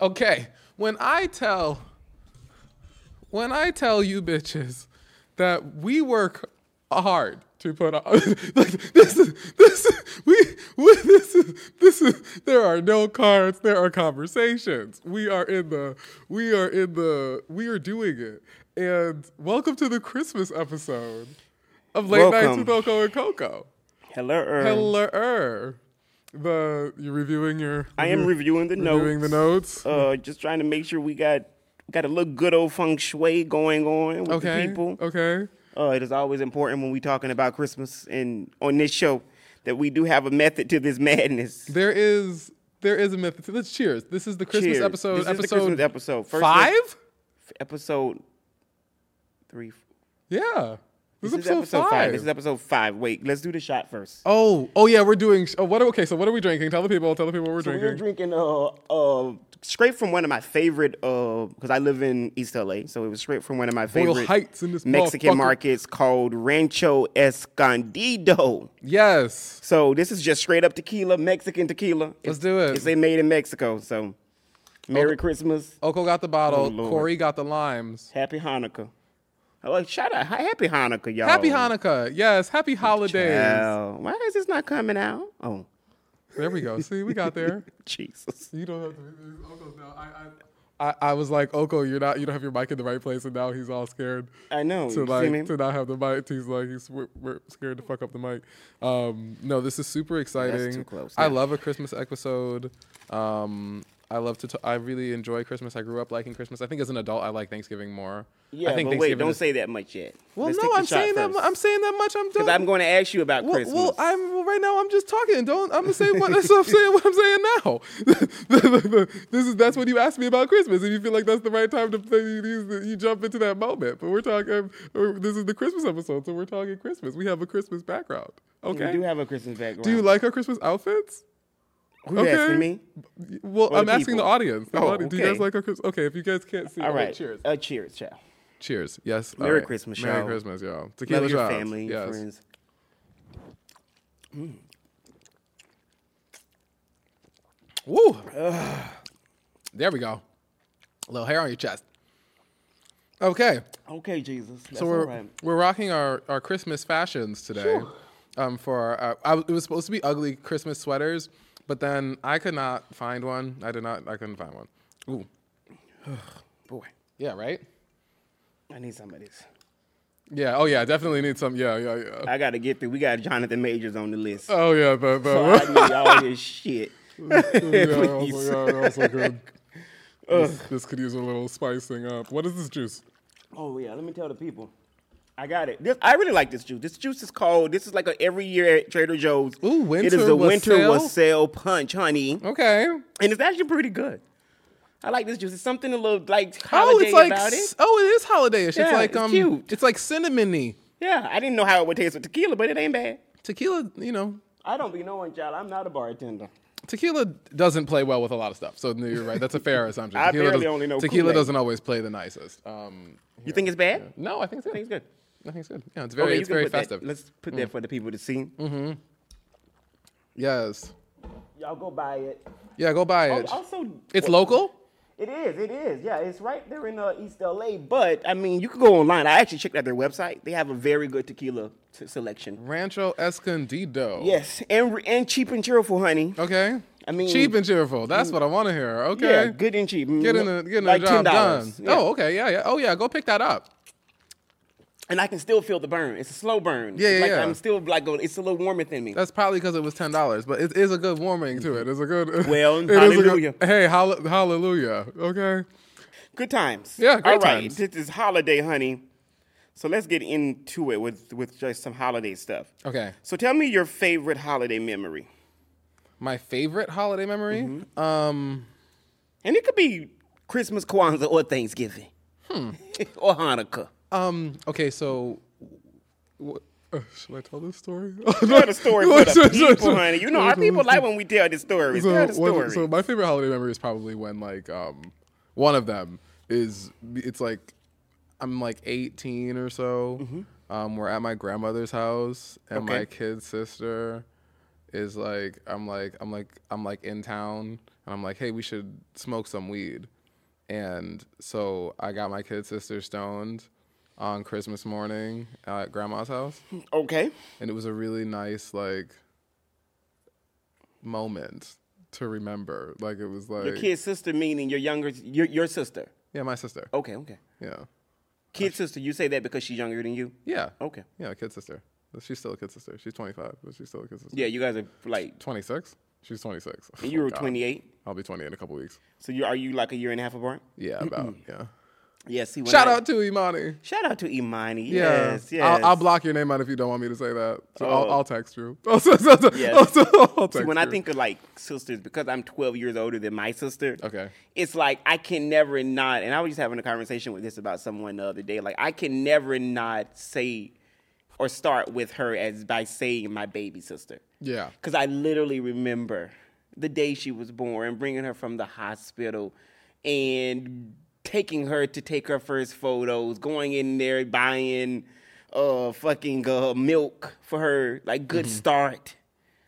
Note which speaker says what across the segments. Speaker 1: Okay, when I tell when I tell you bitches that we work hard to put on like this is this is, we, we this is this is there are no cards there are conversations we are in the we are in the we are doing it and welcome to the christmas episode of late nights
Speaker 2: Welcome. Um,
Speaker 1: with Oko and coco
Speaker 2: Hello, Earl.
Speaker 1: hello the you reviewing your
Speaker 2: I am reviewing the notes.
Speaker 1: reviewing the notes
Speaker 2: Uh, just trying to make sure we got got a little good old feng shui going on with
Speaker 1: okay
Speaker 2: the people.
Speaker 1: okay
Speaker 2: Uh, it is always important when we talking about Christmas and on this show that we do have a method to this madness.
Speaker 1: There is there is a myth. Let's cheers. This is the Christmas
Speaker 2: Cheers.
Speaker 1: episode.
Speaker 2: This is the
Speaker 1: episode
Speaker 2: Christmas episode. First
Speaker 1: five.
Speaker 2: Episode three.
Speaker 1: yeah. This,
Speaker 2: This
Speaker 1: is episode, five.
Speaker 2: This is episode five. Wait, let's do the shot first.
Speaker 1: oh oh yeah, we're doing. Oh, what? Are, okay, so what are we drinking? Tell the people. Tell the people what we're drinking.
Speaker 2: We're drinking uh uh straight from one of my favorite uh because I live in East LA, so it was straight from one of my favorite
Speaker 1: Heights in this motherfucker.
Speaker 2: Mexican markets called Rancho Escondido.
Speaker 1: yes.
Speaker 2: So this is just straight up tequila, Mexican tequila.
Speaker 1: Let's do it.
Speaker 2: It's they made in Mexico. So Merry Christmas,
Speaker 1: Oko got the bottle.
Speaker 2: Oh, Lord.
Speaker 1: Corey got the limes.
Speaker 2: Happy Hanukkah. Oh, like, shout out, Ha- Happy Hanukkah, y'all.
Speaker 1: Happy Hanukkah. Yes. Happy holidays.
Speaker 2: Wow. Why is this not coming out? Oh,
Speaker 1: There we go. See, we got there.
Speaker 2: Jesus.
Speaker 1: You don't have to. read this. Oko's now. I, I, I, I was like, Oko, you're not. You don't have your mic in the right place, and now he's all scared.
Speaker 2: I know.
Speaker 1: to
Speaker 2: you see me?
Speaker 1: like to not have the mic. He's like he's we're, we're scared to fuck up the mic. Um, no, this is super exciting.
Speaker 2: too close,
Speaker 1: I
Speaker 2: yeah.
Speaker 1: love a Christmas episode. Um, I love to. T- I really enjoy Christmas. I grew up liking Christmas. I think as an adult, I like Thanksgiving more.
Speaker 2: Yeah,
Speaker 1: I think
Speaker 2: but wait, don't
Speaker 1: is-
Speaker 2: say that much yet.
Speaker 1: Well,
Speaker 2: Let's
Speaker 1: no,
Speaker 2: take the
Speaker 1: I'm
Speaker 2: shot
Speaker 1: saying that. mu-
Speaker 2: first.
Speaker 1: I'm saying that much. I'm done.
Speaker 2: Because I'm going to ask you about
Speaker 1: Well,
Speaker 2: Christmas.
Speaker 1: well, I'm well, right now. I'm just talking. Don't I'm gonna say what that's what I'm saying. What I'm saying now. this is that's what you asked me about Christmas. If you feel like that's the right time to play, you, you- you jump into that moment. But we're talking. we're- This is the Christmas episode, so we're talking Christmas. We have a Christmas background. Okay.
Speaker 2: We do have a Christmas background.
Speaker 1: Do you like our Christmas outfits?
Speaker 2: Who you asking me?
Speaker 1: Well,
Speaker 2: the
Speaker 1: I'm asking the
Speaker 2: people?
Speaker 1: audience. The
Speaker 2: Oh,
Speaker 1: audi- Do you guys
Speaker 2: okay.
Speaker 1: like our Christmas? Okay, if you guys can't see,
Speaker 2: All
Speaker 1: okay,
Speaker 2: right.
Speaker 1: Cheers.
Speaker 2: Uh, cheers, child.
Speaker 1: Cheers. Yes. all
Speaker 2: Merry Christmas,
Speaker 1: Merry
Speaker 2: y'all.
Speaker 1: Christmas, y'all. Tequila
Speaker 2: Love your
Speaker 1: shots.
Speaker 2: family, your
Speaker 1: Yes.
Speaker 2: friends.
Speaker 1: Woo! There we go. A little hair on your chest. Okay,
Speaker 2: Okay, Jesus. That's
Speaker 1: so
Speaker 2: all
Speaker 1: we're
Speaker 2: right.
Speaker 1: we're rocking our, our Christmas fashions today. Um, for our, uh, I, it was supposed to be ugly Christmas sweaters, but then I could not find one. I did not. I couldn't find one. Ooh,
Speaker 2: Boy,
Speaker 1: yeah, right.
Speaker 2: I need some of this.
Speaker 1: Yeah. Oh yeah. Definitely need some. Yeah. Yeah. Yeah.
Speaker 2: I got to get through. We got Jonathan Majors on the list.
Speaker 1: Oh yeah. The the.
Speaker 2: I need all this shit.
Speaker 1: Oh, yeah, also,
Speaker 2: please.
Speaker 1: yeah, also good. This, this could use a little spicing up. What is this juice?
Speaker 2: Oh, yeah. Let me tell the people. I got it. This, I really like this juice. This juice is cold. This is like a every year at Trader Joe's.
Speaker 1: Ooh,
Speaker 2: It is
Speaker 1: winter
Speaker 2: the
Speaker 1: was
Speaker 2: winter
Speaker 1: sale?
Speaker 2: wassail punch, honey.
Speaker 1: Okay.
Speaker 2: And it's actually pretty good. I like this juice. It's something a little like
Speaker 1: Oh,
Speaker 2: holiday
Speaker 1: it's like
Speaker 2: about it.
Speaker 1: s- oh, it is holidayish. it's
Speaker 2: Yeah,
Speaker 1: like
Speaker 2: it's
Speaker 1: um,
Speaker 2: cute.
Speaker 1: it's like cinnamony
Speaker 2: Yeah, I didn't know how it would taste with tequila, but it ain't bad.
Speaker 1: tequila. You know,
Speaker 2: I don't be knowing, child. I'm not a bartender.
Speaker 1: tequila doesn't play well with a lot of stuff. So no, you're right. That's a fair assumption.
Speaker 2: I
Speaker 1: Tequila
Speaker 2: barely
Speaker 1: doesn't-
Speaker 2: only know
Speaker 1: tequila
Speaker 2: Kool-Aid.
Speaker 1: doesn't always play the nicest. Um,
Speaker 2: You think it's bad?
Speaker 1: no, I think it's
Speaker 2: I think it's
Speaker 1: good.
Speaker 2: good.
Speaker 1: I think it's good. Yeah, it's very,
Speaker 2: you
Speaker 1: it's
Speaker 2: can
Speaker 1: very
Speaker 2: put that-
Speaker 1: festive. Mm.
Speaker 2: Let's put that for the people to see.
Speaker 1: Yes.
Speaker 2: Y'all go buy it.
Speaker 1: Yeah, go buy
Speaker 2: Oh,
Speaker 1: it.
Speaker 2: also,
Speaker 1: it's local.
Speaker 2: it is. It is. Yeah, it's right there in uh, East LA. But I mean, you can go online. I actually checked out their website. They have a very good tequila t- selection.
Speaker 1: Rancho Escondido.
Speaker 2: Yes, and re- and cheap and cheerful, honey.
Speaker 1: Okay.
Speaker 2: I mean-
Speaker 1: cheap and cheerful. That's what I want to hear. Okay.
Speaker 2: Yeah, good and cheap. Mm,
Speaker 1: Getting the getting
Speaker 2: like
Speaker 1: the job done.
Speaker 2: $10. Yeah.
Speaker 1: Oh, okay. Yeah, yeah. Oh, yeah. Go pick that up.
Speaker 2: and I can still feel the burn. It's a slow burn.
Speaker 1: Yeah, yeah,
Speaker 2: like
Speaker 1: yeah.
Speaker 2: I'm still like going. It's a little warmer than me.
Speaker 1: That's probably because it was ten dollars, but it is a good warming to it. It's a good.
Speaker 2: Well,
Speaker 1: it is a good-
Speaker 2: hallelujah.
Speaker 1: hey, hall- hallelujah. Okay.
Speaker 2: Good times.
Speaker 1: Yeah, great
Speaker 2: All right.
Speaker 1: times.
Speaker 2: This is holiday, honey. So let's get into it with with just some holiday stuff.
Speaker 1: Okay.
Speaker 2: So tell me your favorite holiday memory,
Speaker 1: My favorite holiday memory.
Speaker 2: Mm-hmm.
Speaker 1: Um,
Speaker 2: and it could be Christmas, Kwanzaa, or Thanksgiving,
Speaker 1: Hmm.
Speaker 2: or Hanukkah.
Speaker 1: um. Okay, so. What, uh, should I tell this story?
Speaker 2: Tell the story for
Speaker 1: What-
Speaker 2: the
Speaker 1: should- should-
Speaker 2: people, honey. You know our
Speaker 1: should-
Speaker 2: people like when we tell the stories. tell the
Speaker 1: what-
Speaker 2: story.
Speaker 1: so my favorite holiday memory is probably when like um one of them is it's like I'm like 18 or so. Um, we're at my grandmother's house and
Speaker 2: Mm-hmm. Okay.
Speaker 1: my kid sister is like I'm like I'm like I'm like in town and I'm like, hey, we should smoke some weed. And so I got my kid sister stoned on Christmas morning at grandma's house.
Speaker 2: Okay.
Speaker 1: And it was a really nice like moment to remember. Like it was
Speaker 2: Your
Speaker 1: like
Speaker 2: kid's sister, meaning your younger, your, your sister.
Speaker 1: Yeah, my sister.
Speaker 2: Okay, okay.
Speaker 1: Yeah.
Speaker 2: Kid sister, you say that because she's younger than you?
Speaker 1: Yeah.
Speaker 2: Okay.
Speaker 1: Yeah, kid sister. She's still a kid sister. She's 25, but she's still a kid sister.
Speaker 2: Yeah, you guys are like,
Speaker 1: 26? She's 26.
Speaker 2: and you
Speaker 1: Oh,
Speaker 2: were
Speaker 1: God.
Speaker 2: 28.
Speaker 1: I'll be 20 in a couple weeks.
Speaker 2: So you are you like a year and a half apart?
Speaker 1: Yeah, about. yeah.
Speaker 2: Yeah, see. When
Speaker 1: Shout
Speaker 2: I-
Speaker 1: out to Imani.
Speaker 2: Shout out to Imani.
Speaker 1: Yeah.
Speaker 2: Yes, yes.
Speaker 1: I'll, I'll block your name out if you don't want me to say that. So I'll,
Speaker 2: Oh.
Speaker 1: I'll text you. Also, so, so,
Speaker 2: Yes.
Speaker 1: also, I'll text
Speaker 2: See, when
Speaker 1: you.
Speaker 2: I think of like sisters, because I'm 12 years older than my sister,
Speaker 1: Okay.
Speaker 2: it's like I can never not. And I was just having a conversation with this about someone the other day. Like I can never not say or start with her as by saying my baby sister.
Speaker 1: Yeah.
Speaker 2: Because I literally remember the day she was born, bringing her from the hospital, and taking her to take her first photos, going in there buying uh fucking uh, milk for her, like
Speaker 1: Mm-hmm.
Speaker 2: good start,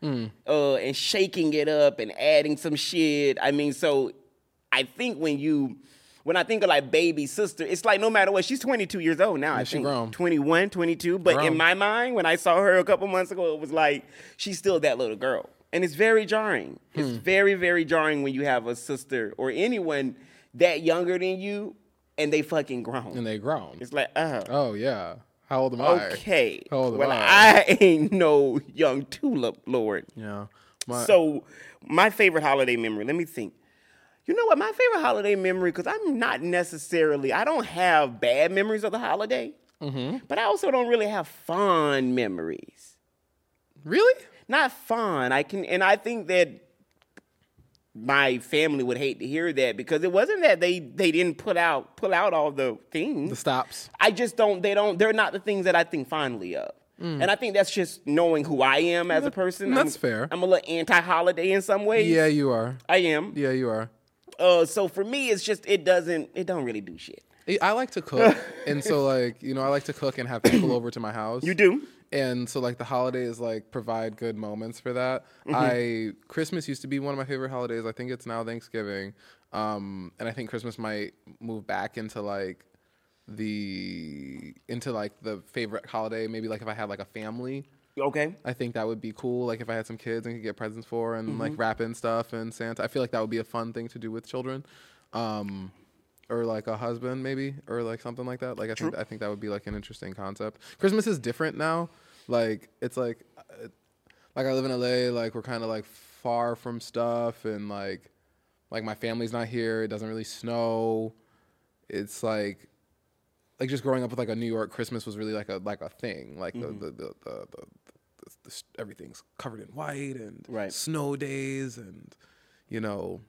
Speaker 1: Mm.
Speaker 2: uh, and shaking it up and adding some shit. I mean, so I think when you when I think of like baby sister, it's like no matter what, she's 22 years old now. I
Speaker 1: she
Speaker 2: think
Speaker 1: grown.
Speaker 2: 21, 22, but in
Speaker 1: Grown.
Speaker 2: my my mind when I saw her a couple months ago, it was like she's still that little girl. And it's very jarring.
Speaker 1: Hmm.
Speaker 2: It's very, very jarring when you have a sister or anyone that younger than you and they fucking grown.
Speaker 1: And they grown.
Speaker 2: it's like, uh,
Speaker 1: Oh, yeah. How old am I?
Speaker 2: okay.
Speaker 1: How old am
Speaker 2: well,
Speaker 1: I?
Speaker 2: I? ain't no young tulip lord.
Speaker 1: Yeah. My,
Speaker 2: So, my favorite holiday memory, let me think. You know what? My favorite holiday memory, because I'm not necessarily, I don't have bad memories of the holiday,
Speaker 1: Mm-hmm.
Speaker 2: but I also don't really have fond memories.
Speaker 1: really?
Speaker 2: not fun. I can, and I think that my family would hate to hear that because it wasn't that they they didn't put out pull out all the
Speaker 1: The
Speaker 2: things.
Speaker 1: stops.
Speaker 2: I just don't. They don't. They're not the things that I think fondly of. And I think that's just knowing who I am as a person.
Speaker 1: Mm. that's
Speaker 2: I'm,
Speaker 1: fair.
Speaker 2: I'm a little anti-holiday in some ways.
Speaker 1: Yeah, you are.
Speaker 2: I am.
Speaker 1: Yeah, you are.
Speaker 2: Uh, so for me, it's just it doesn't it don't really do shit.
Speaker 1: I- I like to cook, and so like you know, I like to cook and have people over to my house.
Speaker 2: You do?
Speaker 1: and so like the holidays like provide good moments for that.
Speaker 2: Mm-hmm.
Speaker 1: I Christmas used to be one of my favorite holidays. I think it's now Thanksgiving, um, and I think Christmas might move back into like the into like the favorite holiday. Maybe like if I had like a family,
Speaker 2: Okay.
Speaker 1: I think that would be cool. Like if I had some kids and could get presents for and like wrapping stuff and Santa. I feel like that would be a fun thing to do with children, um, or like a husband maybe, or like something like that. Like I think I think that would be like an interesting concept. Christmas is different now. Like it's like, uh, like I live in LA. Like we're kind of like far from stuff and like, like my family's not here. It doesn't really snow. It's like like just growing up with like a New York Christmas was really like a like a thing. Like the, the, the, the, the, the, the s- everything's covered in white and
Speaker 2: Right.
Speaker 1: snow days and you know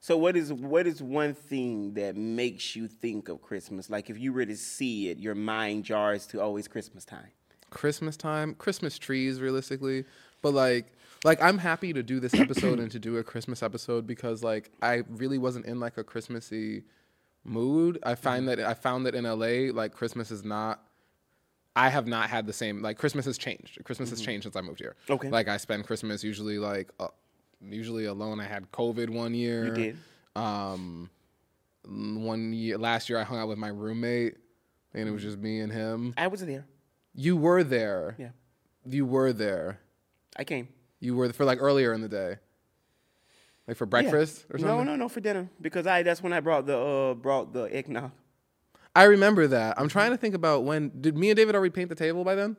Speaker 2: So what is what is one thing that makes you think of Christmas? Like if you were to see it, your mind jars to always Christmas time.
Speaker 1: Christmas time, Christmas trees realistically. But like like I'm happy to do this episode and to do a Christmas episode because like I really wasn't in like a Christmassy mood. I find
Speaker 2: Mm-hmm.
Speaker 1: that I found that in LA like Christmas is not I have not had the same like Christmas has changed. Christmas has changed since I moved here.
Speaker 2: Mm-hmm. Okay.
Speaker 1: Like I spend Christmas usually like uh, usually alone. I had COVID one year.
Speaker 2: You did.
Speaker 1: Um, one year last year I hung out with my roommate and it was just me and him.
Speaker 2: I was there.
Speaker 1: You were there.
Speaker 2: Mm-hmm. Yeah.
Speaker 1: You were there.
Speaker 2: I came.
Speaker 1: You were for like earlier in the day. Like for breakfast or something.
Speaker 2: No, no, no, for dinner because I that's when I brought the uh brought the eggnog.
Speaker 1: I remember that. I'm trying to think about when did me and David already paint the table by then?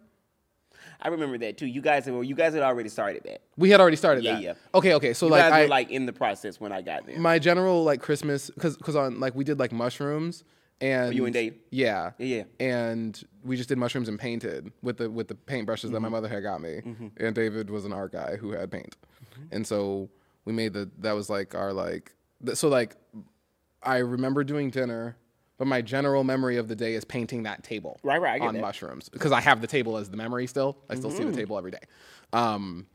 Speaker 2: I remember that too. You guys were you guys had already started that.
Speaker 1: We had already started
Speaker 2: Yeah,
Speaker 1: that.
Speaker 2: yeah.
Speaker 1: Okay, okay. So
Speaker 2: You
Speaker 1: like
Speaker 2: guys
Speaker 1: I
Speaker 2: were like in the process when I got there.
Speaker 1: my general like Christmas cuz cuz on like we did like mushrooms and
Speaker 2: Oh, you and Dave?
Speaker 1: Yeah.
Speaker 2: Yeah, yeah.
Speaker 1: And we just did mushrooms and painted with the with the paintbrushes
Speaker 2: Mm-hmm.
Speaker 1: that my mother had got me. And David was an art guy who had paint.
Speaker 2: Mm-hmm.
Speaker 1: And so we made the that was like our like th- so like I remember doing dinner but my general memory of the day is painting that table
Speaker 2: Right, right, I get Mm-hmm.
Speaker 1: on
Speaker 2: that.
Speaker 1: mushrooms because I have the table as the memory still. I still see the table every day. Um,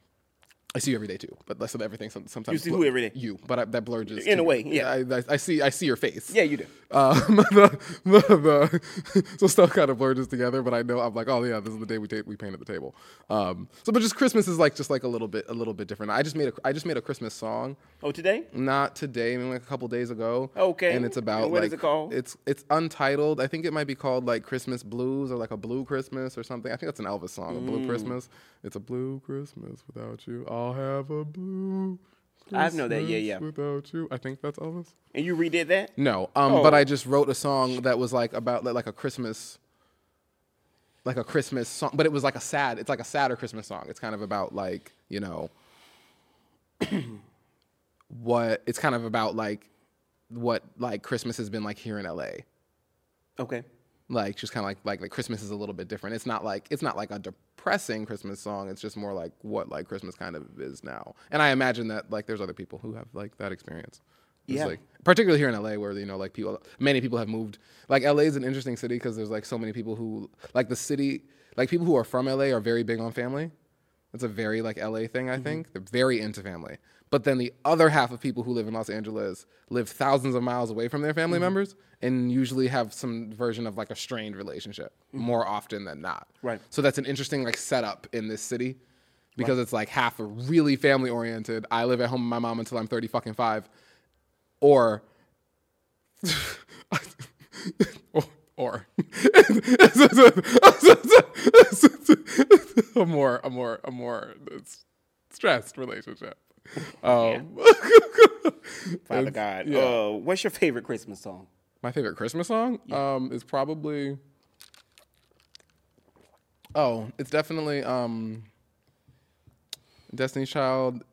Speaker 1: I see you every day too, but less of everything. some- Sometimes
Speaker 2: see
Speaker 1: blur-
Speaker 2: who every day?
Speaker 1: You, but I, that blurred just
Speaker 2: In a
Speaker 1: to-
Speaker 2: way, yeah.
Speaker 1: I, I, I see. I see your face.
Speaker 2: Yeah, you do.
Speaker 1: Um, the, the, the, so stuff kind of blurs together, but I know I'm like, oh yeah, this is the day we ta- we painted the table. Um, so, but just Christmas is like just like a little bit a little bit different. I just made a I just made a Christmas song,
Speaker 2: Oh, today?
Speaker 1: not today, I mean like a couple days ago.
Speaker 2: Okay.
Speaker 1: and it's about
Speaker 2: And what
Speaker 1: like
Speaker 2: is it called?
Speaker 1: it's it's untitled. I think it might be called like Christmas Blues or like a Blue Christmas or something. I think that's an Elvis song, a
Speaker 2: Mm.
Speaker 1: Blue Christmas. It's a Blue Christmas without you. I'll have a blue.
Speaker 2: I know that, yeah,
Speaker 1: Christmas
Speaker 2: yeah.
Speaker 1: Without you, I think that's Elvis.
Speaker 2: And you redid that?
Speaker 1: No, um, but
Speaker 2: Oh.
Speaker 1: I just wrote a song that was like about like a Christmas, like a Christmas song. But it was like a sad. It's like a sadder Christmas song. It's kind of about like you know, what it's kind of about like what like Christmas has been like here in LA.
Speaker 2: Okay.
Speaker 1: Like just kind of like like like Christmas is a little bit different. It's not like it's not like a depressing Christmas song. It's just more like what like Christmas kind of is now. And I imagine that like there's other people who have like that experience. It's
Speaker 2: Yeah.
Speaker 1: like particularly here in LA where you know like people many people have moved like LA is an interesting city because there's like so many people who like the city like people who are from LA are very big on family that's a very like LA thing I think they're very into family but then the other half of people who live in Los Angeles live thousands of miles away from their family members and usually have some version of like a strained relationship more often than not
Speaker 2: Right.
Speaker 1: so that's an interesting like setup in this city because it's like half a really family oriented I live at home with my mom until I'm 30 fucking 5 or or, or. a more a more a more s- stressed relationship. Um,
Speaker 2: Father God.
Speaker 1: yeah.
Speaker 2: Uh, what's your favorite Christmas song?
Speaker 1: my favorite Christmas song um, is probably oh, it's definitely um, Destiny's Child.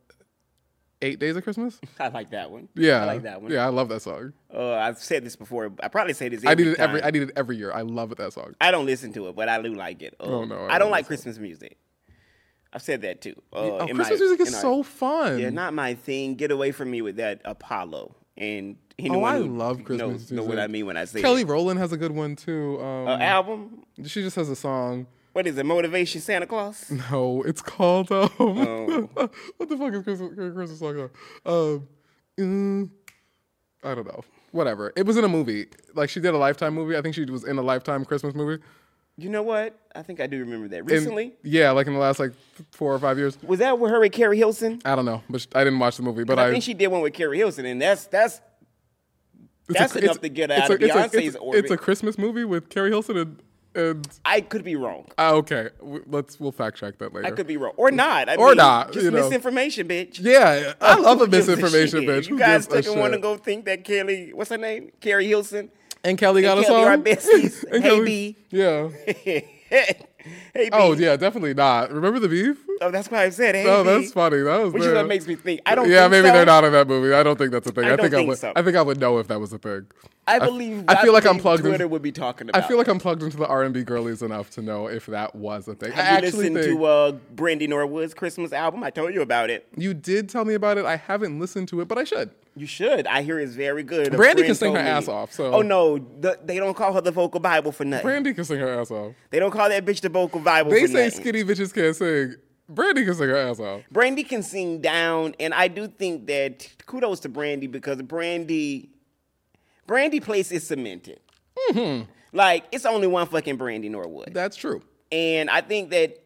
Speaker 1: Eight Days of Christmas.
Speaker 2: I like that one.
Speaker 1: Yeah,
Speaker 2: I like that one.
Speaker 1: Yeah, I love that song.
Speaker 2: Uh, I've said this before. I probably say this every
Speaker 1: I need it
Speaker 2: time.
Speaker 1: every. I need it every year. I love that song.
Speaker 2: I don't listen to it, but I do like it. Uh,
Speaker 1: Oh, no, I
Speaker 2: I,
Speaker 1: don't
Speaker 2: don't like
Speaker 1: listen.
Speaker 2: Christmas music. I've said that too. Uh,
Speaker 1: oh,
Speaker 2: in
Speaker 1: Christmas
Speaker 2: my-
Speaker 1: music
Speaker 2: in
Speaker 1: is
Speaker 2: our-
Speaker 1: so fun.
Speaker 2: Yeah, not my thing. Get away from me with that Apollo. And
Speaker 1: Oh,
Speaker 2: anyone
Speaker 1: I
Speaker 2: who
Speaker 1: love Christmas
Speaker 2: knows,
Speaker 1: music.
Speaker 2: know what I mean when I say
Speaker 1: Kelly Rowland has a good one too. Um,
Speaker 2: it. Uh, album.
Speaker 1: she just has a song.
Speaker 2: What is it? Motivation Santa Claus.
Speaker 1: No, it's called um,
Speaker 2: Oh.
Speaker 1: what the fuck is Christmas, Christmas song called? Um, uh, I don't know. Whatever. It was in a movie. Like she did a Lifetime movie. I think she was in a Lifetime Christmas movie.
Speaker 2: You know what? I think I do remember that.
Speaker 1: And-
Speaker 2: Recently,
Speaker 1: yeah, like in the last like four or five years.
Speaker 2: was that with her and Carrie Hilson?
Speaker 1: I don't know, but sh- I didn't watch the movie. But
Speaker 2: I
Speaker 1: I,
Speaker 2: think she did one with Carrie Hilson, and that's that's
Speaker 1: it's
Speaker 2: that's
Speaker 1: cr-
Speaker 2: enough
Speaker 1: it's-
Speaker 2: to get
Speaker 1: it's
Speaker 2: out
Speaker 1: a-
Speaker 2: of
Speaker 1: it's a-
Speaker 2: Beyonce's
Speaker 1: it's a,
Speaker 2: orbit.
Speaker 1: It's a Christmas movie with Carrie Hilson and and
Speaker 2: I could be wrong.
Speaker 1: ah, okay. W- Let's we'll fact check that later.
Speaker 2: I could be wrong, or not. I
Speaker 1: Or
Speaker 2: mean,
Speaker 1: not,
Speaker 2: Just
Speaker 1: you know.
Speaker 2: misinformation, bitch.
Speaker 1: Yeah, I love a
Speaker 2: Who gives
Speaker 1: misinformation,
Speaker 2: shit?
Speaker 1: bitch.
Speaker 2: You
Speaker 1: Who
Speaker 2: guys
Speaker 1: gives a
Speaker 2: took and want to
Speaker 1: shit?
Speaker 2: go think that Kelly, what's her name? Carrie Hilson.
Speaker 1: And Kelly got
Speaker 2: And
Speaker 1: a
Speaker 2: Kelly,
Speaker 1: song.
Speaker 2: our besties.
Speaker 1: And
Speaker 2: Hey,
Speaker 1: Kelly-
Speaker 2: B.
Speaker 1: Yeah.
Speaker 2: hey, B.
Speaker 1: Oh yeah, definitely not. Remember the beef?
Speaker 2: Oh, that's why I said, hey,
Speaker 1: Oh,
Speaker 2: B.
Speaker 1: that's funny. That was
Speaker 2: Which is what
Speaker 1: bad.
Speaker 2: makes me think. I don't
Speaker 1: Yeah,
Speaker 2: think
Speaker 1: maybe
Speaker 2: so.
Speaker 1: they're not in that movie. I don't think that's a thing.
Speaker 2: I
Speaker 1: I,
Speaker 2: don't
Speaker 1: think, I
Speaker 2: think
Speaker 1: would.
Speaker 2: so.
Speaker 1: I think I would know if that was a thing.
Speaker 2: I believe.
Speaker 1: I feel like I'm
Speaker 2: believe
Speaker 1: plugged in-
Speaker 2: Twitter would be talking
Speaker 1: I
Speaker 2: about.
Speaker 1: feel like I'm plugged into the R and B girlies enough to know if that was a thing. I
Speaker 2: Have you
Speaker 1: actually
Speaker 2: listened
Speaker 1: think
Speaker 2: to uh, Brandy Norwood's Christmas album? I told you about it.
Speaker 1: you did tell me about it. I haven't listened to it, but I should.
Speaker 2: You should. I hear it's very good. A
Speaker 1: Brandy
Speaker 2: friend
Speaker 1: can sing
Speaker 2: told
Speaker 1: her
Speaker 2: me.
Speaker 1: ass off, so-
Speaker 2: Oh no, the, they don't call her the vocal Bible for nothing.
Speaker 1: Brandy can sing her ass off.
Speaker 2: they don't call that bitch the vocal Bible.
Speaker 1: They
Speaker 2: for
Speaker 1: say
Speaker 2: nothing.
Speaker 1: skinny bitches can't sing. Brandy can sing her ass off.
Speaker 2: Brandy can sing down, and I do think that kudos to Brandy because Brandy, Brandy place is cemented.
Speaker 1: Mm-hmm.
Speaker 2: Like it's only one fucking Brandy Norwood,
Speaker 1: That's true.
Speaker 2: and I think that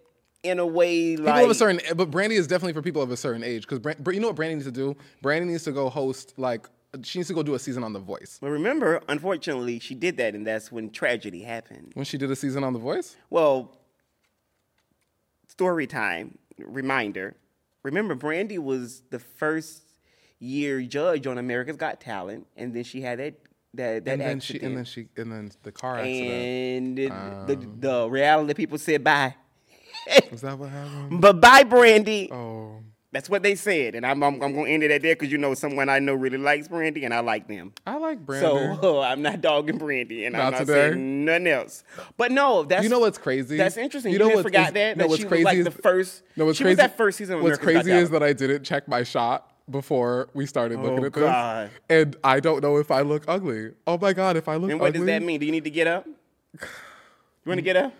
Speaker 2: in a way, like
Speaker 1: People of a certain, eh, but Brandy is definitely for people of a certain age. Because you know what Brandy needs to do? Brandy needs to go host like she needs to go do a season on The Voice.
Speaker 2: but remember, unfortunately, she did that, and that's when tragedy happened.
Speaker 1: When she did a season on The Voice,
Speaker 2: Well, story time reminder. Remember, Brandy was the first year judge on America's Got Talent, and then she had that that that
Speaker 1: and then she,
Speaker 2: accident.
Speaker 1: and then she, and then the car accident.
Speaker 2: and it- the,
Speaker 1: Um,
Speaker 2: the reality people said bye.
Speaker 1: Was that what happened?
Speaker 2: But bye, Brandy.
Speaker 1: Oh,
Speaker 2: That's what they said, and I'm I'm, I'm gonna end it at there because you know someone I know really likes Brandy, and I like them.
Speaker 1: I like Brandy.
Speaker 2: So uh, I'm not dogging Brandy, and I'm
Speaker 1: Not
Speaker 2: not
Speaker 1: today.
Speaker 2: saying nothing else. But no, that's
Speaker 1: you know what's crazy?
Speaker 2: that's interesting. You, know
Speaker 1: what's-
Speaker 2: forgot
Speaker 1: is-
Speaker 2: that
Speaker 1: no,
Speaker 2: that
Speaker 1: what's
Speaker 2: she was like
Speaker 1: is-
Speaker 2: the first.
Speaker 1: No, what's
Speaker 2: she
Speaker 1: crazy?
Speaker 2: was that first season. Of
Speaker 1: what's
Speaker 2: America's Got
Speaker 1: crazy is
Speaker 2: Talent.
Speaker 1: that I didn't check my shot before we started looking
Speaker 2: Oh,
Speaker 1: at
Speaker 2: God.
Speaker 1: this, and I don't know if I look ugly. Oh my God, if I look ugly,
Speaker 2: And what does that mean? Do you need to get up? You want to get up?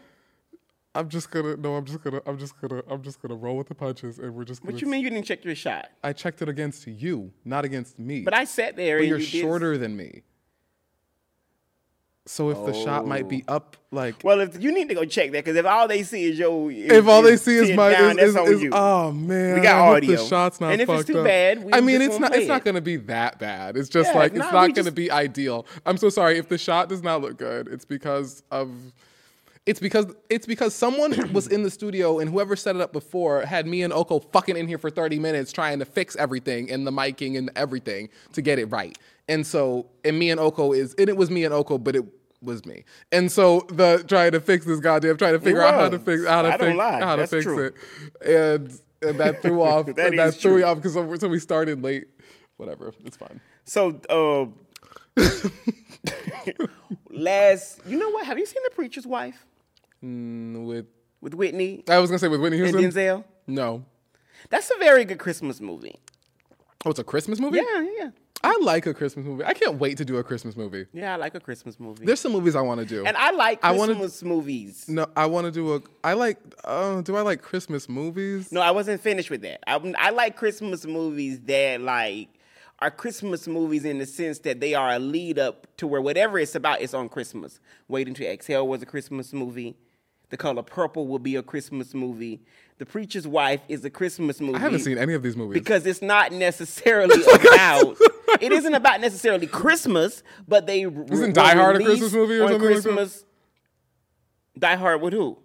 Speaker 1: I'm just gonna no. I'm just gonna. I'm just gonna. I'm just gonna roll with the punches, and we're just. Gonna,
Speaker 2: What you mean you didn't check your shot?
Speaker 1: I checked it against you, not against me.
Speaker 2: But I sat there
Speaker 1: But
Speaker 2: and
Speaker 1: you're
Speaker 2: you did-
Speaker 1: shorter than me. So if the shot might be up, like
Speaker 2: Well, if you need to go check that, because if all they see is your,
Speaker 1: if all they see is
Speaker 2: sitting
Speaker 1: my
Speaker 2: down,
Speaker 1: is, is,
Speaker 2: that's on
Speaker 1: is-
Speaker 2: you.
Speaker 1: oh man,
Speaker 2: We got
Speaker 1: I hope
Speaker 2: audio.
Speaker 1: The shot's not
Speaker 2: And if it's
Speaker 1: fucked
Speaker 2: too
Speaker 1: up.
Speaker 2: bad, we
Speaker 1: I mean,
Speaker 2: just
Speaker 1: it's
Speaker 2: won't
Speaker 1: not
Speaker 2: play
Speaker 1: it's not
Speaker 2: it.
Speaker 1: gonna be that bad. It's just
Speaker 2: Yeah,
Speaker 1: like it's
Speaker 2: nah,
Speaker 1: not
Speaker 2: we
Speaker 1: gonna
Speaker 2: just-
Speaker 1: be ideal. I'm so sorry if the shot does not look good. It's because of. It's because it's because someone was in the studio and whoever set it up before had me and Oko fucking in here for 30 minutes trying to fix everything and the miking and everything to get it right. And so and me and Oko is and it was me and Oko, but it was me. And so the trying to fix this goddamn trying to figure out how to
Speaker 2: was.
Speaker 1: fix how to
Speaker 2: I don't
Speaker 1: fix
Speaker 2: lie.
Speaker 1: how to
Speaker 2: That's
Speaker 1: fix
Speaker 2: true.
Speaker 1: it and and that threw off
Speaker 2: That
Speaker 1: and that
Speaker 2: is
Speaker 1: threw me
Speaker 2: true.
Speaker 1: off because so we started late. Whatever, it's fine.
Speaker 2: so, uh, last, you know what? Have you seen The Preacher's Wife
Speaker 1: Mm, With
Speaker 2: with Whitney
Speaker 1: I was gonna say with Whitney
Speaker 2: and
Speaker 1: Houston.
Speaker 2: Denzel?
Speaker 1: no,
Speaker 2: That's a very good Christmas movie.
Speaker 1: oh, it's a Christmas movie.
Speaker 2: Yeah, yeah.
Speaker 1: I like a Christmas movie. I can't wait to do a Christmas movie.
Speaker 2: Yeah, I like a Christmas movie.
Speaker 1: There's some movies I want to do.
Speaker 2: and I like
Speaker 1: I wanna-
Speaker 2: Christmas movies.
Speaker 1: no, I want to do a. I like. Uh, do I like Christmas movies?
Speaker 2: No, I wasn't finished with that. I, I like Christmas movies that like are Christmas movies in the sense that they are a lead up to where whatever it's about is on Christmas. Waiting to Exhale was a Christmas movie. The Color Purple will be a Christmas movie. The Preacher's Wife is a Christmas movie.
Speaker 1: I haven't seen any of these movies.
Speaker 2: because it's not necessarily about. it isn't about necessarily Christmas, but they
Speaker 1: Isn't Die Hard a Christmas movie or
Speaker 2: on
Speaker 1: something like that?
Speaker 2: Christmas. Die Hard with who?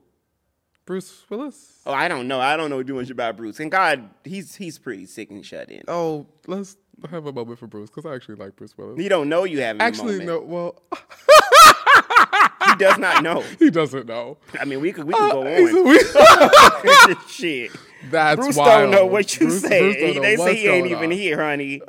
Speaker 1: Bruce Willis.
Speaker 2: Oh, I don't know. I don't know too much about Bruce. And God, he's he's pretty sick and shut in.
Speaker 1: Oh, let's have a moment for Bruce because I actually like Bruce Willis.
Speaker 2: He don't know you have
Speaker 1: Actually, no. Well,
Speaker 2: He does not know.
Speaker 1: he doesn't know.
Speaker 2: I mean, we could we could
Speaker 1: Uh, He's a
Speaker 2: go
Speaker 1: weird-
Speaker 2: on. Shit.
Speaker 1: That's
Speaker 2: Bruce
Speaker 1: wild.
Speaker 2: don't know what you
Speaker 1: Bruce-
Speaker 2: say.
Speaker 1: Bruce don't
Speaker 2: He-
Speaker 1: know
Speaker 2: they
Speaker 1: what's
Speaker 2: say he ain't
Speaker 1: going on.
Speaker 2: even here, honey.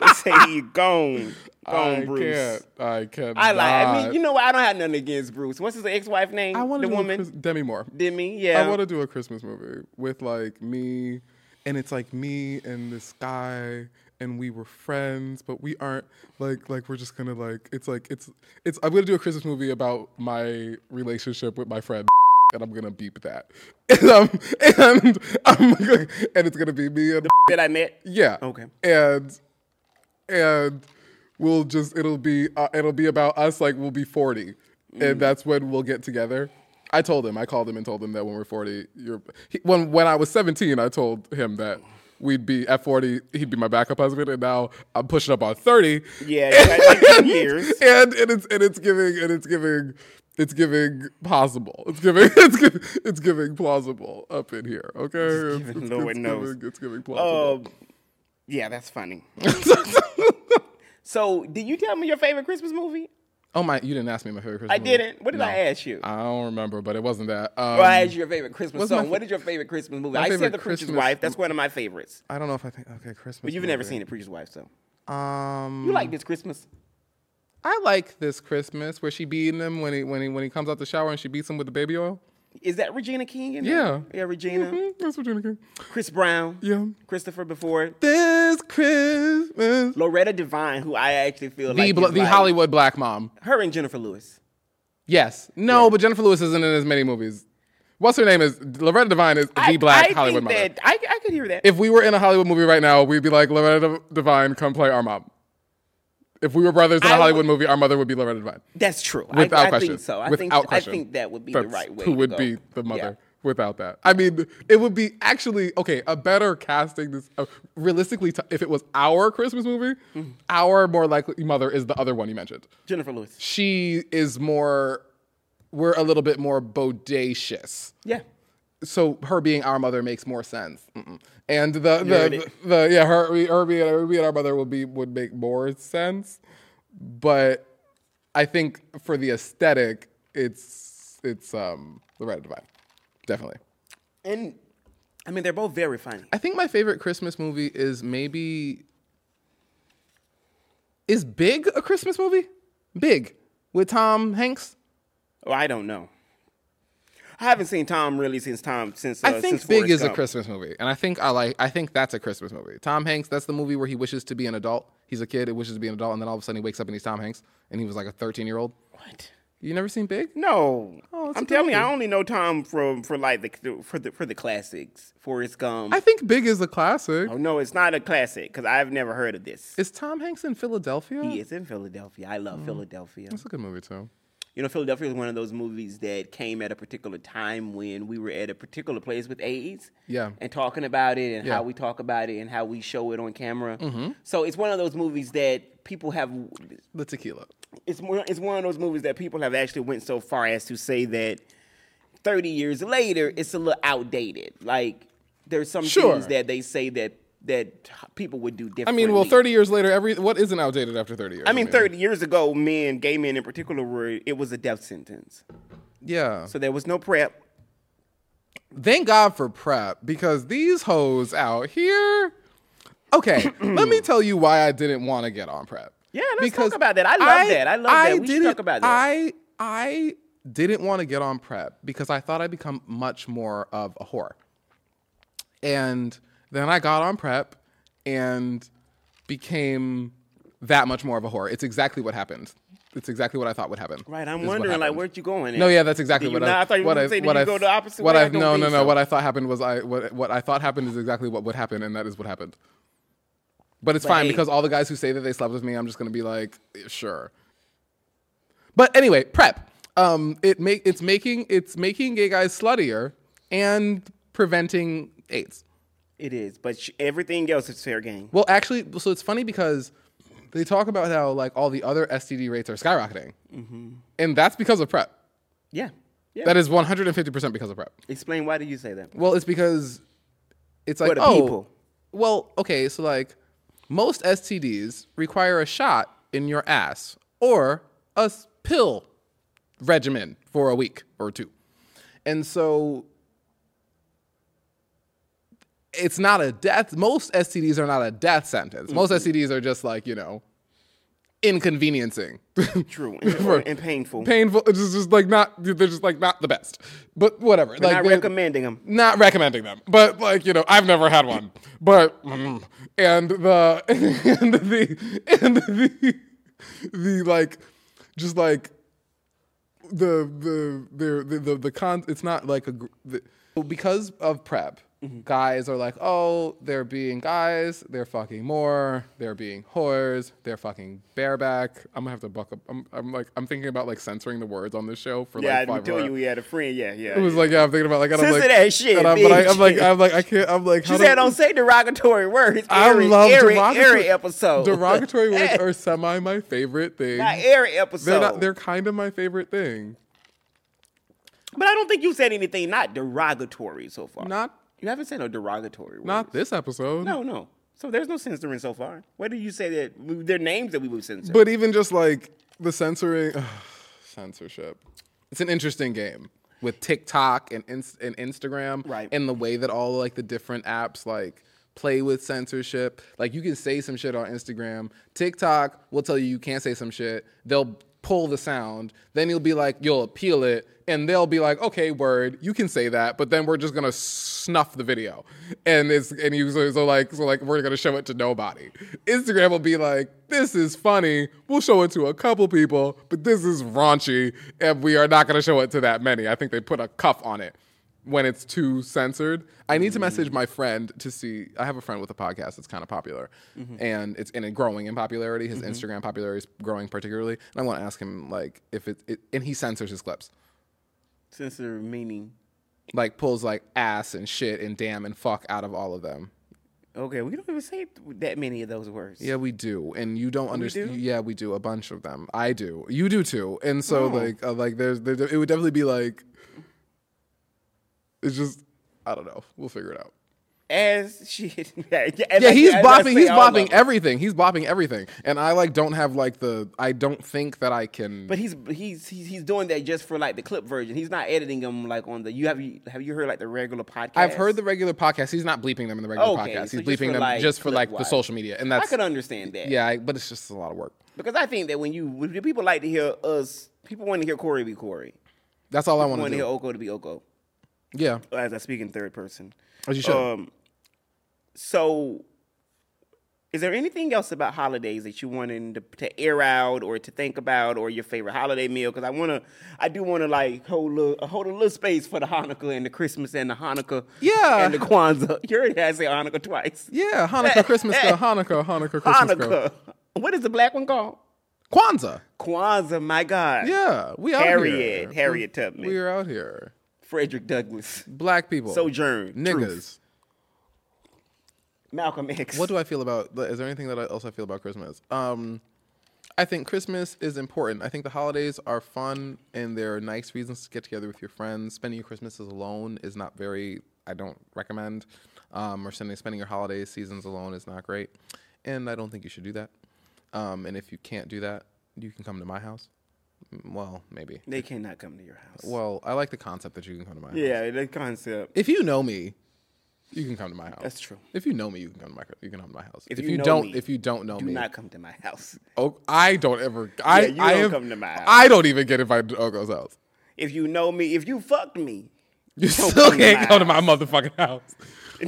Speaker 2: they say he gone, gone,
Speaker 1: I
Speaker 2: Bruce.
Speaker 1: can't. I can't.
Speaker 2: I like. I mean, you know what? I don't have nothing against Bruce. What's his ex-wife name?
Speaker 1: I want
Speaker 2: the
Speaker 1: to do a
Speaker 2: woman
Speaker 1: Chris- Demi Moore.
Speaker 2: Demi. Yeah.
Speaker 1: I want to do a Christmas movie with like me, and it's like me and this guy, and we were friends, but we aren't like like we're just gonna like it's like it's it's I'm gonna do a Christmas movie about my relationship with my friend. And I'm gonna beep that, and um, and I'm gonna, and it's gonna be me and
Speaker 2: that I met.
Speaker 1: Yeah.
Speaker 2: Okay.
Speaker 1: And and we'll just it'll be uh, it'll be about us like we'll be 40
Speaker 2: Mm.
Speaker 1: and that's when we'll get together. I told him I called him and told him that when we're 40 you're he, when when I was 17 I told him that we'd be at 40 he'd be my backup husband and now I'm pushing up on 30
Speaker 2: Yeah. I think years.
Speaker 1: and and it's and it's giving and it's giving it's giving possible. It's giving it's giving, it's giving plausible up in here. Okay, it's,
Speaker 2: giving-
Speaker 1: it's-
Speaker 2: Lord
Speaker 1: it's
Speaker 2: knows.
Speaker 1: giving- it's giving plausible.
Speaker 2: Um, yeah, that's funny. so, did you tell me your favorite Christmas movie?
Speaker 1: Oh my! You didn't ask me my favorite Christmas.
Speaker 2: I didn't. What did I ask you?
Speaker 1: I don't remember, but it wasn't that. Um,
Speaker 2: Well, I asked you your favorite Christmas
Speaker 1: what's my
Speaker 2: song.
Speaker 1: fa-
Speaker 2: what is your favorite Christmas movie? I
Speaker 1: favorite
Speaker 2: said The Preacher's
Speaker 1: Christmas
Speaker 2: Wife. That's one of my favorites.
Speaker 1: I don't know if I think. Okay, Christmas.
Speaker 2: But you've never seen The Preacher's Wife, so
Speaker 1: it. Um,
Speaker 2: you like this Christmas?
Speaker 1: I like this Christmas where she beating him when he when he when he comes out the shower and she beats him with the baby oil.
Speaker 2: Is that Regina King? In
Speaker 1: Yeah.
Speaker 2: there? yeah, Regina,
Speaker 1: Mhm, That's what you're thinking.
Speaker 2: Chris Brown,
Speaker 1: Yeah.
Speaker 2: Christopher before
Speaker 1: This Christmas,
Speaker 2: Loretta Devine, who I actually feel
Speaker 1: the
Speaker 2: like
Speaker 1: bl-
Speaker 2: is
Speaker 1: the
Speaker 2: like-
Speaker 1: Hollywood black mom.
Speaker 2: her and Jennifer Lewis.
Speaker 1: Yes. No, but Jennifer Lewis isn't in as many movies. What's her name? Is Loretta Devine is the
Speaker 2: I- I
Speaker 1: black
Speaker 2: think
Speaker 1: Hollywood mother.
Speaker 2: that- I, I could hear that.
Speaker 1: if we were in a Hollywood movie right now, we'd be like Loretta De- Devine, come play our mom. If we were brothers in a
Speaker 2: I
Speaker 1: Hollywood
Speaker 2: would-
Speaker 1: movie, our mother would be Loretta Devine.
Speaker 2: That's true. I-
Speaker 1: Without
Speaker 2: I,
Speaker 1: question.
Speaker 2: think so. I
Speaker 1: Without
Speaker 2: think
Speaker 1: question.
Speaker 2: I think that would be the
Speaker 1: That's
Speaker 2: right way.
Speaker 1: Who
Speaker 2: to
Speaker 1: would
Speaker 2: go.
Speaker 1: be the
Speaker 2: Yeah.
Speaker 1: mother without that? I mean, it would be actually okay. A better casting. This uh, realistically, t- if it was our Christmas movie,
Speaker 2: Mm-hmm.
Speaker 1: our more likely mother is the other one you mentioned.
Speaker 2: Jennifer Lewis.
Speaker 1: She is more. We're a little bit more bodacious
Speaker 2: Yeah.
Speaker 1: so her being our mother makes more sense. Mm-mm. And the
Speaker 2: heard
Speaker 1: the,
Speaker 2: it.
Speaker 1: the yeah her her being, her being our mother would be would make more sense, but I think for the aesthetic, it's it's um Loretta Devine, definitely.
Speaker 2: And I mean, they're both very funny.
Speaker 1: I think my favorite Christmas movie is maybe is Big a Christmas movie? Big with Tom Hanks.
Speaker 2: Oh, I don't know. I haven't seen Tom really since Tom since. Uh,
Speaker 1: I think
Speaker 2: since
Speaker 1: Big
Speaker 2: Forrest
Speaker 1: is a
Speaker 2: Gump.
Speaker 1: Christmas movie, and I think I like. I think that's a Christmas movie. Tom Hanks. That's the movie where he wishes to be an adult. He's a kid. He wishes to be an adult, and then all of a sudden he wakes up and he's Tom Hanks, and he was like a thirteen-year-old.
Speaker 2: What?
Speaker 1: You never seen Big?
Speaker 2: No,
Speaker 1: Oh, it's a
Speaker 2: I'm
Speaker 1: good
Speaker 2: telling you, I
Speaker 1: movie.
Speaker 2: only know Tom from for like the for the for the classics. Forrest Gump.
Speaker 1: I think Big is a classic.
Speaker 2: oh no, it's not a classic because I've never heard of this.
Speaker 1: Is Tom Hanks in Philadelphia?
Speaker 2: He is in Philadelphia. I
Speaker 1: Mm.
Speaker 2: love Philadelphia.
Speaker 1: It's a good movie too.
Speaker 2: You know, Philadelphia is one of those movies that came at a particular time when we were at a particular place with AIDS.
Speaker 1: Yeah.
Speaker 2: And talking about it and
Speaker 1: Yeah. Mm-hmm.
Speaker 2: how we talk about it and how we show it on camera. So it's one of those movies that people have
Speaker 1: The tequila.
Speaker 2: it's one, it's one of those movies that people have actually went so far as to say that 30 years later it's a little outdated like there's some
Speaker 1: Sure.
Speaker 2: things that they say that that people would do
Speaker 1: I
Speaker 2: differently
Speaker 1: mean, well, 30 years later, every what isn't outdated after 30 years?
Speaker 2: I mean, 30 years ago, men, gay men in particular, were it was a death sentence.
Speaker 1: Yeah.
Speaker 2: So there was no prep.
Speaker 1: Thank God for prep because these hoes out here. Okay, let me tell you why I didn't want to get on prep.
Speaker 2: Yeah, let's talk about that. I love that. I love that. We should
Speaker 1: didn't-
Speaker 2: talk about that.
Speaker 1: I I didn't want to get on prep because I thought I'd become much more of a whore. And then I got on prep and became that much more of a whore. It's exactly what happened. It's exactly what I thought would happen.
Speaker 2: Right.
Speaker 1: This
Speaker 2: I'm
Speaker 1: is what
Speaker 2: wondering, like,
Speaker 1: happened.
Speaker 2: where'd you going?
Speaker 1: No, yeah, that's exactly
Speaker 2: Did you
Speaker 1: what
Speaker 2: not-
Speaker 1: I,
Speaker 2: I thought you
Speaker 1: what
Speaker 2: were
Speaker 1: I-
Speaker 2: gonna say, did
Speaker 1: what
Speaker 2: you
Speaker 1: I-
Speaker 2: go the opposite
Speaker 1: what
Speaker 2: way?
Speaker 1: I-
Speaker 2: I don't
Speaker 1: no, no,
Speaker 2: think
Speaker 1: no.
Speaker 2: so.
Speaker 1: What I thought happened was I what what I thought happened is exactly what would happen, and that is what happened. But it's fine
Speaker 2: hey-
Speaker 1: because all the guys who say that they slept with me, I'm just gonna be like, "Eh, sure. But anyway, prep. Um, it make it's making it's making gay guys sluttier and preventing AIDS.
Speaker 2: It is, but sh- everything else is fair game.
Speaker 1: Well, actually, so it's funny because they talk about how like all the other STD rates are skyrocketing, and that's because of prep.
Speaker 2: Yeah. Mm-hmm. Yeah.
Speaker 1: That is 150% because of prep.
Speaker 2: Explain why do you say that?
Speaker 1: Well, it's because it's like
Speaker 2: the
Speaker 1: oh,
Speaker 2: people.
Speaker 1: well, okay, so like most STDs require a shot in your ass or a s- pill regimen for a week or two, and so it's not a death. Most STDs are not a death sentence.
Speaker 2: Mm-hmm.
Speaker 1: Most STDs are just like you know inconveniencing.
Speaker 2: True and,
Speaker 1: For-
Speaker 2: and painful.
Speaker 1: Painful. It's just- just like not. They're just like not the best. But whatever. like
Speaker 2: Not
Speaker 1: they-
Speaker 2: recommending them.
Speaker 1: not recommending them, but like you know, I've never had one. But mm, and the and the and the the like just like the the the the the, the con. It's not like a gr- the, because of prep.
Speaker 2: Mm-hmm.
Speaker 1: Guys are like, oh, they're being guys, they're fucking more, they're being whores, they're fucking bareback. I'm gonna have to buck up. I'm, I'm like, I'm thinking about like censoring the words on this show for
Speaker 2: Yeah,
Speaker 1: like
Speaker 2: I
Speaker 1: five
Speaker 2: tell
Speaker 1: hours.
Speaker 2: you, we had a friend. Yeah, yeah.
Speaker 1: It was like, yeah, I'm thinking about like, and I'm
Speaker 2: Censor
Speaker 1: like,
Speaker 2: that shit,
Speaker 1: and I'm, but I,
Speaker 2: bitch.
Speaker 1: am like, I'm like, I can't, I'm like,
Speaker 2: She
Speaker 1: how do-
Speaker 2: said, "Don't say derogatory words."
Speaker 1: I
Speaker 2: every,
Speaker 1: love
Speaker 2: every,
Speaker 1: derogatory
Speaker 2: every episode.
Speaker 1: Derogatory words are semi my favorite thing.
Speaker 2: Not every
Speaker 1: They're
Speaker 2: episode.
Speaker 1: not, they're kind of my favorite thing.
Speaker 2: but I don't think you said anything not derogatory so far.
Speaker 1: Not,
Speaker 2: you haven't said no derogatory words.
Speaker 1: not this episode.
Speaker 2: No, no. So there's no censoring so far. Where do you say that we- there are names that we would censor?
Speaker 1: But even just like the censoring, censorship. It's an interesting game with TikTok and Inst- and Instagram,
Speaker 2: Right.
Speaker 1: And the way that all like the different apps like play with censorship. Like you can say some shit on Instagram. TikTok will tell you you can't say some shit. They'll pull the sound. Then you'll be like, you'll appeal it, and they'll be like, okay, word, you can say that, but then we're just gonna snuff the video, and it's and you so, so like so like we're gonna show it to nobody. Instagram will be like, this is funny. We'll show it to a couple people, but this is raunchy, and we are not gonna show it to that many. I think they put a cuff on it when it's too censored. I need to message my friend to see. I have a friend with a podcast that's kind of popular, and it's and it growing in popularity. His Instagram popularity is growing particularly, and I want to ask him like if it, it and he censors his clips,
Speaker 2: censor meaning.
Speaker 1: like pulls like ass and shit and damn and fuck out of all of them.
Speaker 2: Okay, we don't even say that many of those words.
Speaker 1: Yeah, we do, and you don't understand.
Speaker 2: do?
Speaker 1: Yeah, we do a bunch of them. I do. You do too. And so like uh, like there's there, it would definitely be like it's just I don't know. We'll figure it out.
Speaker 2: As shit. yeah,
Speaker 1: Yeah, he's bopping. He's bopping everything. He's bopping everything. And I like don't have like the. I don't think that I can.
Speaker 2: But he's he's he's he's doing that just for like the clip version. He's not editing them like on the. You have you have you heard like the regular podcast?
Speaker 1: I've heard the regular podcast. He's not bleeping them in the regular
Speaker 2: Okay,
Speaker 1: podcast.
Speaker 2: so
Speaker 1: He's
Speaker 2: just
Speaker 1: bleeping
Speaker 2: for,
Speaker 1: them
Speaker 2: like,
Speaker 1: just for like the
Speaker 2: clip-wise.
Speaker 1: social media, and
Speaker 2: I
Speaker 1: that's
Speaker 2: could understand that.
Speaker 1: yeah. I, but it's just a lot of work.
Speaker 2: Because I think that when you when the people like to hear us, people want to hear Corey be Corey.
Speaker 1: That's all I want to
Speaker 2: Want to hear
Speaker 1: do.
Speaker 2: Oko to be Oko.
Speaker 1: Yeah,
Speaker 2: Uh, Um, As I speak in third person.
Speaker 1: as you should.
Speaker 2: Um, so Is there anything else about holidays that you wanted to, to air out or to think about or your favorite holiday meal? Because I wanna, I do wanna like hold a hold a little space for the Hanukkah and the Christmas and the Hanukkah.
Speaker 1: Yeah.
Speaker 2: And the Kwanzaa. You already had to say Hanukkah twice.
Speaker 1: Yeah, Hanukkah, Christmas, girl, Hanukkah, Hanukkah, Christmas, girl.
Speaker 2: Hanukkah. What is the black one called?
Speaker 1: Kwanzaa.
Speaker 2: Kwanzaa. My God.
Speaker 1: Yeah, we out here.
Speaker 2: Harriet. Harriet Tubman.
Speaker 1: We are out here.
Speaker 2: Frederick Douglass.
Speaker 1: Black people.
Speaker 2: Sojourn.
Speaker 1: Niggas.
Speaker 2: Truth. Malcolm X.
Speaker 1: What do I feel about? Is there anything that I, else I feel about Christmas? Um, I think Christmas is important. I think the holidays are fun and there are nice reasons to get together with your friends. Spending your Christmases alone is not very. I don't recommend. Um, or spending spending your holiday seasons alone is not great, and I don't think you should do that. Um, and if you can't do that, you can come to my house. M- Well, maybe.
Speaker 2: They cannot come to your house.
Speaker 1: Well, I like the concept that you can come to my house.
Speaker 2: yeah, the concept.
Speaker 1: If you know me, you can come to my house.
Speaker 2: That's true.
Speaker 1: If you know me, you can come to my you can come to my house. If,
Speaker 2: you
Speaker 1: you,
Speaker 2: know
Speaker 1: don't,
Speaker 2: me,
Speaker 1: if you don't know
Speaker 2: Do
Speaker 1: me,
Speaker 2: not come to my house.
Speaker 1: oh, I don't ever. I,
Speaker 2: Yeah, you
Speaker 1: I
Speaker 2: don't
Speaker 1: have-
Speaker 2: come to my house.
Speaker 1: I don't even get invited to Ogo's house.
Speaker 2: If you know me, if you fucked me,
Speaker 1: You
Speaker 2: Don't
Speaker 1: still
Speaker 2: come to
Speaker 1: can't
Speaker 2: my
Speaker 1: come to my motherfucking house.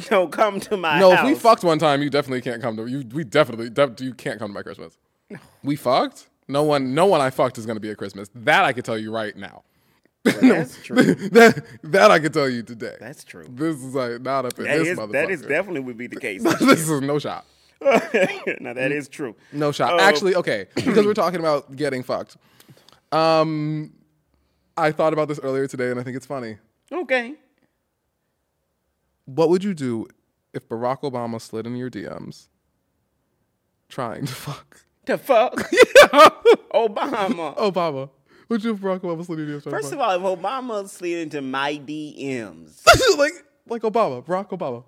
Speaker 2: don't come to my
Speaker 1: No,
Speaker 2: house.
Speaker 1: if we fucked one time, you definitely can't come to you. We definitely def- you can't come to my Christmas. No. We fucked. No one, no one I fucked is gonna be at Christmas. That I can tell you right now.
Speaker 2: That's true.
Speaker 1: that that I can tell you today.
Speaker 2: That's true.
Speaker 1: This is like not up in
Speaker 2: That
Speaker 1: this
Speaker 2: is,
Speaker 1: motherfucker.
Speaker 2: that is definitely would be the case.
Speaker 1: this is no shot.
Speaker 2: now that is true.
Speaker 1: No shot.
Speaker 2: Oh.
Speaker 1: Actually, okay, because we're talking about getting fucked. Um, I thought about this earlier today, and I think it's funny.
Speaker 2: Okay.
Speaker 1: What would you do if Barack Obama slid in your DMs trying to fuck
Speaker 2: To fuck Obama.
Speaker 1: Obama? Would you if Barack Obama slid in your DMs? Trying
Speaker 2: First
Speaker 1: to
Speaker 2: of all, if Obama slid into my DMs,
Speaker 1: fuck? like like Obama, Barack Obama.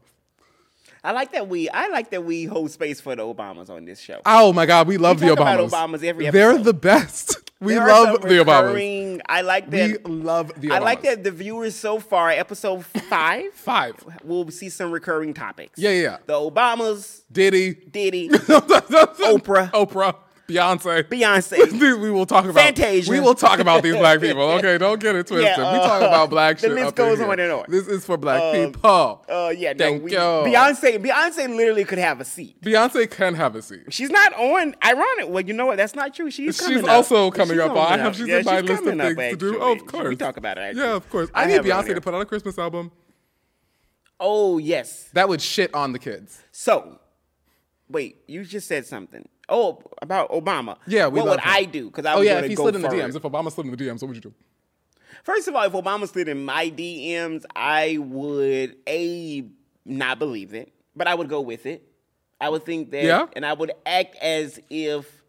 Speaker 2: I like that we I like that we hold space for the Obamas on this show.
Speaker 1: Oh my God, we love
Speaker 2: We
Speaker 1: the
Speaker 2: talk about
Speaker 1: Obamas.
Speaker 2: Obamas every
Speaker 1: They're
Speaker 2: episode.
Speaker 1: the best. We
Speaker 2: There are
Speaker 1: love
Speaker 2: some
Speaker 1: the Obamas.
Speaker 2: recurring- I like that.
Speaker 1: We love the Obamas.
Speaker 2: I like that the viewers so far, episode five,
Speaker 1: Five.
Speaker 2: we'll see some recurring topics.
Speaker 1: Yeah, yeah, yeah.
Speaker 2: The Obamas,
Speaker 1: Diddy.
Speaker 2: Diddy,
Speaker 1: Oprah,
Speaker 2: Oprah.
Speaker 1: Oprah, Beyonce.
Speaker 2: Beyonce.
Speaker 1: Dude, we will talk about
Speaker 2: Fantasia.
Speaker 1: We will talk about these black people. Okay, don't get it twisted. we
Speaker 2: uh,
Speaker 1: talk about black
Speaker 2: the
Speaker 1: shit.
Speaker 2: list
Speaker 1: up in
Speaker 2: goes
Speaker 1: here.
Speaker 2: on and on.
Speaker 1: This is for black people.
Speaker 2: Uh, yeah, no,
Speaker 1: Thank
Speaker 2: we,
Speaker 1: you.
Speaker 2: Beyonce. Beyonce literally could have a seat.
Speaker 1: Beyonce can have a seat.
Speaker 2: She's not on. Ironic. Well, you know what? That's not true. She's coming
Speaker 1: She's
Speaker 2: up.
Speaker 1: also coming up. I have
Speaker 2: up.
Speaker 1: she's
Speaker 2: Yeah,
Speaker 1: in my list of
Speaker 2: coming up,
Speaker 1: things to do. Oh,
Speaker 2: actually.
Speaker 1: of course.
Speaker 2: We talk about it. actually.
Speaker 1: Yeah, of course. I, need
Speaker 2: have it on
Speaker 1: Beyonce
Speaker 2: here.
Speaker 1: to put out a Christmas album.
Speaker 2: Oh yes.
Speaker 1: That would shit on the kids. Oh,
Speaker 2: So, wait, you just said something. Oh, about Obama.
Speaker 1: Yeah, we
Speaker 2: what
Speaker 1: love
Speaker 2: would
Speaker 1: him.
Speaker 2: I do? Because I
Speaker 1: Oh
Speaker 2: was
Speaker 1: yeah,
Speaker 2: gonna
Speaker 1: if he
Speaker 2: go
Speaker 1: slid in the
Speaker 2: for it.
Speaker 1: DMs, if Obama slid in the DMs, what would you do?
Speaker 2: First of all, if Obama slid in my DMs, I would a not believe it, but I would go with it. I would think that,
Speaker 1: Yeah.
Speaker 2: and I would act as if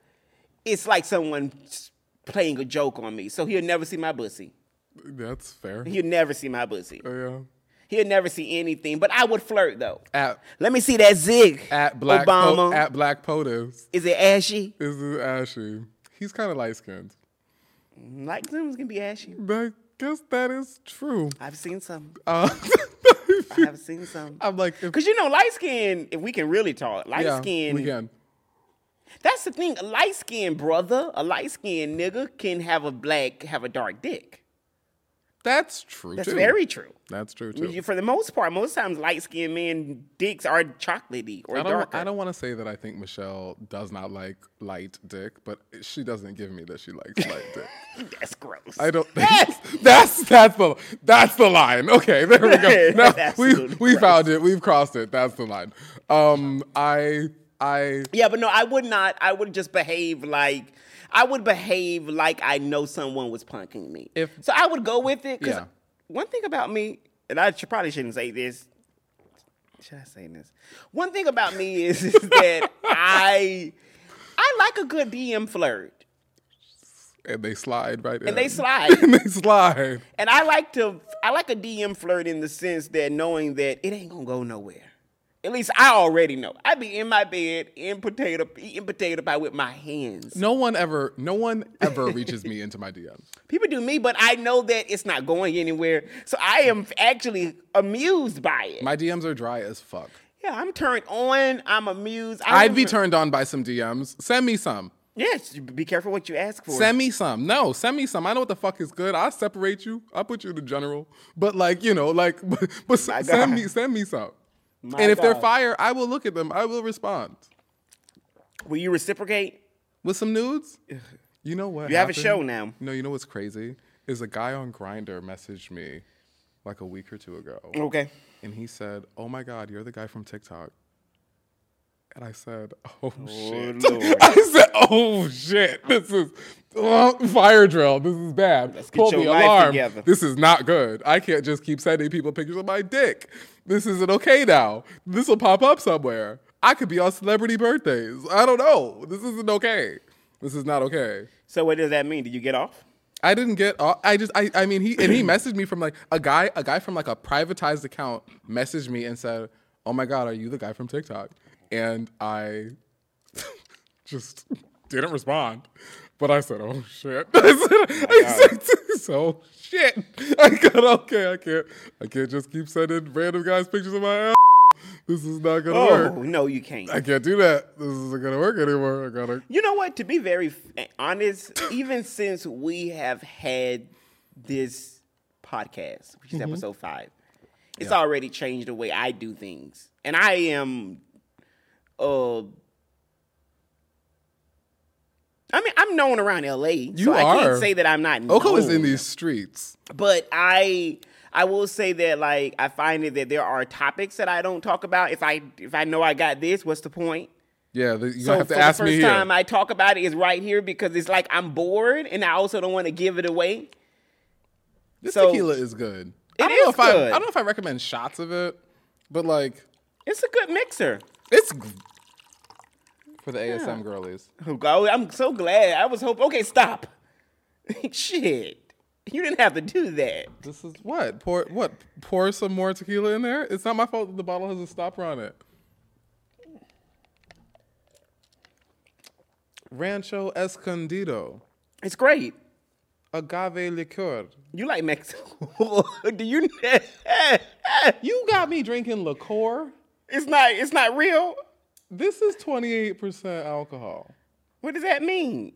Speaker 2: it's like someone s- playing a joke on me. So he'll never see my pussy.
Speaker 1: That's fair.
Speaker 2: He'll never see my pussy.
Speaker 1: Yeah.
Speaker 2: He'll never see anything. But I would flirt though.
Speaker 1: At
Speaker 2: Let me see that zig.
Speaker 1: at black po-
Speaker 2: Obama.
Speaker 1: at black POTUS
Speaker 2: Is it ashy?
Speaker 1: is Ashy. He's kind of light skinned.
Speaker 2: Like someone's gonna be ashy.
Speaker 1: I guess that is true.
Speaker 2: I've seen some.
Speaker 1: Uh,
Speaker 2: I have seen some.
Speaker 1: I'm like, if,
Speaker 2: Cause you know, light skin. If we can really talk, light
Speaker 1: yeah,
Speaker 2: skin.
Speaker 1: we can.
Speaker 2: That's the thing. A light skinned brother, a light skinned nigga can have a black, have a dark dick.
Speaker 1: That's true
Speaker 2: That's
Speaker 1: too.
Speaker 2: very true.
Speaker 1: That's true too.
Speaker 2: You- For the most part, most times light skinned men dicks are chocolatey or
Speaker 1: I don't,
Speaker 2: darker.
Speaker 1: I don't want to say that I think Michelle does not like light dick, but she doesn't give me that she likes light dick.
Speaker 2: That's gross.
Speaker 1: I don't. That's, that's that's the that's the line. Okay, there we go.
Speaker 2: That's
Speaker 1: Now, we
Speaker 2: absolutely
Speaker 1: we
Speaker 2: gross.
Speaker 1: found it. We've crossed it. That's the line. Um, I I
Speaker 2: Yeah, but no, I would not. I would just behave like I would behave like I know someone was punking me.
Speaker 1: If-
Speaker 2: so, I would go with it. 'cause
Speaker 1: Yeah.
Speaker 2: One thing about me, and I should, probably shouldn't say this. Should I say this? One thing about me is, is that I I like a good DM flirt,
Speaker 1: and they slide right in.
Speaker 2: and they slide.
Speaker 1: and they slide.
Speaker 2: And I like to I like a DM flirt in the sense that knowing that it ain't gonna go nowhere. At least I already know. I be in my bed in potato eating potato pie with my hands.
Speaker 1: No one ever. No one ever reaches me into my DMs.
Speaker 2: People do me, but I know that it's not going anywhere. So I am actually amused by it.
Speaker 1: My DMs are dry as fuck.
Speaker 2: yeah, I'm turned on. I'm amused. I
Speaker 1: I'd be
Speaker 2: remember-
Speaker 1: turned on by some DMs. Send me some.
Speaker 2: Yes, you be careful what you ask for.
Speaker 1: Send me some. No, send me some. I know what the fuck is good. I'll separate you. I'll put you in the general. But like, you know, like but, but s-
Speaker 2: My
Speaker 1: send
Speaker 2: God.
Speaker 1: me send me some.
Speaker 2: My
Speaker 1: and if they're
Speaker 2: God.
Speaker 1: fire, I will look at them. I will respond.
Speaker 2: Will you reciprocate?
Speaker 1: with some nudes. You know what?
Speaker 2: You have a show now.
Speaker 1: No, you know what's crazy is a guy on Grinder messaged me like a week or two ago,
Speaker 2: Okay.
Speaker 1: and he said, "Oh my God, you're the guy from TikTok." And I said, "Oh shit!"
Speaker 2: Lord.
Speaker 1: I said, "Oh shit! This is oh, fire drill. This is bad.
Speaker 2: get
Speaker 1: Pull
Speaker 2: your
Speaker 1: the
Speaker 2: life
Speaker 1: alarm.
Speaker 2: together.
Speaker 1: This is not good. I can't just keep sending people pictures of my dick. This isn't okay now. This will pop up somewhere. I could be on celebrity birthdays. I don't know. This isn't okay. This is not okay."
Speaker 2: So what does that mean? Did you get off?
Speaker 1: I didn't get. all- I just. I. I mean, he and he messaged me from like a guy. A guy from like a privatized account messaged me and said, "Oh my God, are you the guy from TikTok?" And I just didn't respond. But I said, "Oh shit!" I said, I said "So shit." I got okay. I can't. I can't just keep sending random guys pictures of my ass. This is not gonna
Speaker 2: Oh
Speaker 1: work.
Speaker 2: no, you can't.
Speaker 1: I can't do that. This isn't gonna work anymore. I gotta.
Speaker 2: You know what? To be very f- eh, honest, even since we have had this podcast, which is
Speaker 1: Mm-hmm.
Speaker 2: episode five, it's already changed the way I do things, and I am, uh, I mean, I'm known around LA,
Speaker 1: You
Speaker 2: so I
Speaker 1: are.
Speaker 2: can't say that I'm not.
Speaker 1: Oko is in
Speaker 2: known
Speaker 1: these streets.
Speaker 2: but I I will say that like I find it that there are topics that I don't talk about. If I if I know I got this, what's the point?
Speaker 1: Yeah, the, you
Speaker 2: So
Speaker 1: have to
Speaker 2: for
Speaker 1: ask
Speaker 2: the
Speaker 1: me
Speaker 2: first
Speaker 1: here.
Speaker 2: time I talk about it is right here because it's like I'm bored and I also don't want to give it away.
Speaker 1: This
Speaker 2: So-
Speaker 1: tequila is good. I
Speaker 2: It
Speaker 1: don't know
Speaker 2: is
Speaker 1: if I, I
Speaker 2: good.
Speaker 1: don't know if I recommend shots of it, but like
Speaker 2: It's a good mixer.
Speaker 1: it's g- for the ASM girlies.
Speaker 2: Oh God, I'm so glad. I was hoping. Okay, stop. Shit, you didn't have to do that.
Speaker 1: This is what pour what pour some more tequila in there. It's not my fault that the bottle has a stopper on it. Rancho Escondido,
Speaker 2: It's great.
Speaker 1: agave liqueur.
Speaker 2: You like Mexico? do you?
Speaker 1: You got me drinking liqueur.
Speaker 2: it's not. It's not real.
Speaker 1: This is 28% alcohol.
Speaker 2: What does that mean?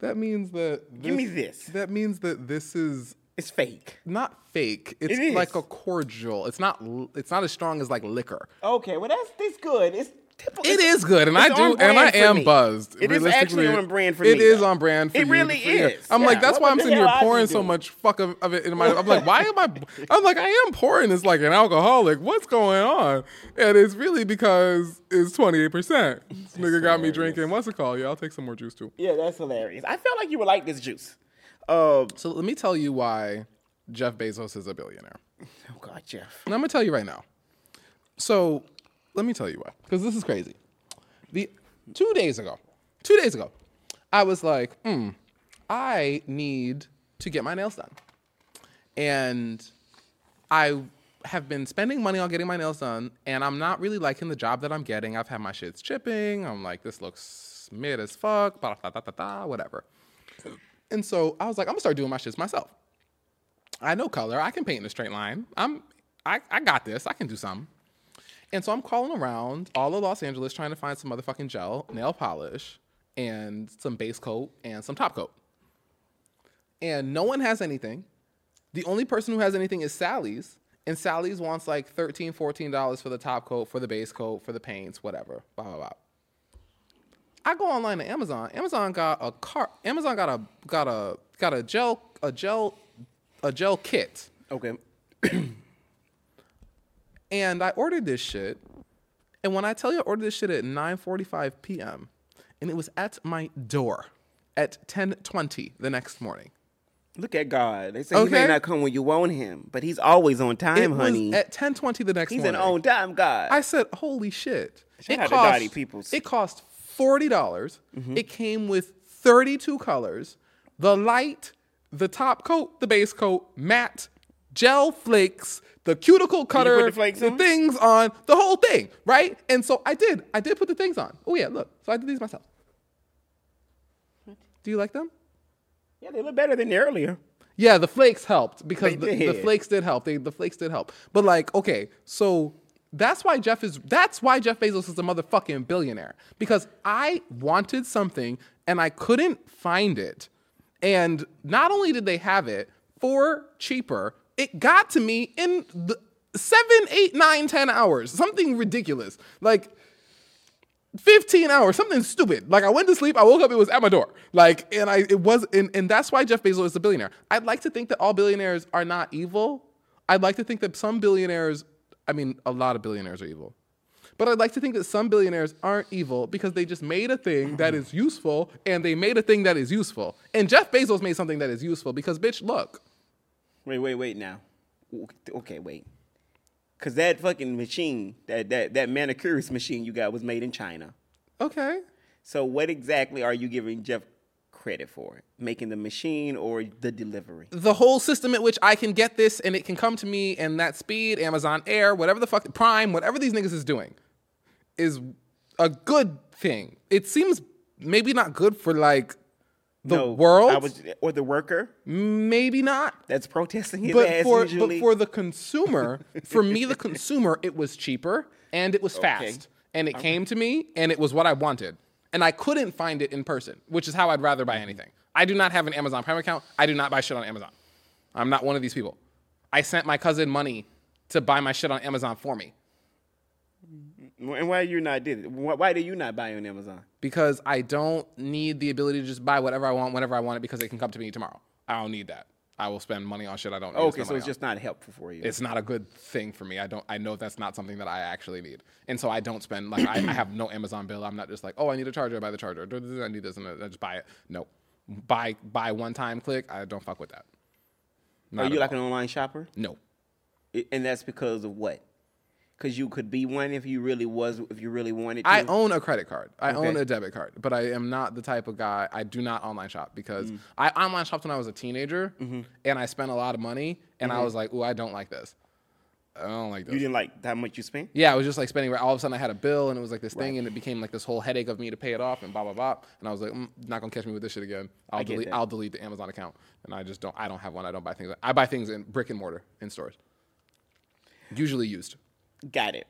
Speaker 1: That means that this,
Speaker 2: Give me this.
Speaker 1: That means that this is
Speaker 2: It's fake.
Speaker 1: not fake. It's
Speaker 2: is.
Speaker 1: like a cordial. It's not. l- It's not as strong as like liquor.
Speaker 2: Okay, well that's this good. It's typical.
Speaker 1: It is good, and I
Speaker 2: it's on
Speaker 1: do, and I
Speaker 2: brand for
Speaker 1: am
Speaker 2: me.
Speaker 1: buzzed.
Speaker 2: It is actually
Speaker 1: Realistically,
Speaker 2: on brand for
Speaker 1: It
Speaker 2: me,
Speaker 1: is
Speaker 2: though.
Speaker 1: on brand for
Speaker 2: It
Speaker 1: you,
Speaker 2: really
Speaker 1: for you.
Speaker 2: is,
Speaker 1: I'm like,
Speaker 2: yeah.
Speaker 1: that's why
Speaker 2: What
Speaker 1: I'm
Speaker 2: the
Speaker 1: sitting here
Speaker 2: hell I be
Speaker 1: pouring so
Speaker 2: doing?
Speaker 1: much fuck of, of it in my. I'm like, why am I? I'm like, I am pouring this like an alcoholic. What's going on? And it's really because it's 28. percent This nigga got me
Speaker 2: hilarious.
Speaker 1: drinking. What's it called? Yeah, I'll take some more juice too.
Speaker 2: Yeah, that's hilarious. I felt like you would like this juice. Uh,
Speaker 1: So let me tell you why Jeff Bezos is a billionaire.
Speaker 2: oh God, Jeff.
Speaker 1: And I'm gonna tell you right now. So let me tell you why, because this is crazy. The two days ago, two days ago, I was like, hmm, I need to get my nails done, and I have been spending money on getting my nails done, and I'm not really liking the job that I'm getting. I've had my shits chipping. I'm like, this looks mid as fuck. Blah, blah, blah, blah, blah, whatever. And so I was like, I'm gonna start doing my shits myself. I know color. I can paint in a straight line. I'm I, I got this. I can do something. And so I'm crawling around all of Los Angeles trying to find some motherfucking gel, nail polish, and some base coat and some top coat. And no one has anything. The only person who has anything is Sally's. And Sally's wants like $13, $14 for the top coat, for the base coat, for the paints, whatever. Blah blah blah. I go online to Amazon. Amazon got a car. Amazon got a got a got a gel a gel a gel kit,
Speaker 2: Okay.
Speaker 1: and I ordered this shit. And when I tell you, I ordered this shit at 9:45 p.m. and it was at my door at 10:20 the next morning.
Speaker 2: Look at God. They say he
Speaker 1: Okay.
Speaker 2: may not come when you want him, but he's always on time,
Speaker 1: it
Speaker 2: honey.
Speaker 1: was at 10:20 the next
Speaker 2: he's an
Speaker 1: morning.
Speaker 2: on time God.
Speaker 1: I said, "Holy shit!"
Speaker 2: Shout out to Dottie Peoples. Mm-hmm.
Speaker 1: It cost forty dollars. It came with thirty-two colors: the light, the top coat, the base coat, matte, gel flakes, the cuticle cutter,
Speaker 2: the flakes on?
Speaker 1: things on, the whole thing, right? And so I did. I did put the things on. Oh yeah, look. So I did these myself. Do you like them?
Speaker 2: yeah, they look better than earlier.
Speaker 1: Yeah, the flakes helped because the,
Speaker 2: They
Speaker 1: the
Speaker 2: did.
Speaker 1: flakes did help. They the flakes did help. But like, okay, so that's why Jeff is that's why Jeff Bezos is a motherfucking billionaire because I wanted something and I couldn't find it. And not only did they have it for cheaper, it got to me in the seven, eight, nine, ten hours, something ridiculous, like 15 hours, something stupid. Like I went to sleep, I woke up, it was at my door. Like, and I it was and, and that's why Jeff Bezos is a billionaire. I'd like to think that all billionaires are not evil. I'd like to think that some billionaires, I mean, a lot of billionaires are evil. But I'd like to think that some billionaires aren't evil because they just made a thing that is useful and they made a thing that is useful. And Jeff Bezos made something that is useful because bitch, look.
Speaker 2: Wait, wait, wait now. Okay, wait. Cause that fucking machine, that that that manicurist machine you got was made in China.
Speaker 1: Okay.
Speaker 2: So what exactly are you giving Jeff credit for? Making the machine or the delivery?
Speaker 1: The whole system at which I can get this and it can come to me and that speed, Amazon Air, whatever the fuck Prime, whatever these niggas is doing, is a good thing. It seems maybe not good for like the
Speaker 2: No,
Speaker 1: world.
Speaker 2: I was, or the worker
Speaker 1: maybe not.
Speaker 2: that's protesting his
Speaker 1: But
Speaker 2: ass
Speaker 1: for
Speaker 2: usually.
Speaker 1: but for the consumer, for me the consumer, it was cheaper and it was fast. And it came to me and it was what I wanted. And I couldn't find it in person, which is how I'd rather
Speaker 2: Mm-hmm.
Speaker 1: buy anything. I do not have an Amazon Prime account. I do not buy shit on Amazon. I'm not one of these people. I sent my cousin money to buy my shit on Amazon for me
Speaker 2: and why you not did it? Why, why do you not buy on Amazon?
Speaker 1: because I don't need the ability to just buy whatever I want whenever I want it because it can come to me tomorrow. I don't need that. I will spend money on shit I don't need. to
Speaker 2: Okay,
Speaker 1: spend
Speaker 2: so
Speaker 1: money
Speaker 2: it's
Speaker 1: on.
Speaker 2: just not helpful for you.
Speaker 1: it's not a good thing for me. I don't. I know that's not something that I actually need, and so I don't spend like I, I have no Amazon bill. I'm not just like, oh, I need a charger, I buy the charger. Duh, duh, duh, I need this, and I just buy it. No, buy buy one time click. I don't fuck with that.
Speaker 2: Are
Speaker 1: Not
Speaker 2: you
Speaker 1: at
Speaker 2: like Hmm.
Speaker 1: all.
Speaker 2: an online shopper?
Speaker 1: no?
Speaker 2: I- And that's because of what? Because you could be one if you really was, if you really wanted to.
Speaker 1: I own a credit card. I own
Speaker 2: Okay.
Speaker 1: a debit card, but I am not the type of guy. I do not online shop
Speaker 2: Hmm.
Speaker 1: because I online shopped when I was a teenager,
Speaker 2: Mm-hmm.
Speaker 1: and I spent a lot of money, and I was like, oh, I don't like this. I don't like this.
Speaker 2: you didn't like how much you spent?
Speaker 1: Yeah, I was just like spending. All of a sudden, I had a bill, and it was like this thing, and it became like this whole headache of me to pay it off, and blah blah blah. And I was like, mm, not gonna catch me with this shit again. I'll
Speaker 2: get
Speaker 1: delete.
Speaker 2: that.
Speaker 1: I'll delete the Amazon account, and I just don't. I don't have one. I don't buy things. I buy things in brick and mortar in stores, usually used.
Speaker 2: Got it.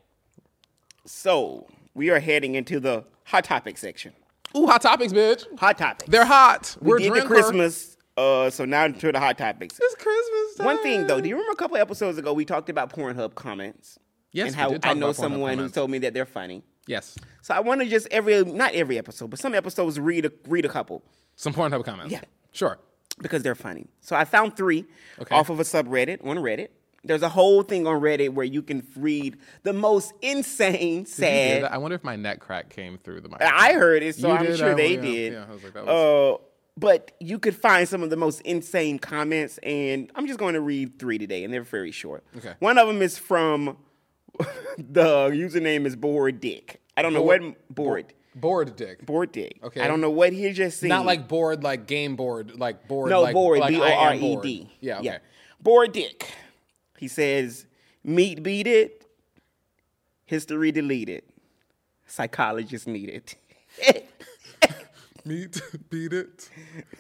Speaker 2: So we are heading into the hot topic section.
Speaker 1: Ooh, hot topics, bitch.
Speaker 2: Hot topic.
Speaker 1: They're hot. We're
Speaker 2: we did the
Speaker 1: drinker.
Speaker 2: Christmas, uh, so now to the hot topics.
Speaker 1: It's Christmas. Time.
Speaker 2: One thing though, do you remember a couple episodes ago we talked about Pornhub comments?
Speaker 1: Yes,
Speaker 2: and
Speaker 1: we
Speaker 2: how
Speaker 1: did
Speaker 2: I
Speaker 1: talk
Speaker 2: know
Speaker 1: about Pornhub
Speaker 2: someone who
Speaker 1: comments.
Speaker 2: told me that they're funny.
Speaker 1: Yes.
Speaker 2: So I want to just every not every episode, but some episodes read a, read a couple
Speaker 1: Some Pornhub comments.
Speaker 2: Yeah.
Speaker 1: Sure.
Speaker 2: because they're funny. So I found three
Speaker 1: Okay.
Speaker 2: off of a subreddit on Reddit. There's a whole thing on Reddit where you can read the most insane,
Speaker 1: Did you hear
Speaker 2: sad.
Speaker 1: that? I wonder if my neck crack came through the mic.
Speaker 2: I heard it, so
Speaker 1: You
Speaker 2: I'm
Speaker 1: did?
Speaker 2: sure
Speaker 1: I-
Speaker 2: they
Speaker 1: yeah,
Speaker 2: did.
Speaker 1: yeah, I was like, that
Speaker 2: uh, but you could find some of the most insane comments, and I'm just going to read three today, and they're very short.
Speaker 1: Okay.
Speaker 2: One of them is from the username is Bored Dick. I don't know what Bored
Speaker 1: Bored dick.
Speaker 2: Bored Dick.
Speaker 1: Okay.
Speaker 2: I don't know what he just seen.
Speaker 1: Not like bored, like game board, like board.
Speaker 2: no
Speaker 1: like,
Speaker 2: Bored
Speaker 1: like
Speaker 2: B O
Speaker 1: I
Speaker 2: R
Speaker 1: am
Speaker 2: E
Speaker 1: bored.
Speaker 2: D.
Speaker 1: Yeah. Okay.
Speaker 2: Bored Dick. He says meat beat it, history deleted, psychologist needed.
Speaker 1: Meet, beat it.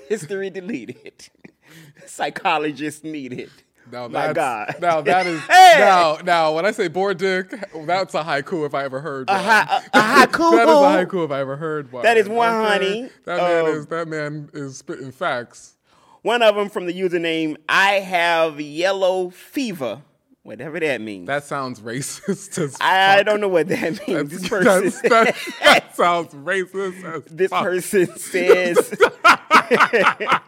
Speaker 2: History deleted. Psychologist needed.
Speaker 1: Now
Speaker 2: My
Speaker 1: that's,
Speaker 2: God.
Speaker 1: Now that is
Speaker 2: Hey!
Speaker 1: now now when I say bored dick, that's a haiku if I ever heard one.
Speaker 2: Ha- a, a haiku.
Speaker 1: that is a haiku if I ever heard one.
Speaker 2: That is one, honey.
Speaker 1: That man
Speaker 2: Um,
Speaker 1: is that man is spitting facts.
Speaker 2: One of them from the username I have yellow fever, whatever that means.
Speaker 1: That sounds racist. As
Speaker 2: I
Speaker 1: fuck.
Speaker 2: don't know what that means. This person,
Speaker 1: That's- that, that sounds racist. As
Speaker 2: this
Speaker 1: fuck.
Speaker 2: person says.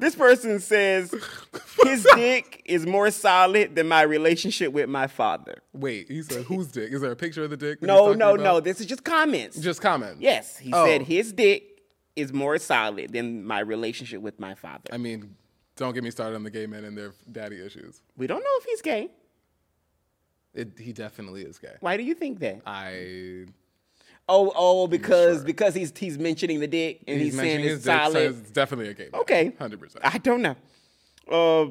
Speaker 2: this person says his dick is more solid than my relationship with my father.
Speaker 1: Wait, he said whose dick? Is there a picture of the dick? that he's
Speaker 2: No,
Speaker 1: talking
Speaker 2: no,
Speaker 1: about?
Speaker 2: no. This is just comments.
Speaker 1: Just comment.
Speaker 2: Yes, he
Speaker 1: Oh.
Speaker 2: said his dick is more solid than my relationship with my father.
Speaker 1: I mean, don't get me started on the gay men and their daddy issues.
Speaker 2: We don't know if he's gay.
Speaker 1: It, he definitely is gay.
Speaker 2: Why do you think that?
Speaker 1: I
Speaker 2: Oh, oh, because because he's he's mentioning the dick and he's, saying
Speaker 1: mentioning
Speaker 2: it's
Speaker 1: dick, so
Speaker 2: solid.
Speaker 1: it's definitely a gay. man.
Speaker 2: okay,
Speaker 1: hundred percent.
Speaker 2: I don't know. Uh,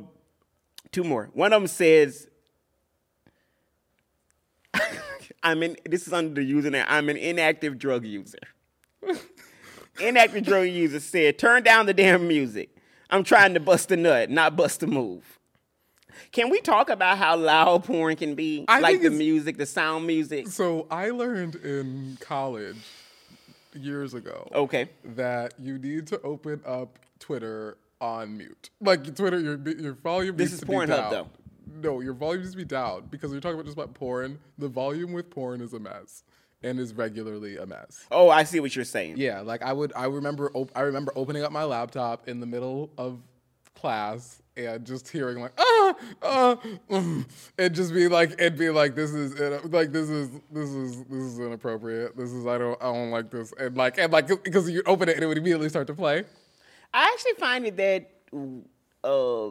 Speaker 2: two more. One of them says, "I'm in." This is under the username. I'm an inactive drug user. inactive drug user said, "Turn down the damn music. I'm trying to bust a nut, not bust a move." Can we talk about how loud porn can be?
Speaker 1: I
Speaker 2: like
Speaker 1: think
Speaker 2: the
Speaker 1: it's-
Speaker 2: music, the sound music.
Speaker 1: So I learned in college years ago
Speaker 2: Okay.
Speaker 1: that you need to open up Twitter on mute. Like Twitter, your your volume
Speaker 2: This
Speaker 1: needs
Speaker 2: is
Speaker 1: to be
Speaker 2: Pornhub,
Speaker 1: down.
Speaker 2: though.
Speaker 1: no, your volume needs to be down because we are talking about just about porn. The volume with porn is a mess and is regularly a mess.
Speaker 2: Oh, I see what you're saying.
Speaker 1: Yeah, like I would, I remember, op- I remember opening up my laptop in the middle of class and just hearing like ah ah mm, and just be like and be like this is in- like this is this is this is inappropriate this is I don't I don't like this and like and like because you open it and it would immediately start to play
Speaker 2: I actually find it that uh,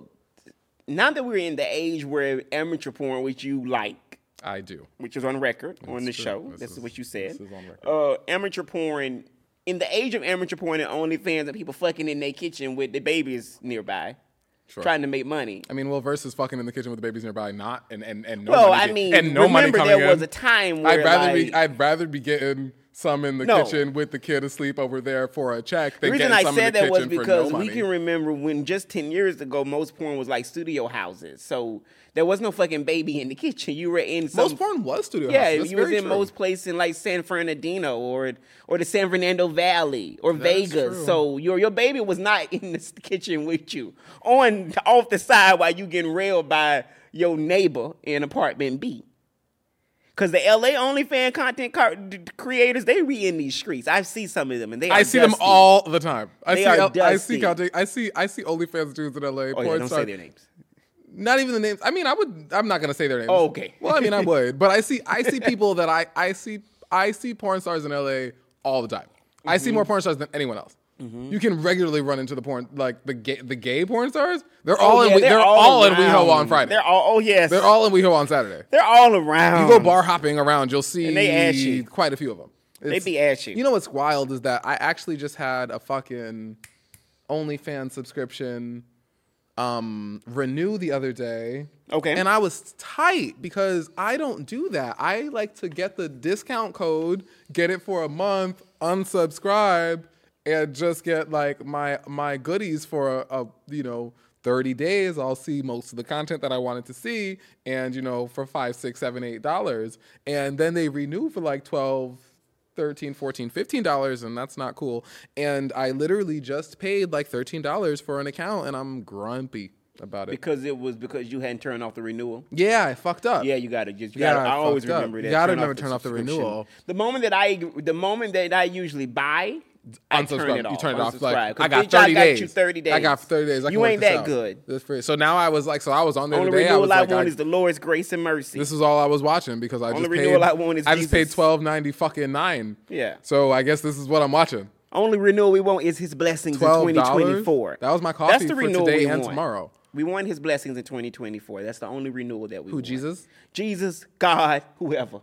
Speaker 2: now that we're in the age where amateur porn, which you like,
Speaker 1: I do
Speaker 2: which is on record on the
Speaker 1: true.
Speaker 2: show.
Speaker 1: This
Speaker 2: This is,
Speaker 1: is-
Speaker 2: what you said.
Speaker 1: this is on record.
Speaker 2: Uh, amateur porn. In the age of amateur porn and OnlyFans and people fucking in their kitchen with the babies nearby,
Speaker 1: Sure.
Speaker 2: trying to make money.
Speaker 1: I mean, well, versus fucking in the kitchen with the babies nearby, not and and and no
Speaker 2: Well,
Speaker 1: money
Speaker 2: I
Speaker 1: ge-
Speaker 2: mean,
Speaker 1: and no money
Speaker 2: remember
Speaker 1: coming
Speaker 2: there was
Speaker 1: in.
Speaker 2: a time where
Speaker 1: I'd rather
Speaker 2: like,
Speaker 1: be I'd rather be getting some in the
Speaker 2: No.
Speaker 1: kitchen with the kid asleep over there for a check
Speaker 2: the
Speaker 1: than
Speaker 2: reason
Speaker 1: getting
Speaker 2: I
Speaker 1: some in
Speaker 2: said
Speaker 1: the
Speaker 2: that was
Speaker 1: kitchen for no
Speaker 2: because we
Speaker 1: money.
Speaker 2: can remember when just ten years ago most porn was like studio houses, so there was no fucking baby in the kitchen. You were in some
Speaker 1: most porn was studio.
Speaker 2: Yeah,
Speaker 1: houses. That's
Speaker 2: you was
Speaker 1: very
Speaker 2: in
Speaker 1: true.
Speaker 2: most places in like San Bernardino or or the San Fernando Valley or
Speaker 1: is
Speaker 2: Vegas.
Speaker 1: true.
Speaker 2: So your your baby was not in the s- kitchen with you on off the side while you getting railed by your neighbor in apartment B. Cause the LA OnlyFan content car- d- d- creators, they re in these streets. I see some of them, and they are
Speaker 1: I see them
Speaker 2: dusty.
Speaker 1: all the time. I
Speaker 2: They
Speaker 1: see
Speaker 2: are
Speaker 1: L- I
Speaker 2: dusty.
Speaker 1: see content, I see I see OnlyFans dudes in LA.
Speaker 2: Oh,
Speaker 1: porn
Speaker 2: yeah, don't
Speaker 1: star-
Speaker 2: say their names.
Speaker 1: Not even the names. I mean, I would. I'm not gonna say their names.
Speaker 2: Oh, okay.
Speaker 1: Well, I mean, I would, but I see I see people that I I see I see porn stars in LA all the time. I see
Speaker 2: Mm-hmm.
Speaker 1: more porn stars than anyone else. You can regularly run into the porn like the gay, the gay porn stars. They're all
Speaker 2: Oh,
Speaker 1: in
Speaker 2: yeah,
Speaker 1: we- they're, all, in WeHo on
Speaker 2: around.
Speaker 1: Friday.
Speaker 2: They're all. Oh yes,
Speaker 1: They're all in WeHo on Saturday.
Speaker 2: They're all around.
Speaker 1: You go bar hopping around, you'll see
Speaker 2: Mm. they ashy.
Speaker 1: quite a few of them.
Speaker 2: They be ashy.
Speaker 1: You know what's wild is that I actually just had a fucking OnlyFans subscription um, renew the other day.
Speaker 2: Okay.
Speaker 1: And I was tight because I don't do that. I like to get the discount code, get it for a month, unsubscribe, and just get like my my goodies for a, a you know. 30 days, I'll see most of the content that I wanted to see, and you know, for five, six, seven, eight dollars. And then they renew for like 12, 13 14 15 dollars and that's not cool and i literally just paid like 13 dollars for an account and i'm grumpy about it
Speaker 2: because it was because you hadn't turned off the renewal.
Speaker 1: yeah i fucked up
Speaker 2: Yeah, you gotta just. You
Speaker 1: Yeah,
Speaker 2: gotta, I,
Speaker 1: I
Speaker 2: always
Speaker 1: fucked up.
Speaker 2: remember that.
Speaker 1: You gotta
Speaker 2: Turn
Speaker 1: remember turn off the
Speaker 2: subscription.
Speaker 1: renewal.
Speaker 2: The moment that I, the moment that I usually buy, I turn
Speaker 1: Unsubscribe.
Speaker 2: it off.
Speaker 1: you turn it off.
Speaker 2: unsubscribe.
Speaker 1: Like
Speaker 2: 'Cause
Speaker 1: I got
Speaker 2: bitch, I
Speaker 1: thirty
Speaker 2: got
Speaker 1: days.
Speaker 2: You thirty days.
Speaker 1: I got thirty days. I can
Speaker 2: you
Speaker 1: work
Speaker 2: ain't
Speaker 1: this
Speaker 2: that
Speaker 1: out.
Speaker 2: good.
Speaker 1: That's free. So now I was like, so I was on there
Speaker 2: Only
Speaker 1: today. I was
Speaker 2: renewal I,
Speaker 1: like,
Speaker 2: want
Speaker 1: I-
Speaker 2: is the Lord's grace and mercy.
Speaker 1: this is all I was watching because I
Speaker 2: Only
Speaker 1: just
Speaker 2: renewal
Speaker 1: paid.
Speaker 2: I want is
Speaker 1: I just paid
Speaker 2: Jesus.
Speaker 1: twelve ninety fucking nine.
Speaker 2: Yeah.
Speaker 1: So I guess this is what I'm watching.
Speaker 2: Only renewal we want is His blessings in
Speaker 1: Twelve
Speaker 2: twenty
Speaker 1: dollars.
Speaker 2: twenty four.
Speaker 1: That was my coffee
Speaker 2: That's the
Speaker 1: for
Speaker 2: renewal
Speaker 1: today
Speaker 2: we
Speaker 1: and
Speaker 2: want.
Speaker 1: tomorrow.
Speaker 2: We want His blessings in twenty twenty four. That's the only renewal that we
Speaker 1: Who
Speaker 2: want.
Speaker 1: Jesus?
Speaker 2: Jesus, God, whoever,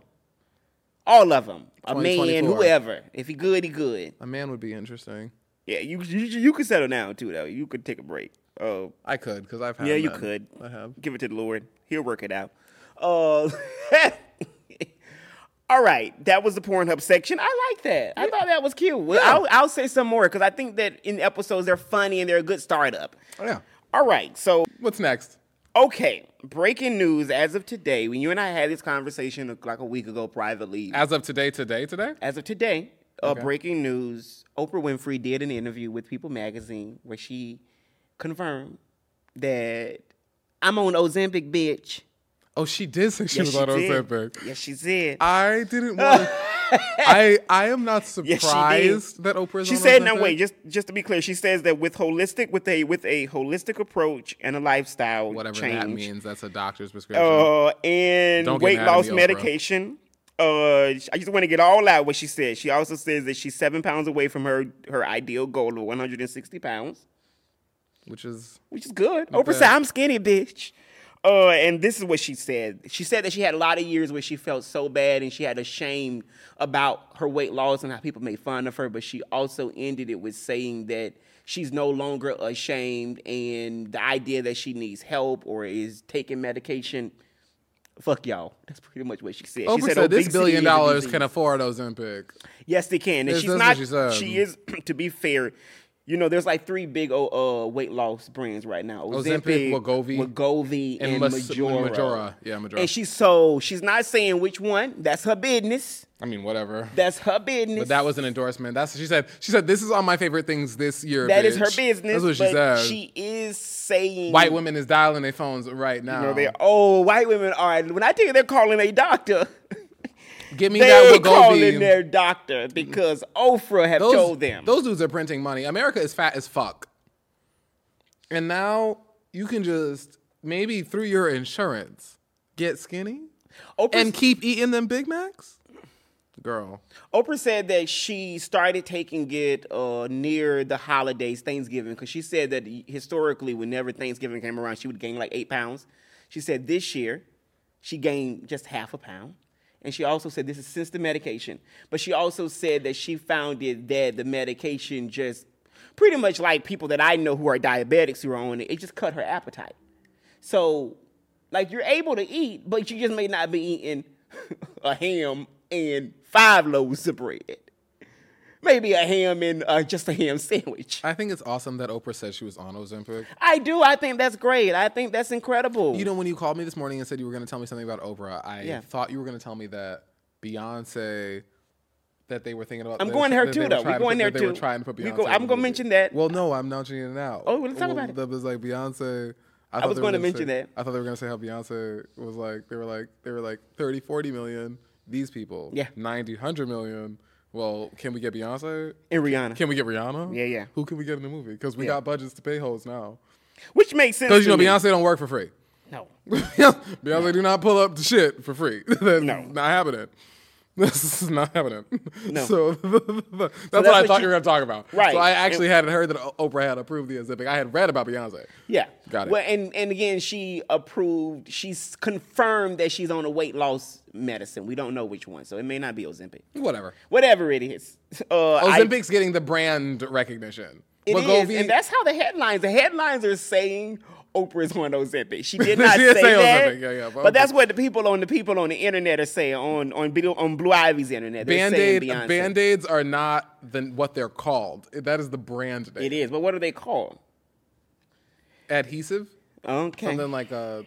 Speaker 2: all of them, a man,
Speaker 1: 2024.
Speaker 2: whoever. If he good, he good.
Speaker 1: A man would be interesting.
Speaker 2: Yeah, you you you could settle down too though. You could take a break. Oh,
Speaker 1: I could because I've had.
Speaker 2: yeah, you
Speaker 1: men.
Speaker 2: could.
Speaker 1: I have.
Speaker 2: Give it to the Lord. He'll work it out. Uh, all right, that was the Pornhub section. I like that. I thought that was cute. Well, I'll, I'll say some more because I think that in episodes they're funny and they're a good startup.
Speaker 1: Oh, yeah.
Speaker 2: All right, so
Speaker 1: What's next?
Speaker 2: okay, breaking news as of today. When you and I had this conversation like a week ago privately,
Speaker 1: As of today, today, today?
Speaker 2: As of today, uh, breaking news: Oprah Winfrey did an interview with People Magazine where she confirmed that I'm on Ozempic, bitch.
Speaker 1: Oh, she did say she was on
Speaker 2: did.
Speaker 1: Ozempic.
Speaker 2: Yes, she did.
Speaker 1: I didn't want. I I am not
Speaker 2: Yes, she did.
Speaker 1: surprised that Oprah's.
Speaker 2: She
Speaker 1: on
Speaker 2: said,
Speaker 1: Ozempic.
Speaker 2: "Now wait, just just to be clear, she says that with holistic, with a with a holistic approach and a lifestyle
Speaker 1: whatever
Speaker 2: change,
Speaker 1: that means. That's a doctor's prescription.
Speaker 2: uh, and
Speaker 1: Don't get
Speaker 2: weight
Speaker 1: mad at
Speaker 2: loss
Speaker 1: me, Oprah.
Speaker 2: medication. Uh, I just want to get all out what she said. She also says that she's seven pounds away from her her ideal goal of 160 pounds.
Speaker 1: which is
Speaker 2: which is good. Oprah said, "I'm skinny, bitch." Uh, and this is what she said. She said that she had a lot of years where she felt so bad and she had ashamed about her weight loss and how people made fun of her. But she also ended it with saying that she's no longer ashamed and the idea that she needs help or is taking medication. Fuck y'all. That's pretty much what she said.
Speaker 1: Oprah
Speaker 2: she
Speaker 1: said, this
Speaker 2: obesity
Speaker 1: billion
Speaker 2: is a
Speaker 1: dollars
Speaker 2: disease."
Speaker 1: can afford Ozempic.
Speaker 2: Yes, they can. And
Speaker 1: Yes,
Speaker 2: she's
Speaker 1: that's
Speaker 2: not.
Speaker 1: what
Speaker 2: She,
Speaker 1: she said.
Speaker 2: is. To be fair, You know, there's like three big uh, weight loss brands right now:
Speaker 1: Oh, Ozempic, Wegovy,
Speaker 2: Wegovy, and,
Speaker 1: Mas-
Speaker 2: Majora.
Speaker 1: Majora. Yeah, Majora.
Speaker 2: And she's so she's not saying which one. That's her business.
Speaker 1: I mean, whatever.
Speaker 2: That's her business.
Speaker 1: But that was an endorsement. That's what she said. She said, "This is on my favorite things this year."
Speaker 2: That is
Speaker 1: bitch."
Speaker 2: her business.
Speaker 1: That's what she
Speaker 2: but
Speaker 1: said.
Speaker 2: she is saying
Speaker 1: White women is dialing their phones right now.
Speaker 2: You know, they oh, white women are. When I tell you they're calling a doctor,
Speaker 1: Give me
Speaker 2: they're
Speaker 1: that Wegovy.
Speaker 2: calling their doctor because Ofra have
Speaker 1: those,
Speaker 2: told them.
Speaker 1: Those dudes are printing money. America is fat as fuck. And now you can just maybe through your insurance get skinny
Speaker 2: Oprah's-
Speaker 1: and keep eating them Big Macs. Girl,
Speaker 2: Oprah said that she started taking it uh, near the holidays, Thanksgiving, because she said that historically, whenever Thanksgiving came around, she would gain like eight pounds. She said this year, she gained just half a pound. And she also said this is since the medication. But she also said that she found it that the medication just pretty much like people that I know who are diabetics who are on it, it just cut her appetite. So, like, you're able to eat, but you just may not be eating a ham and five loaves of bread. Maybe a ham and uh, just a ham sandwich.
Speaker 1: I think it's awesome that Oprah said she was on Ozempic.
Speaker 2: I do. I think that's great. I think that's incredible.
Speaker 1: You know, when you called me this morning and said you were going to tell me something about Oprah, I
Speaker 2: Yeah.
Speaker 1: thought you were going to tell me that Beyonce, that they were thinking about.
Speaker 2: I'm going there
Speaker 1: that
Speaker 2: too,
Speaker 1: they were
Speaker 2: though.
Speaker 1: trying
Speaker 2: We're
Speaker 1: to
Speaker 2: going
Speaker 1: put-
Speaker 2: there
Speaker 1: that
Speaker 2: too.
Speaker 1: They were trying to put
Speaker 2: We
Speaker 1: Beyonce.
Speaker 2: go-
Speaker 1: in
Speaker 2: I'm
Speaker 1: the
Speaker 2: gonna
Speaker 1: movie.
Speaker 2: mention that.
Speaker 1: Well, no, I'm mentioning it now.
Speaker 2: Oh, let's talk
Speaker 1: Well,
Speaker 2: about it.
Speaker 1: That was like Beyonce. I, thought
Speaker 2: was
Speaker 1: they were
Speaker 2: going
Speaker 1: gonna
Speaker 2: to mention
Speaker 1: say-
Speaker 2: that.
Speaker 1: I thought they were going to say how Beyonce was like they were like they were like 30, 40 million. These people,
Speaker 2: Yeah.
Speaker 1: 90, 100 million. Well, can we get Beyonce?
Speaker 2: and Rihanna,
Speaker 1: Can we get Rihanna?
Speaker 2: Yeah, yeah.
Speaker 1: Who can we get in the movie? Because we
Speaker 2: Yeah.
Speaker 1: got budgets to pay hoes now.
Speaker 2: which makes sense.
Speaker 1: Because you know
Speaker 2: to me.
Speaker 1: Beyonce don't work for free.
Speaker 2: No.
Speaker 1: Beyonce do not pull up the shit for free. That's
Speaker 2: No.
Speaker 1: not happening. This is not happening.
Speaker 2: No.
Speaker 1: So that's, what, I
Speaker 2: what
Speaker 1: thought you,
Speaker 2: you-
Speaker 1: were going to talk about.
Speaker 2: Right.
Speaker 1: So I actually hadn't heard that O- Oprah had approved the exhibit. I had read about Beyonce.
Speaker 2: Yeah.
Speaker 1: Got it.
Speaker 2: Well, and, and again, she approved, she's confirmed that she's on a weight loss medicine. We don't know which one, so it may not be Ozempic.
Speaker 1: Whatever.
Speaker 2: Whatever it is. Uh, I-
Speaker 1: Ozempic's getting the brand recognition.
Speaker 2: It is,
Speaker 1: Wegovy-
Speaker 2: and that's how the headlines. The headlines are saying Oprah is on Ozempic. She did
Speaker 1: She
Speaker 2: not
Speaker 1: did
Speaker 2: say,
Speaker 1: say
Speaker 2: that,
Speaker 1: Ozempic, yeah, yeah, but
Speaker 2: but, that's what the people on the people on the internet are saying on on Blue, on Blue Ivy's internet. They're
Speaker 1: Band-Aid,
Speaker 2: saying Beyonce.
Speaker 1: Band-Aids are not the, what they're called. That is the brand name.
Speaker 2: It is, but what are they called?
Speaker 1: Adhesive?
Speaker 2: Okay,
Speaker 1: something like a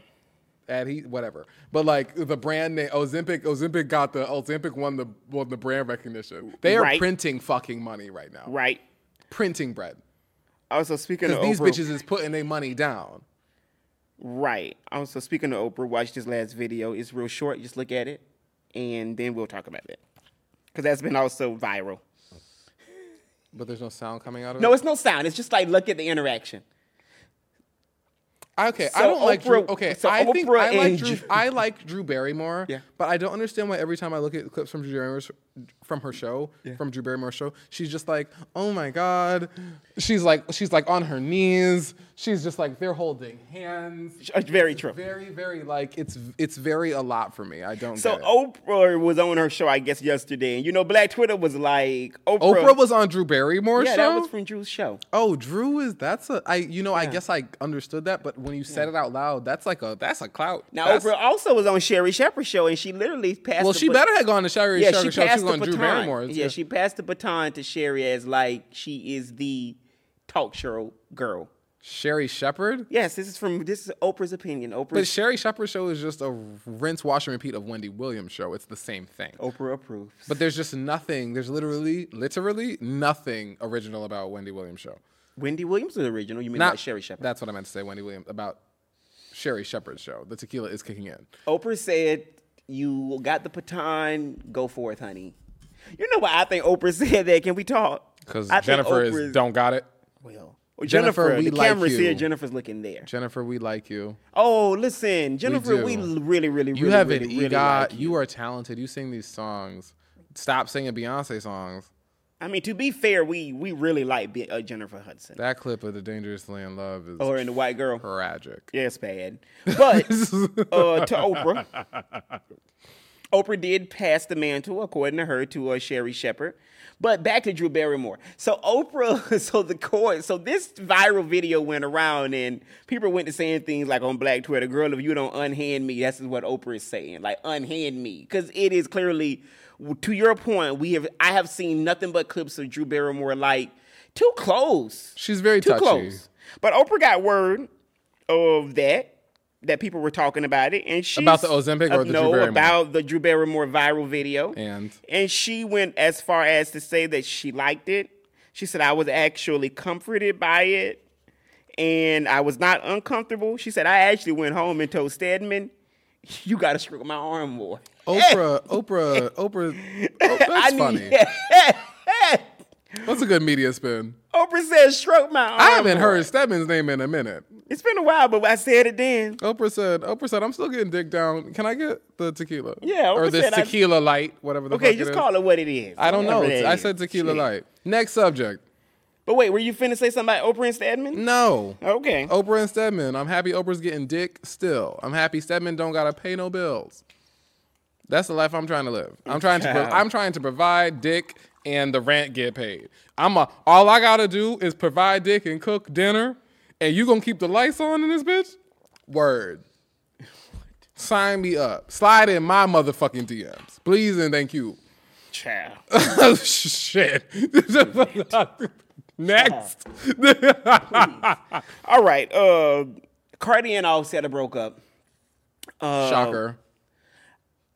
Speaker 1: adhe whatever. But like the brand name Ozempic, Ozempic got the Ozempic won the won the brand recognition. They are
Speaker 2: Right.
Speaker 1: printing fucking money right now.
Speaker 2: right.
Speaker 1: Printing bread.
Speaker 2: Also speaking of
Speaker 1: Because these
Speaker 2: Oprah,
Speaker 1: bitches is putting their money down.
Speaker 2: right? Also speaking of Oprah, watch this last video. It's real short. Just look at it, and then we'll talk about that because that's been also viral.
Speaker 1: But there's no sound coming out of
Speaker 2: No,
Speaker 1: it.
Speaker 2: it's no sound. It's just like look at the interaction.
Speaker 1: Okay, I
Speaker 2: so
Speaker 1: don't like Drew.
Speaker 2: Oprah-
Speaker 1: Okay,
Speaker 2: so
Speaker 1: I think
Speaker 2: Oprah
Speaker 1: I like
Speaker 2: and
Speaker 1: Drew,
Speaker 2: Drew-
Speaker 1: I like Drew Barrymore.
Speaker 2: Yeah.
Speaker 1: But I don't understand why every time I look at clips from Drew Barrymore's from her show, from Drew Barrymore's show, she's just like, "Oh my god." She's like she's like on her knees. She's just like they're holding hands.
Speaker 2: uh, Very true.
Speaker 1: very very like it's it's very a lot for me i don't
Speaker 2: So
Speaker 1: get it.
Speaker 2: Oprah was on her show, I guess, yesterday, and you know, Black Twitter was like, Oprah.
Speaker 1: oprah was on drew barrymore's
Speaker 2: yeah,
Speaker 1: show
Speaker 2: that was from Drew's show.
Speaker 1: oh drew is that's a i you know i guess i understood that but when you said it out loud that's like a that's a clout
Speaker 2: Now
Speaker 1: That's-
Speaker 2: Oprah also was on Sherry Shepherd's show, and she literally passed.
Speaker 1: well
Speaker 2: the
Speaker 1: she
Speaker 2: bat-
Speaker 1: better had gone to sherry
Speaker 2: Yeah,
Speaker 1: Sherry
Speaker 2: she
Speaker 1: show she
Speaker 2: passed
Speaker 1: was
Speaker 2: the
Speaker 1: on drew
Speaker 2: baton.
Speaker 1: barrymore's
Speaker 2: yeah, she passed the baton to Sherry as like she is the talk show girl.
Speaker 1: sherry shepherd
Speaker 2: Yes, this is from this is Oprah's opinion.
Speaker 1: but
Speaker 2: Oprah's
Speaker 1: sherry shepherd's show is just a rinse wash and repeat of wendy williams show it's the same thing
Speaker 2: Oprah approves.
Speaker 1: but there's just nothing there's literally literally nothing original about wendy williams show
Speaker 2: Wendy Williams was the original. You mean
Speaker 1: Not
Speaker 2: like Sherry Shepherd?
Speaker 1: That's what I meant to say, Wendy Williams, about Sherry Shepherd's show. The tequila is kicking in.
Speaker 2: Oprah said, "You got the baton. Go forth, honey." You know why I think Oprah said that? Can we talk?
Speaker 1: Because
Speaker 2: I think
Speaker 1: Jennifer
Speaker 2: Oprah's-
Speaker 1: is don't got it.
Speaker 2: Well,
Speaker 1: Jennifer,
Speaker 2: Jennifer,
Speaker 1: we
Speaker 2: the
Speaker 1: like
Speaker 2: camera's
Speaker 1: you.
Speaker 2: here. Jennifer's looking there.
Speaker 1: Jennifer, we like you.
Speaker 2: Oh, listen, Jennifer,
Speaker 1: do.
Speaker 2: we, really, really,
Speaker 1: You
Speaker 2: really,
Speaker 1: have
Speaker 2: really,
Speaker 1: an
Speaker 2: really
Speaker 1: EGOT.
Speaker 2: like you.
Speaker 1: you. are talented. You sing these songs. Stop singing Beyonce songs.
Speaker 2: I mean, to be fair, we we really like Be- uh, Jennifer Hudson
Speaker 1: That clip of the Dangerously in Love is
Speaker 2: or in the White Girl.
Speaker 1: tragic.
Speaker 2: Yeah, it's bad, but uh, to Oprah. Oprah did pass the mantle, according to her, to uh, Sherry Shepard. But back to Drew Barrymore. So Oprah, so the court, so this viral video went around, and people went to saying things like on Black Twitter, "Girl, if you don't unhand me, that's what Oprah is saying, like unhand me," because it is clearly, to your point, we have I have seen nothing but clips of Drew Barrymore like Too close.
Speaker 1: She's very
Speaker 2: Too
Speaker 1: touchy.
Speaker 2: close. But Oprah got word of that. That people were talking about it, and she
Speaker 1: About the Ozempic or the Drew
Speaker 2: no
Speaker 1: Barrymore?
Speaker 2: about the Drew Barrymore viral video,
Speaker 1: And?
Speaker 2: and she went as far as to say that she liked it. She said I was actually comforted by it, and I was not uncomfortable. She said I actually went home and told Stedman, "You got to stroke my arm more."
Speaker 1: Oprah, Oprah, Oprah. Oh,
Speaker 2: I
Speaker 1: that's
Speaker 2: need-
Speaker 1: funny. What's a good media spin?
Speaker 2: Oprah says, "Stroke my arm."
Speaker 1: I haven't
Speaker 2: more."
Speaker 1: heard Stedman's name in a minute.
Speaker 2: It's been a while, but I said it then.
Speaker 1: Oprah said, Oprah said, I'm still getting dick down. Can I get the tequila?
Speaker 2: Yeah,
Speaker 1: or
Speaker 2: Oprah
Speaker 1: this
Speaker 2: said I-
Speaker 1: tequila light, whatever the fuck
Speaker 2: Okay,
Speaker 1: it
Speaker 2: just
Speaker 1: is.
Speaker 2: call it what it is.
Speaker 1: I don't know.
Speaker 2: Whatever that
Speaker 1: I
Speaker 2: is.
Speaker 1: said tequila
Speaker 2: Shit.
Speaker 1: light. Next subject.
Speaker 2: But wait, were you finna say something about Oprah and Stedman?
Speaker 1: No.
Speaker 2: Okay.
Speaker 1: Oprah and Stedman. I'm happy Oprah's getting dick still. I'm happy Stedman don't gotta pay no bills. That's the life I'm trying to live. I'm trying to. Pro- I'm trying to provide dick and the rent get paid. I'm a. All I gotta do is provide dick and cook dinner, and you gonna keep the lights on in this bitch? Word. Sign me up. Slide in my motherfucking DMs, please and thank you.
Speaker 2: Child.
Speaker 1: Shit. Next.
Speaker 2: All right. Uh, Cardi and Offset are broke up.
Speaker 1: Shocker.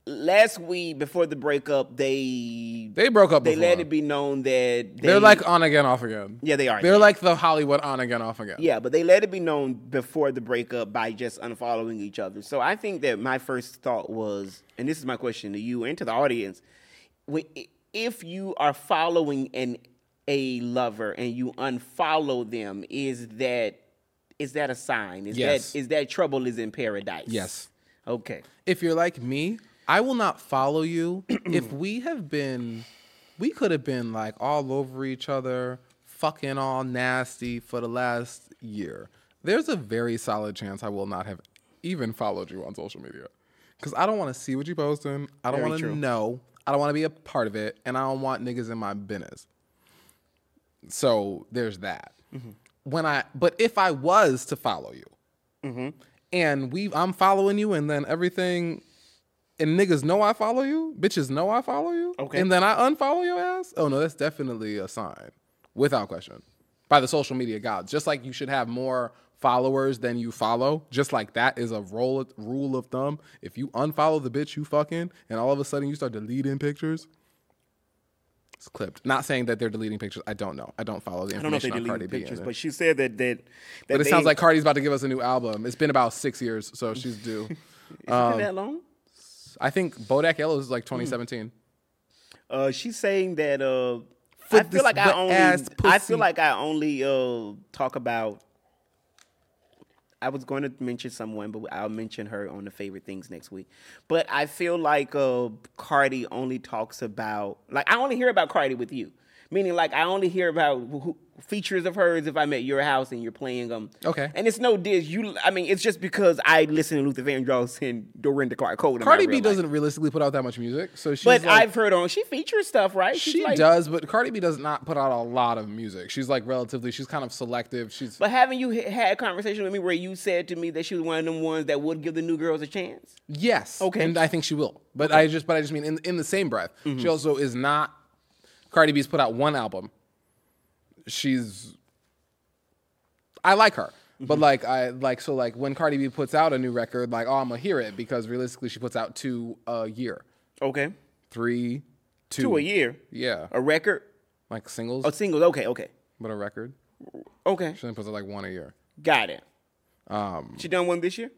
Speaker 2: Last week, before the breakup, they
Speaker 1: They broke up.
Speaker 2: they
Speaker 1: before.
Speaker 2: let it be known that they,
Speaker 1: They're like on again, off again.
Speaker 2: yeah they are
Speaker 1: They're like the Hollywood on again, off again.
Speaker 2: Yeah, but they let it be known before the breakup by just unfollowing each other. So I think that my first thought was, and this is my question to you and to the audience: wi- if you are following an a lover and you unfollow them, is that is that a sign? Is
Speaker 1: Yes.
Speaker 2: that is that trouble is in paradise?
Speaker 1: Yes.
Speaker 2: Okay.
Speaker 1: If you're like me, I will not follow you. if we have been, we could have been like all over each other, fucking all nasty for the last year. There's a very solid chance I will not have even followed you on social media because I don't want to see what you're posting. I don't
Speaker 2: Very
Speaker 1: want to
Speaker 2: true.
Speaker 1: know. I don't want to be a part of it, and I don't want niggas in my business. So there's that.
Speaker 2: Mm-hmm.
Speaker 1: When I, but if I was to follow you, and we, I'm following you, and then everything, and niggas know I follow you, bitches know I follow you,
Speaker 2: Okay.
Speaker 1: and then I unfollow your ass. Oh no, that's definitely a sign, without question, by the social media gods. Just like you should have more followers than you follow. Just like that is a rule rule of thumb. If you unfollow the bitch you fucking, and all of a sudden you start deleting pictures. It's clipped. Not saying that they're deleting pictures. I don't know. I don't follow the
Speaker 2: I don't know if they
Speaker 1: information on Cardi
Speaker 2: deleted
Speaker 1: B. and
Speaker 2: pictures,
Speaker 1: it.
Speaker 2: but she said that that, that
Speaker 1: But it
Speaker 2: they-
Speaker 1: sounds like Cardi's about to give us a new album. It's been about six years, so she's due.
Speaker 2: Is it
Speaker 1: um,
Speaker 2: that long.
Speaker 1: I think Bodak Yellow is
Speaker 2: Hmm.
Speaker 1: like 2017.
Speaker 2: Uh, she's saying that uh, I
Speaker 1: Fuck
Speaker 2: feel
Speaker 1: this
Speaker 2: like I
Speaker 1: wet
Speaker 2: only
Speaker 1: ass
Speaker 2: I
Speaker 1: pussy.
Speaker 2: feel like I only uh talk about. I was going to mention someone, but I'll mention her on the favorite things next week. But I feel like uh, Cardi only talks about like I only hear about Cardi with you, meaning like I only hear about who, who- features of hers if I'm at your house and you're playing them.
Speaker 1: Okay.
Speaker 2: and it's no diss. You, I mean, it's just because I listen to Luther Vandross and Dorinda Clark Cole. in my
Speaker 1: Cardi
Speaker 2: real
Speaker 1: B
Speaker 2: life.
Speaker 1: doesn't realistically put out that much music, so she's
Speaker 2: But
Speaker 1: like,
Speaker 2: I've heard on she features stuff, right? She's
Speaker 1: she
Speaker 2: like-
Speaker 1: does. But Cardi B does not put out a lot of music. She's like relatively. She's kind of selective. She's
Speaker 2: But haven't you h- had a conversation with me where you said to me that she was one of them ones that would give the new girls a chance?
Speaker 1: Yes.
Speaker 2: Okay.
Speaker 1: And I think she will. But I just but I just mean in in the same breath. She
Speaker 2: Mm-hmm.
Speaker 1: also is not Cardi B's put out one album. She's I like her.
Speaker 2: Mm-hmm.
Speaker 1: But like I like so like when Cardi B puts out a new record, like, oh I'm gonna hear it because realistically she puts out two a year.
Speaker 2: Okay.
Speaker 1: Three, two
Speaker 2: To a year.
Speaker 1: Yeah.
Speaker 2: A record?
Speaker 1: Like singles,
Speaker 2: Oh, singles. Okay, okay.
Speaker 1: but a record.
Speaker 2: Okay.
Speaker 1: She only puts out like one a year.
Speaker 2: Got it.
Speaker 1: Um
Speaker 2: She done one this year?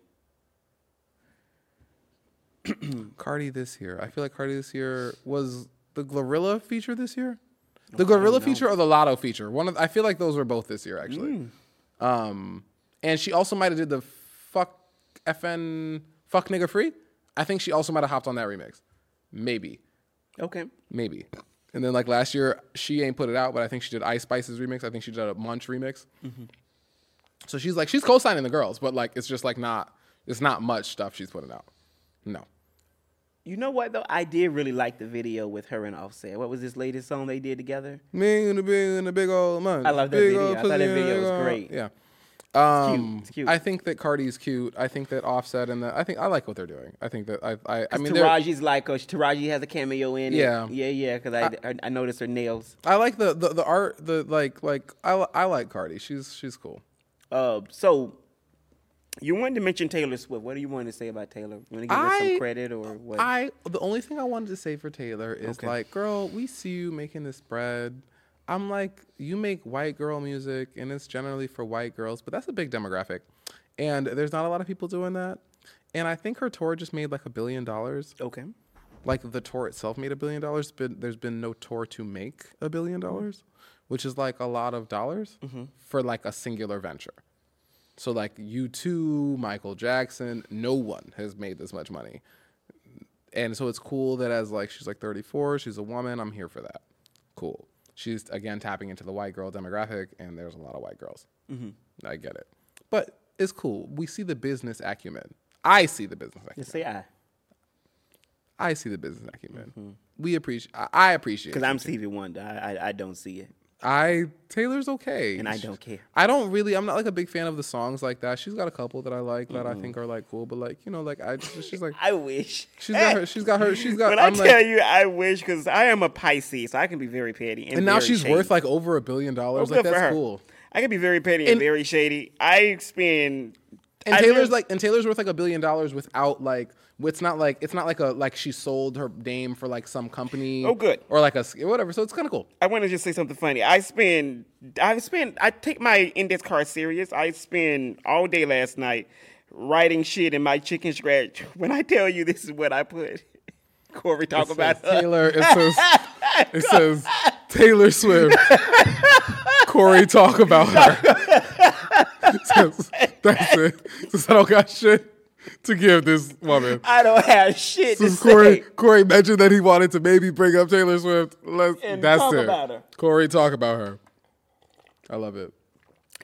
Speaker 1: Cardi this year. I feel like Cardi this year was the Glorilla feature this year. The Glorilla feature or the Lotto feature. One of I feel like those were both this year actually. Um, and she also might have did the fuck FN fuck nigga free. I think she also might have hopped on that remix. Maybe,
Speaker 2: Okay.
Speaker 1: maybe. And then like last year she ain't put it out, but I think she did Ice Spice's remix. I think she did a Munch remix. So she's like she's co-signing the girls, but like it's just like not it's not much stuff she's putting out. No.
Speaker 2: You know what though? I did really like the video with her and Offset. What was this latest song they did together?
Speaker 1: Me and the big and the big old man.
Speaker 2: I love that video. I thought that video was great.
Speaker 1: Yeah. Um,
Speaker 2: It's cute.
Speaker 1: I think that Cardi's cute. I think that Offset and the I think I like what they're doing. I think that I I, I mean they're-
Speaker 2: Taraji's like us. Taraji has a cameo in it.
Speaker 1: Yeah.
Speaker 2: yeah, yeah. Because I, I I noticed her nails.
Speaker 1: I like the, the the art the like like I li- I like Cardi. She's she's cool.
Speaker 2: Uh, so you wanted to mention Taylor Swift. What do you want to say about Taylor? You want to give her
Speaker 1: I-
Speaker 2: some credit or what?
Speaker 1: I the only thing I wanted to say for Taylor is like, girl, we see you making this bread. I'm like, you make white girl music, and it's generally for white girls, but that's a big demographic, and there's not a lot of people doing that. And I think her tour just made like a billion dollars.
Speaker 2: okay.
Speaker 1: Like the tour itself made a billion dollars, but there's been no tour to make a billion dollars, which is like a lot of dollars for like a singular venture. So like you two, Michael Jackson, no one has made this much money and so it's cool that as like she's like 34 she's a woman i'm here for that cool she's again tapping into the white girl demographic and there's a lot of white girls mm-hmm. i get it but it's cool we see the business acumen i see the business acumen
Speaker 2: Say I,
Speaker 1: i see the business acumen
Speaker 2: Mm-hmm.
Speaker 1: we appreciate I, I appreciate
Speaker 2: because
Speaker 1: it.
Speaker 2: I'm Stevie Wonder. I, I I don't see it,
Speaker 1: i taylor's okay
Speaker 2: and I
Speaker 1: She-
Speaker 2: don't care.
Speaker 1: I don't really. I'm not like a big fan of the songs like that. She's got a couple that I like that
Speaker 2: Mm-hmm.
Speaker 1: I think are like cool, but like you know, like I she's like
Speaker 2: I wish.
Speaker 1: she's got her she's got her she's got.
Speaker 2: But I
Speaker 1: I'm
Speaker 2: tell
Speaker 1: like,
Speaker 2: you, I wish because I am a Pisces, so I can be very petty. And,
Speaker 1: and now
Speaker 2: very
Speaker 1: she's
Speaker 2: shady.
Speaker 1: worth like over a billion dollars.
Speaker 2: Well,
Speaker 1: like
Speaker 2: Oh, good for
Speaker 1: that's
Speaker 2: her.
Speaker 1: cool.
Speaker 2: I can be very petty and,
Speaker 1: And-
Speaker 2: very shady. I spend.
Speaker 1: And
Speaker 2: I
Speaker 1: Taylor's
Speaker 2: do-
Speaker 1: like, and Taylor's worth like a billion dollars without like, it's not like it's not like a like she sold her name for like some company.
Speaker 2: Oh, good.
Speaker 1: Or like a s- whatever. So it's kind of cool.
Speaker 2: I want to just say something funny. I spend, I spend, I take my index card serious. I spend all day last night writing shit in my chicken scratch. When I tell you this is what I put, Corey, talk about her.
Speaker 1: Taylor. It says it says Taylor Swift. Corey, talk about her. It says- that's it. It says, I don't got shit to give this woman.
Speaker 2: I don't have shit to
Speaker 1: This is Corey.
Speaker 2: say.
Speaker 1: Corey mentioned that he wanted to maybe bring up Taylor Swift. Let's,
Speaker 2: And
Speaker 1: that's
Speaker 2: talk
Speaker 1: it.
Speaker 2: about her.
Speaker 1: Corey, talk about her. I love it.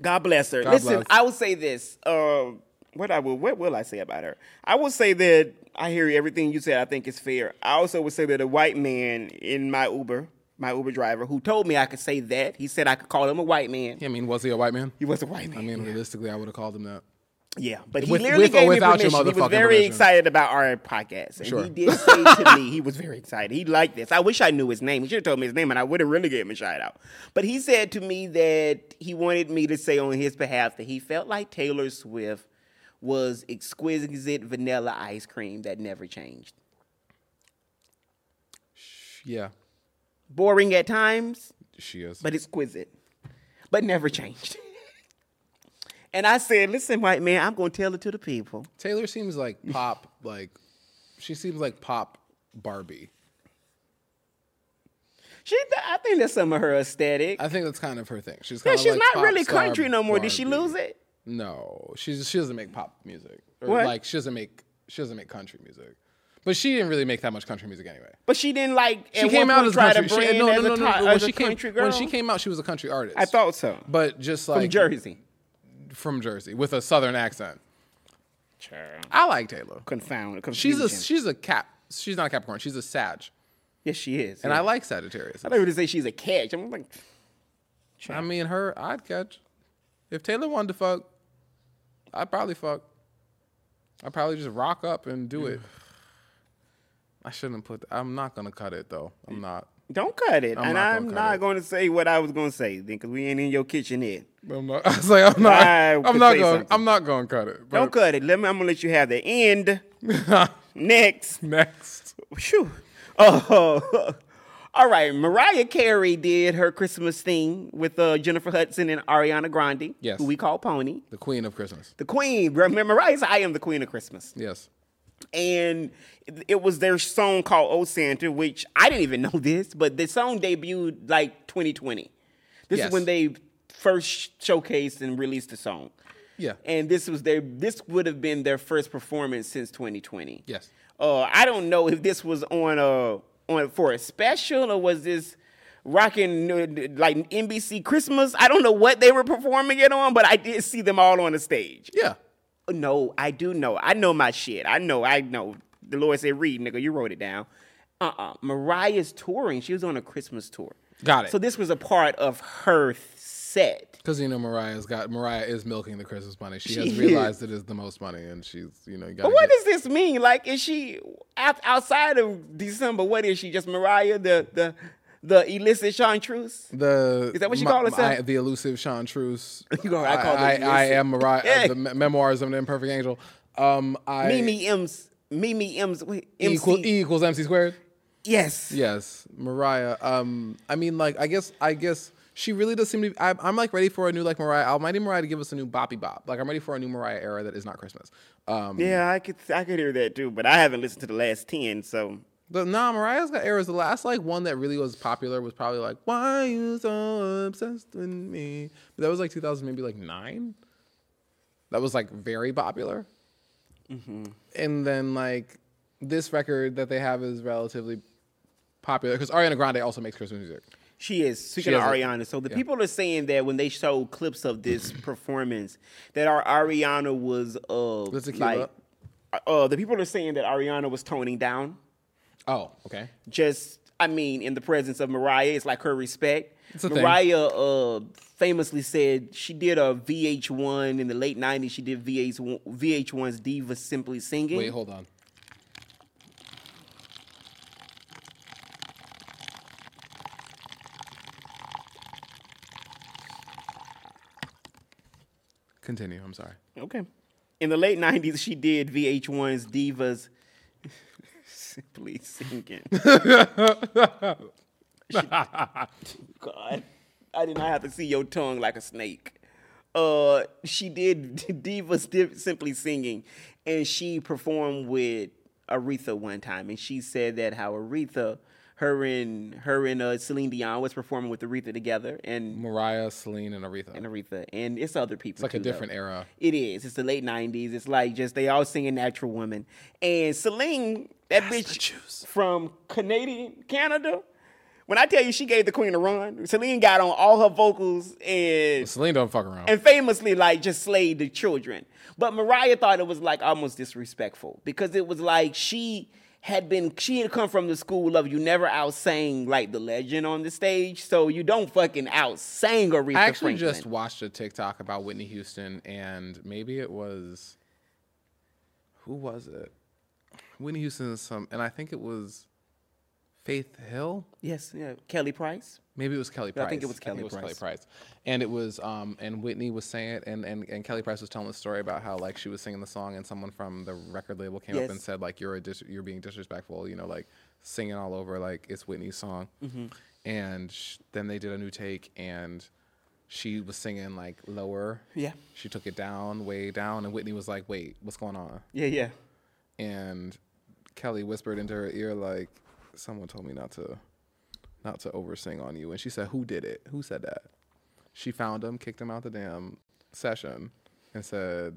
Speaker 2: God bless her. Listen,
Speaker 1: bless.
Speaker 2: I will say this. Uh, what I will, what will I say about her? I will say that I hear everything you said. I think is fair. I also would say that a white man in my Uber, my Uber driver, who told me I could say that, he said I could call him a white man.
Speaker 1: Yeah, I mean, was he a white man?
Speaker 2: He was a white man.
Speaker 1: I mean, realistically, I would have called him that.
Speaker 2: Yeah, but he
Speaker 1: With-
Speaker 2: literally
Speaker 1: with or
Speaker 2: gave
Speaker 1: without
Speaker 2: me
Speaker 1: your
Speaker 2: permission. He was
Speaker 1: motherfucking
Speaker 2: very
Speaker 1: permission.
Speaker 2: excited about our podcast, and
Speaker 1: Sure.
Speaker 2: he did say to me he was very excited. He liked this. I wish I knew his name. He should have told me his name, and I would have really gave him a shout out. But he said to me that he wanted me to say on his behalf that he felt like Taylor Swift was exquisite vanilla ice cream that never changed.
Speaker 1: Yeah,
Speaker 2: Boring at times,
Speaker 1: she is.
Speaker 2: but exquisite, but never changed. and I said, "Listen, white man, I'm going to tell it to the people."
Speaker 1: Taylor seems like pop, like she seems like pop Barbie.
Speaker 2: She, th- I think that's some of her aesthetic.
Speaker 1: I think that's kind of her thing. She's
Speaker 2: Yeah,
Speaker 1: kinda
Speaker 2: she's
Speaker 1: like
Speaker 2: not
Speaker 1: pop
Speaker 2: really
Speaker 1: star
Speaker 2: country no more. Did she
Speaker 1: Barbie.
Speaker 2: lose it?
Speaker 1: No, she's she doesn't make pop music. Or
Speaker 2: What?
Speaker 1: Like she doesn't make she doesn't make country music, but she didn't really make that much country music anyway.
Speaker 2: But she didn't like. At
Speaker 1: She came out as a
Speaker 2: try
Speaker 1: country.
Speaker 2: To
Speaker 1: She,
Speaker 2: brand
Speaker 1: no, no,
Speaker 2: as
Speaker 1: no, no.
Speaker 2: a, ti-
Speaker 1: when
Speaker 2: as
Speaker 1: she
Speaker 2: a
Speaker 1: came
Speaker 2: country girl.
Speaker 1: when she came out, she was a country artist.
Speaker 2: I thought so.
Speaker 1: but just like
Speaker 2: From Jersey.
Speaker 1: from Jersey with a southern accent.
Speaker 2: Child.
Speaker 1: I like Taylor.
Speaker 2: Confound.
Speaker 1: She's a
Speaker 2: confusion.
Speaker 1: she's a cap. She's not a Capricorn. She's a Sag,
Speaker 2: yes, she is.
Speaker 1: and
Speaker 2: yeah.
Speaker 1: I like Sagittarius.
Speaker 2: I thought you were to say she's a catch. I'm like,
Speaker 1: I mean, her I'd catch. If Taylor wanted to fuck, I'd probably fuck. I'd probably just rock up and do it. I shouldn't put. I'm not gonna cut it though. I'm not.
Speaker 2: don't cut it.
Speaker 1: not
Speaker 2: and
Speaker 1: gonna
Speaker 2: I'm
Speaker 1: cut
Speaker 2: not
Speaker 1: it.
Speaker 2: going to say what I was going to say then, because we ain't in your kitchen yet.
Speaker 1: I'm not. I was like, I'm not.
Speaker 2: I
Speaker 1: I'm
Speaker 2: could
Speaker 1: not
Speaker 2: say
Speaker 1: going.
Speaker 2: something.
Speaker 1: I'm not gonna cut it.
Speaker 2: Don't cut it. Let me. I'm gonna let you have the end. Next.
Speaker 1: Next.
Speaker 2: Phew. Oh, all right. Mariah Carey did her Christmas thing with uh, Jennifer Hudson and Ariana Grande,
Speaker 1: Yes.
Speaker 2: who we call Pony.
Speaker 1: The Queen of Christmas.
Speaker 2: The Queen. Remember, Mariah's I Am the Queen of Christmas.
Speaker 1: Yes.
Speaker 2: And it was their song called Oh Santa, which I didn't even know this, but the song debuted like 2020. This
Speaker 1: Yes.
Speaker 2: is when they first showcased and released the song.
Speaker 1: Yeah.
Speaker 2: And this was their this would have been their first performance since 2020.
Speaker 1: Yes.
Speaker 2: Uh, I don't know if this was on a on for a special or was this rocking uh, like NBC Christmas. I don't know what they were performing it on, but I did see them all on the stage.
Speaker 1: Yeah.
Speaker 2: No, I do know. I know my shit. I know. I know. The Lord said, "Read, nigga. You wrote it down." Uh, uh Mariah's touring. She was on a Christmas tour.
Speaker 1: Got it.
Speaker 2: So this was a part of her set.
Speaker 1: Because you know Mariah's got Mariah is milking the Christmas money. She,
Speaker 2: She
Speaker 1: has
Speaker 2: is.
Speaker 1: realized it is the most money, and she's you know. Got
Speaker 2: But what does this mean? Like, is she out- outside of December? What is she? Just Mariah, the the the illicit chartreuse?
Speaker 1: the
Speaker 2: Is that what she
Speaker 1: my-
Speaker 2: call herself?
Speaker 1: my- the elusive Chartreuse.
Speaker 2: You gonna- I call her
Speaker 1: I, I
Speaker 2: elusive.
Speaker 1: am Mariah.
Speaker 2: Yeah.
Speaker 1: The me- memoirs of an imperfect angel. Um, I
Speaker 2: Mimi M's, Mimi M's, wait, MC.
Speaker 1: equal E equals MC squared.
Speaker 2: yes.
Speaker 1: Yes, Mariah. Um, I mean, like, I guess, I guess she really does seem to. Be, I, I'm like ready for a new like Mariah. I'm ready Mariah to give us a new boppy bop. Like, I'm ready for a new Mariah era that is not Christmas. Um,
Speaker 2: Yeah, I could I could hear that too, but I haven't listened to the last ten, so
Speaker 1: But nah, Mariah's got eras. The last like one that really was popular was probably like "Why You So Obsessed with Me." But that was like 2000, maybe like nine. That was like very popular. And then like this record that they have is relatively popular because Ariana Grande also makes Christmas music.
Speaker 2: She is speaking
Speaker 1: She
Speaker 2: of
Speaker 1: has a-
Speaker 2: Ariana. So the people are saying that when they showed clips of this performance, that our Ariana was uh
Speaker 1: The tequila.
Speaker 2: like uh the people are saying that Ariana was toning down.
Speaker 1: Oh, okay.
Speaker 2: Just I mean, in the presence of Mariah, it's like her respect.
Speaker 1: It's a thing.
Speaker 2: Mariah uh famously said she did a VH1 in the late '90s. She did VH1, VH1's Diva Simply Singing.
Speaker 1: Wait, hold on. Continue. I'm sorry.
Speaker 2: Okay. In the late '90s, she did VH1's Divas Simply Singing. She- God, I did not have to see your tongue like a snake. Uh, she did Divas Div- Simply Singing, and she performed with Aretha one time, and she said that how Aretha. Her and her and uh, Celine Dion was performing with Aretha together, and,
Speaker 1: Mariah, Celine, and Aretha.
Speaker 2: and Aretha, and it's other people.
Speaker 1: it's like a
Speaker 2: too, though.
Speaker 1: different era.
Speaker 2: It is. It's the late '90s. It's like just they all singing "Natural Woman" and Celine, that
Speaker 1: juice.
Speaker 2: bitch from Canadian Canada. When I tell you she gave the Queen a run, Celine got on all her vocals and
Speaker 1: Celine don't fuck around.
Speaker 2: and famously like just slayed the children. But Mariah thought it was like almost disrespectful because it was like she had been she had come from the school of you never out sang like the legend on the stage, so you don't fucking out sang Aretha
Speaker 1: I actually
Speaker 2: Franklin.
Speaker 1: just watched a TikTok about Whitney Houston, and maybe it was who was it? Whitney Houston is some, and I think it was Faith Hill.
Speaker 2: yes, yeah, Kelly Price.
Speaker 1: Maybe it was Kelly Price.
Speaker 2: I think it was Kelly Price.
Speaker 1: And it was um and Whitney was saying it and, and, and Kelly Price was telling the story about how like she was singing the song and someone from the record label came up
Speaker 2: Yes.
Speaker 1: and said like you're a dis- you're being disrespectful, you know, like singing all over like it's Whitney's song.
Speaker 2: Mm-hmm.
Speaker 1: And sh- then they did a new take and she was singing like lower.
Speaker 2: Yeah.
Speaker 1: She took it down, way down and Whitney was like, "Wait, what's going on?"
Speaker 2: Yeah, yeah.
Speaker 1: and Kelly whispered into her ear like, "Someone told me not to, not to oversing on you." And she said, "Who did it? Who said that?" She found him, kicked him out the damn session, and said,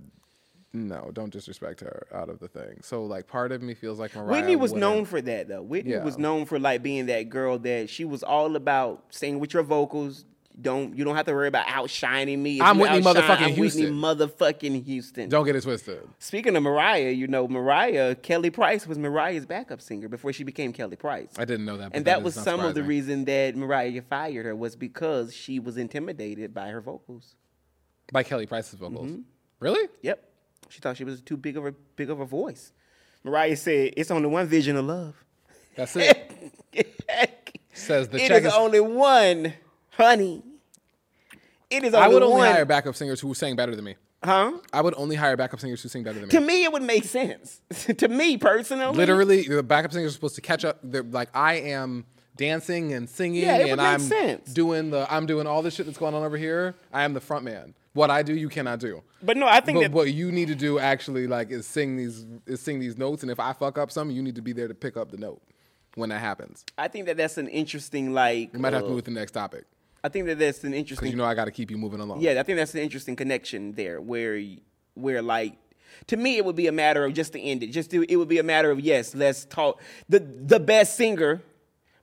Speaker 1: "No, don't disrespect her out of the thing." So like, part of me feels like Mariah.
Speaker 2: Whitney was
Speaker 1: wouldn't-
Speaker 2: known for that though. Whitney
Speaker 1: Yeah.
Speaker 2: was known for like being that girl that she was all about singing with your vocals. Don't you don't have to worry about outshining me. If
Speaker 1: I'm
Speaker 2: you
Speaker 1: Whitney
Speaker 2: outshine,
Speaker 1: motherfucking
Speaker 2: I'm Whitney
Speaker 1: Houston.
Speaker 2: motherfucking Houston.
Speaker 1: Don't get it twisted.
Speaker 2: Speaking of Mariah, you know Mariah Kelly Price was Mariah's backup singer before she became Kelly Price.
Speaker 1: I didn't know that. but
Speaker 2: and that,
Speaker 1: is
Speaker 2: was
Speaker 1: not
Speaker 2: some of the
Speaker 1: surprising.
Speaker 2: reason that Mariah fired her was because she was intimidated by her vocals.
Speaker 1: by Kelly Price's vocals.
Speaker 2: Mm-hmm.
Speaker 1: Really?
Speaker 2: Yep. She thought she was too big of a big of a voice. Mariah said, "It's only one vision of love."
Speaker 1: That's it. Says the
Speaker 2: It
Speaker 1: check
Speaker 2: is
Speaker 1: is.
Speaker 2: only one, honey. It is only
Speaker 1: I would only
Speaker 2: one.
Speaker 1: hire backup singers who sang better than me.
Speaker 2: huh?
Speaker 1: I would only hire backup singers who sing better than me.
Speaker 2: To me, it would make sense. to me personally,
Speaker 1: Literally, the backup singers are supposed to catch up. They're like, I am dancing and singing,
Speaker 2: Yeah, it would
Speaker 1: and
Speaker 2: make
Speaker 1: I'm
Speaker 2: sense.
Speaker 1: doing the, I'm doing all this shit that's going on over here. I am the front man. What I do, you cannot do.
Speaker 2: But no, I think
Speaker 1: But
Speaker 2: that
Speaker 1: what you need to do actually, like, is sing these, is sing these notes. And if I fuck up something, you need to be there to pick up the note when that happens.
Speaker 2: I think that that's an interesting like.
Speaker 1: You might have to
Speaker 2: uh,
Speaker 1: move with the next topic
Speaker 2: I think that that's an
Speaker 1: because
Speaker 2: interesting.
Speaker 1: you know I got to keep you moving along.
Speaker 2: yeah, I think that's an interesting connection there, where y- where like. To me, it would be a matter of just to end it. Just do it would be a matter of yes, let's talk. The the best singer,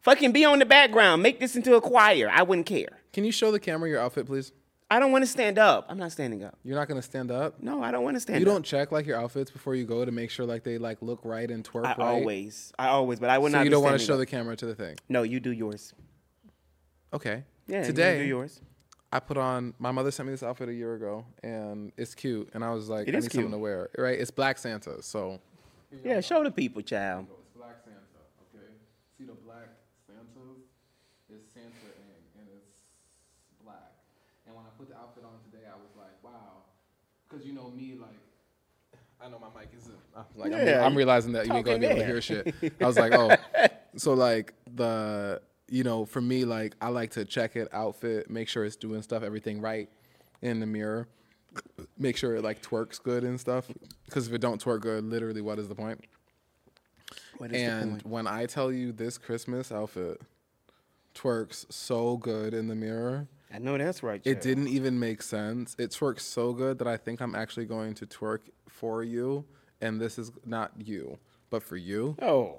Speaker 2: fucking be on the background. Make this into a choir. I wouldn't care.
Speaker 1: Can you show the camera your outfit, please?
Speaker 2: I don't want to stand up. I'm not standing up.
Speaker 1: You're not gonna stand up.
Speaker 2: No, I don't want to stand
Speaker 1: You
Speaker 2: up.
Speaker 1: don't check like your outfits before you go to make sure like they like look right and twerk
Speaker 2: I
Speaker 1: right.
Speaker 2: always, I always, but I would
Speaker 1: So
Speaker 2: not.
Speaker 1: you
Speaker 2: be
Speaker 1: don't want to
Speaker 2: standing
Speaker 1: show the
Speaker 2: up.
Speaker 1: camera to the thing.
Speaker 2: No, you do yours.
Speaker 1: Okay.
Speaker 2: Yeah, you
Speaker 1: Today,
Speaker 2: do yours.
Speaker 1: I put on my mother sent me this outfit a year ago, and it's cute. And I was like,
Speaker 2: It
Speaker 1: I
Speaker 2: is
Speaker 1: need
Speaker 2: cute.
Speaker 1: something to wear, right? It's Black Santa, so
Speaker 2: Yeah, show the people, child.
Speaker 1: It's Black Santa, okay? See the black Santas? It's Santa ink and it's black. And when I put the outfit on today, I was like, wow. Because you know me, like, I know my mic isn't. I'm Like,
Speaker 2: Yeah,
Speaker 1: I'm, I'm realizing that you ain't going
Speaker 2: talking
Speaker 1: to be able to
Speaker 2: there.
Speaker 1: hear shit. I was like, oh. So, like, the, you know, for me, like, I like to check it, outfit, make sure it's doing stuff, everything right in the mirror. Make sure it like twerks good and stuff, because if it don't twerk good, literally, what is the point?
Speaker 2: What is the
Speaker 1: And
Speaker 2: point?
Speaker 1: when I tell you this Christmas outfit twerks so good in the mirror,
Speaker 2: I know that's right.
Speaker 1: it
Speaker 2: child.
Speaker 1: didn't even make sense. It twerks so good that I think I'm actually going to twerk for you, and this is not you, but for you.
Speaker 2: Oh,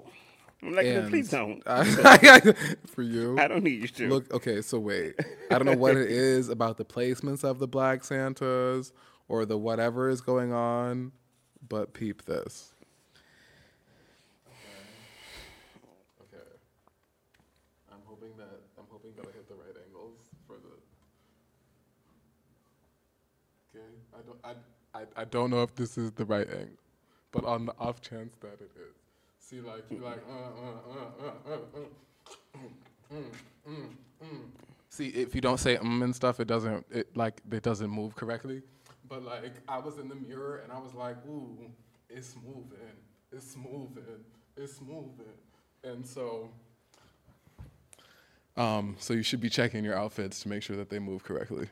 Speaker 2: I'm like, no,
Speaker 1: And
Speaker 2: please don't.
Speaker 1: I- for you.
Speaker 2: I don't need you to.
Speaker 1: Look, okay, so wait. I don't know what it is about the placements of the Black Santas or the whatever is going on, but peep this. Okay. Okay. I'm hoping that I'm hoping that I hit the right angles for the. Okay. I don't. I. I, I don't know if this is the right angle, but on the off chance that it is, see, like you're like. Uh, uh, uh, uh, uh, uh. See, if you don't say mm and stuff, it doesn't it like it doesn't move correctly. But like I was in the mirror and I was like, ooh, it's moving, it's moving, it's moving. And so um, so you should be checking your outfits to make sure that they move correctly.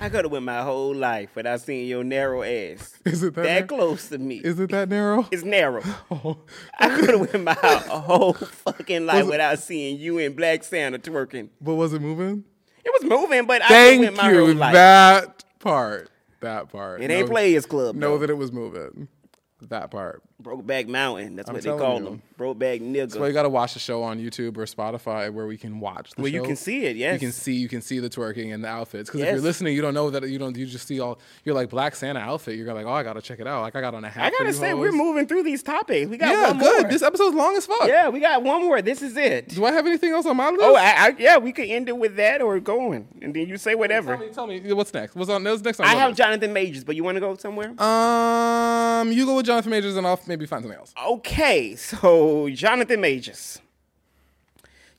Speaker 2: I could have went my whole life without seeing your narrow ass.
Speaker 1: Is it that narrow?
Speaker 2: close to me?
Speaker 1: Is it that narrow?
Speaker 2: it's narrow.
Speaker 1: Oh,
Speaker 2: I could have went my whole fucking life without seeing you and Black Santa twerking.
Speaker 1: but was it moving?
Speaker 2: It was moving, but I could
Speaker 1: Thank
Speaker 2: went my
Speaker 1: you.
Speaker 2: whole life.
Speaker 1: That part. That part.
Speaker 2: it ain't
Speaker 1: Know-
Speaker 2: Players Club.
Speaker 1: Know
Speaker 2: though.
Speaker 1: that it was moving. That part.
Speaker 2: Brokeback Mountain. That's what they
Speaker 1: telling
Speaker 2: call
Speaker 1: you.
Speaker 2: them. Brokeback nigga.
Speaker 1: Well, you gotta watch the show on YouTube or Spotify where we can watch the
Speaker 2: Well,
Speaker 1: show.
Speaker 2: you can see it, yes.
Speaker 1: You can see you can see the twerking and the outfits. Because if
Speaker 2: Yes.
Speaker 1: you're listening, you don't know that you don't you just see all you're like Black Santa outfit. You're like, oh, I gotta check it out. Like I got on a hat.
Speaker 2: I
Speaker 1: for
Speaker 2: gotta
Speaker 1: you
Speaker 2: say,
Speaker 1: hoes.
Speaker 2: we're moving through these topics. We got
Speaker 1: Yeah,
Speaker 2: one
Speaker 1: good.
Speaker 2: more.
Speaker 1: This episode's long as fuck.
Speaker 2: yeah, we got one more. This is it.
Speaker 1: Do I have anything else on my list?
Speaker 2: Oh, I, I, yeah, we could end it with that or going, and then you say whatever.
Speaker 1: Tell me, tell me what's next. What's on? What's next on
Speaker 2: I
Speaker 1: your
Speaker 2: have
Speaker 1: list?
Speaker 2: Jonathan Majors, but you want to go somewhere?
Speaker 1: Um, you go with Jonathan Majors, and I'll maybe find something else.
Speaker 2: Okay, so Jonathan Majors.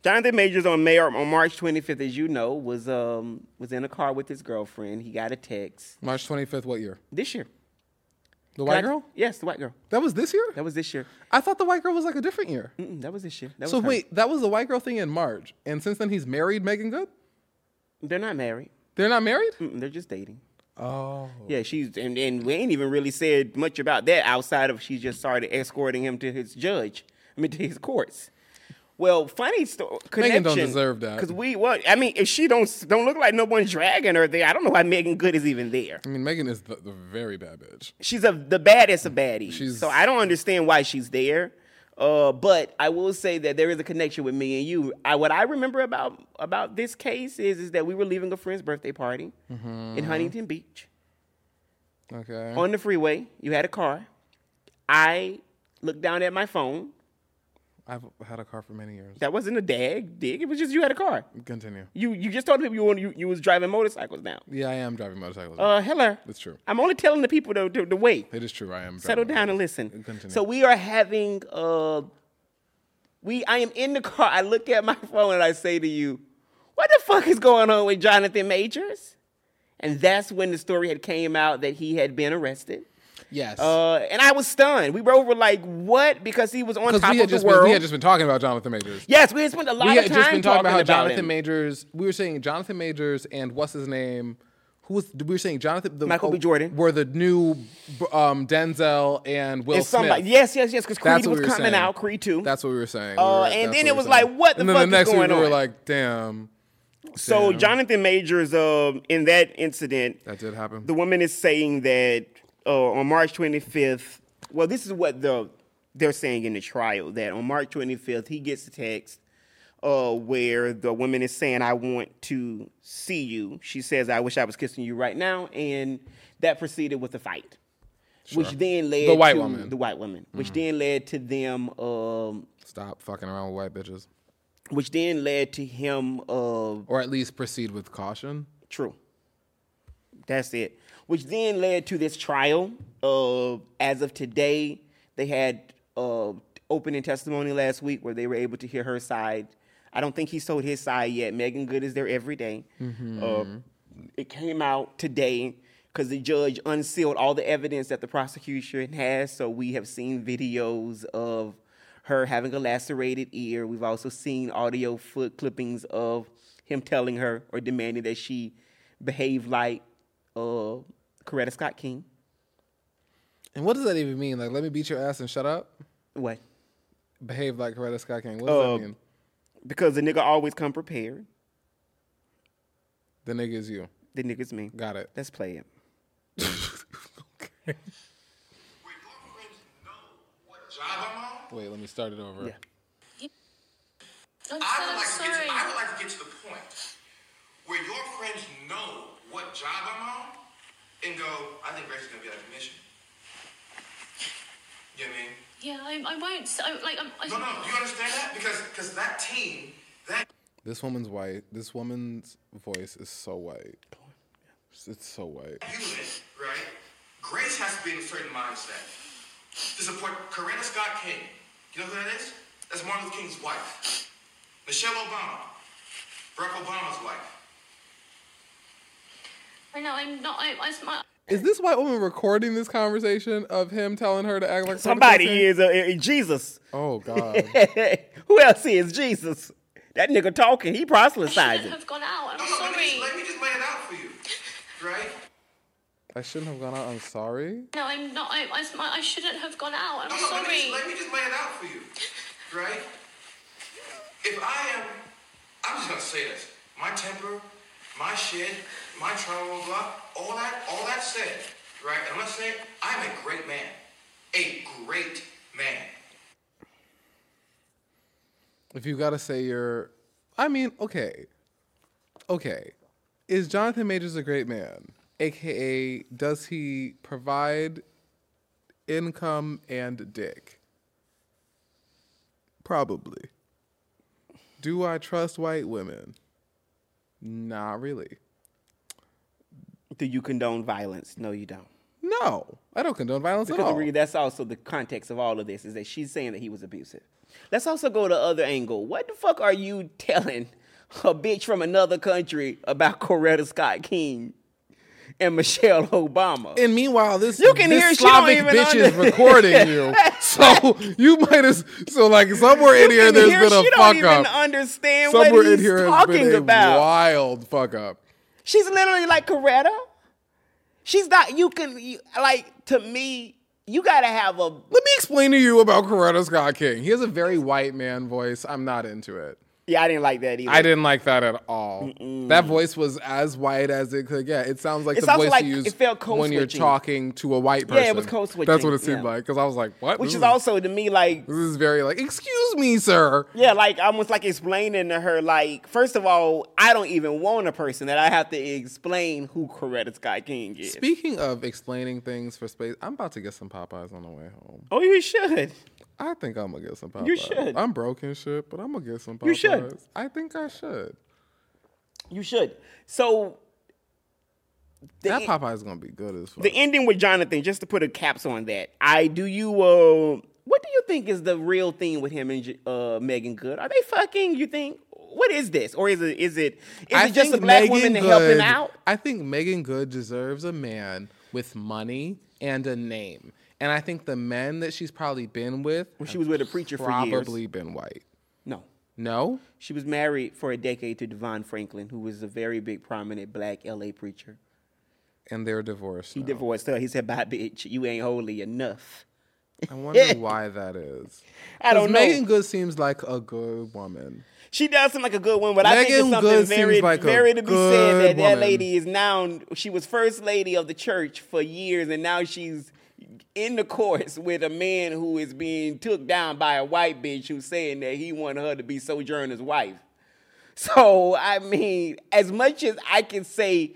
Speaker 2: Jonathan Majors on May on March 25th, as you know, was um was in a car with his girlfriend. He got a text
Speaker 1: March 25th. What year?
Speaker 2: this year.
Speaker 1: The White
Speaker 2: Got-
Speaker 1: Girl.
Speaker 2: Yes, the white girl.
Speaker 1: That was this year.
Speaker 2: That was this year.
Speaker 1: I thought the White Girl was like a different year.
Speaker 2: Mm-mm, that was this year. That was
Speaker 1: So
Speaker 2: her.
Speaker 1: wait, that was the White Girl thing in March, and since then he's married Megan Good.
Speaker 2: they're not married.
Speaker 1: They're not married?
Speaker 2: Mm-mm, they're just dating.
Speaker 1: Oh.
Speaker 2: Yeah, she's and, and we ain't even really said much about that outside of she just started escorting him to his judge. I mean to his courts. Well, funny story.
Speaker 1: Megan don't deserve that.
Speaker 2: Because we, well, I mean, if she don't don't look like no one's dragging her there, I don't know why Megan Good is even there.
Speaker 1: I mean, Megan is the, the very bad bitch.
Speaker 2: She's a the baddest of baddies.
Speaker 1: She's-
Speaker 2: so I don't understand why she's there. Uh, but I will say that there is a connection with me and you. I, what I remember about about this case is is that we were leaving a friend's birthday party
Speaker 1: Mm-hmm.
Speaker 2: in Huntington Beach.
Speaker 1: Okay.
Speaker 2: on the freeway. You had a car. I looked down at my phone.
Speaker 1: I've had a car for many years.
Speaker 2: That wasn't a dag dig. It was just you had a car.
Speaker 1: Continue.
Speaker 2: You you just told people you were- you, you was driving motorcycles now.
Speaker 1: Yeah, I am driving motorcycles.
Speaker 2: Uh, hello.
Speaker 1: It's true.
Speaker 2: I'm only telling the people the the, the way.
Speaker 1: it is true. I am.
Speaker 2: Settle
Speaker 1: driving
Speaker 2: down Uh, and
Speaker 1: motorcycles.
Speaker 2: listen.
Speaker 1: Continue.
Speaker 2: So we are having uh, we I am in the car. I look at my phone and I say to you, "What the fuck is going on with Jonathan Majors?" And that's when the story had came out that he had been arrested.
Speaker 1: Yes.
Speaker 2: Uh, and I was stunned. We both were like, "What?" Because he was on
Speaker 1: Because
Speaker 2: top
Speaker 1: we had
Speaker 2: of the
Speaker 1: just been,
Speaker 2: world.
Speaker 1: we had just been talking about Jonathan Majors.
Speaker 2: yes, we had spent a lot
Speaker 1: we
Speaker 2: of
Speaker 1: had
Speaker 2: time
Speaker 1: just been talking about how Jonathan
Speaker 2: him.
Speaker 1: Majors. We were saying Jonathan Majors and what's his name. Who was we were saying Jonathan the, oh,
Speaker 2: Michael B. Jordan.
Speaker 1: were the new um, Denzel and Will
Speaker 2: And somebody,
Speaker 1: Smith.
Speaker 2: yes, yes, yes, because Creed
Speaker 1: That's what
Speaker 2: was
Speaker 1: we were
Speaker 2: coming
Speaker 1: saying.
Speaker 2: out. Creed too.
Speaker 1: That's what we were saying. We
Speaker 2: Uh,
Speaker 1: were-
Speaker 2: and
Speaker 1: that's
Speaker 2: then
Speaker 1: we
Speaker 2: it
Speaker 1: were
Speaker 2: was
Speaker 1: saying.
Speaker 2: like, what the
Speaker 1: and then
Speaker 2: fuck
Speaker 1: the
Speaker 2: is
Speaker 1: next
Speaker 2: going
Speaker 1: week we were
Speaker 2: on?
Speaker 1: like, damn,
Speaker 2: so
Speaker 1: Damn.
Speaker 2: Jonathan Majors, um, in that incident,
Speaker 1: that did happen.
Speaker 2: the woman is saying that uh, on March 25th. Well, this is what the they're saying in the trial that on March 25th he gets a text uh, where the woman is saying, "I want to see you." She says, "I wish I was kissing you right now," and that proceeded with a fight, which then led
Speaker 1: The white
Speaker 2: to
Speaker 1: woman. Mm-hmm.
Speaker 2: the white woman, which then led to them, um,
Speaker 1: Stop fucking around with white bitches.
Speaker 2: which then led to him. Uh,
Speaker 1: or at least proceed with caution.
Speaker 2: True. That's it. Which then led to this trial. Uh, as of today, they had uh, opening testimony last week where they were able to hear her side. I don't think he sold his side yet. Megan Good is there every day. Uh, it came out today because the judge unsealed all the evidence that the prosecution has. So we have seen videos of her having a lacerated ear. We've also seen audio foot clippings of him telling her or demanding that she behave like uh, Coretta Scott King.
Speaker 1: And what does that even mean? Like, let me beat your ass and shut up?
Speaker 2: What?
Speaker 1: Behave like Coretta Scott King. What does
Speaker 2: Uh,
Speaker 1: that mean?
Speaker 2: Because the nigga always come prepared.
Speaker 1: The nigga is you.
Speaker 2: The nigga's me.
Speaker 1: Got it.
Speaker 2: Let's play it.
Speaker 1: okay.
Speaker 3: We already know what job I'm on.
Speaker 1: Wait, let me start it over.
Speaker 2: Yeah.
Speaker 4: I'm
Speaker 3: I would,
Speaker 4: so
Speaker 3: like to get
Speaker 4: sorry.
Speaker 3: to, I would like to get to the point where your friends know what job I'm on and go, I think Rachel's gonna be out of commission. You know what I mean?
Speaker 4: Yeah, I, I won't. s- I, like, I'm, I,
Speaker 3: No, no, do you understand that? Because because that team, that
Speaker 1: This woman's white. This woman's voice is so white. It's so white.
Speaker 3: unit, right? Grace has to be in a certain mindset to support Coretta Scott King. You know who that is? That's Martin Luther King's wife, Michelle Obama, Barack Obama's wife.
Speaker 4: I know I'm not. I, I, my,
Speaker 1: Is this white woman recording this conversation of him telling her to act like Coretta
Speaker 2: Somebody
Speaker 1: Scott King?
Speaker 2: is uh, uh, Jesus.
Speaker 1: Oh God.
Speaker 2: Who else is Jesus? That nigga talking. He
Speaker 4: I shouldn't
Speaker 2: proselytizing.
Speaker 4: have gone out. I'm
Speaker 3: No, no, let me, just,
Speaker 4: sorry.
Speaker 3: let me just lay it out for you, right?
Speaker 1: I shouldn't have gone out. I'm sorry.
Speaker 4: No, I'm not. I, I, my, I shouldn't have gone out.
Speaker 3: No,
Speaker 4: I'm
Speaker 3: no, let me, just,
Speaker 4: sorry.
Speaker 3: let me just lay it out for you, right? If I am, I'm just gonna say this. My temper, my shit, my trauma, blah, blah, all that, all that said, right? And I'm gonna say, it, I'm a great man, a great man.
Speaker 1: If you gotta say you're, I mean, okay, okay, is Jonathan Majors a great man? AKA, does he provide income and dick? Probably. Do I trust white women? Not really.
Speaker 2: Do you condone violence? No, you don't.
Speaker 1: No, I don't condone violence at
Speaker 2: Because
Speaker 1: all.
Speaker 2: really, that's also the context of all of this is that she's saying that he was abusive. Let's also go to the other angle. What the fuck are you telling a bitch from another country about Coretta Scott King and Michelle Obama?
Speaker 1: And meanwhile, this
Speaker 2: You can
Speaker 1: this
Speaker 2: hear- she don't
Speaker 1: Slavic
Speaker 2: even
Speaker 1: bitch is
Speaker 2: under-
Speaker 1: recording you. So you might as so like somewhere in here
Speaker 2: And
Speaker 1: there's
Speaker 2: here
Speaker 1: been a
Speaker 2: she
Speaker 1: fuck
Speaker 2: don't even
Speaker 1: up.
Speaker 2: understand what
Speaker 1: somewhere
Speaker 2: he's
Speaker 1: in here has
Speaker 2: talking
Speaker 1: been a
Speaker 2: about.
Speaker 1: wild fuck up.
Speaker 2: She's literally like Coretta. She's not. You can you, like to me. You gotta have a.
Speaker 1: Let me explain to you about Coretta Scott King. He has a very white man voice. I'm not into it.
Speaker 2: Yeah, I didn't like that either.
Speaker 1: I didn't like that at all. That voice was as white as it could get. It sounds like
Speaker 2: It
Speaker 1: the
Speaker 2: sounds
Speaker 1: voice
Speaker 2: like
Speaker 1: you use
Speaker 2: it felt code
Speaker 1: when you're
Speaker 2: switching.
Speaker 1: talking to a white person.
Speaker 2: Yeah, it was code
Speaker 1: That's
Speaker 2: switching,
Speaker 1: what it seemed
Speaker 2: yeah.
Speaker 1: like. Because I was like, what?
Speaker 2: Which
Speaker 1: This
Speaker 2: is also to me like
Speaker 1: this is very like, excuse me, sir.
Speaker 2: Yeah, like I was like explaining to her, like, first of all, I don't even want a person that I have to explain who Coretta Scott King is.
Speaker 1: Speaking of explaining things for space, I'm about to get some Popeyes on the way home.
Speaker 2: oh, you should.
Speaker 1: I think I'm gonna get some Popeyes.
Speaker 2: You should.
Speaker 1: I'm broken shit, but I'm gonna get some Popeyes.
Speaker 2: You should.
Speaker 1: I think I should.
Speaker 2: You should. So the,
Speaker 1: that Popeye's gonna be good as fuck.
Speaker 2: the ending with Jonathan, just to put a caps on that, I do you uh what do you think is the real thing with him and J- uh Megan Good? Are they fucking, you think? What is this? Or is it is it is it just a
Speaker 1: think
Speaker 2: black
Speaker 1: Megan
Speaker 2: woman to help him
Speaker 1: Good-
Speaker 2: out?
Speaker 1: I think Megan Good deserves a man with money and a name. And I think the men that she's probably been with
Speaker 2: Well, she was with a preacher for years.
Speaker 1: probably been white.
Speaker 2: No.
Speaker 1: No?
Speaker 2: She was married for a decade to Devon Franklin, who was a very big, prominent black LA preacher.
Speaker 1: And they're divorced.
Speaker 2: He
Speaker 1: now.
Speaker 2: divorced her. He said, "Bye, bitch. You ain't holy enough."
Speaker 1: I wonder why that is.
Speaker 2: I don't
Speaker 1: 'Cause
Speaker 2: know.
Speaker 1: Megan Good seems like a good woman.
Speaker 2: She does seem like a good one, but I think
Speaker 1: Megan
Speaker 2: it's something
Speaker 1: Good
Speaker 2: very,
Speaker 1: seems like a
Speaker 2: very to be
Speaker 1: good
Speaker 2: said that that
Speaker 1: woman.
Speaker 2: lady is now. She was first lady of the church for years, and now she's in the courts with a man who is being took down by a white bitch who's saying that he wanted her to be Sojourner's wife. So I mean, as much as I can say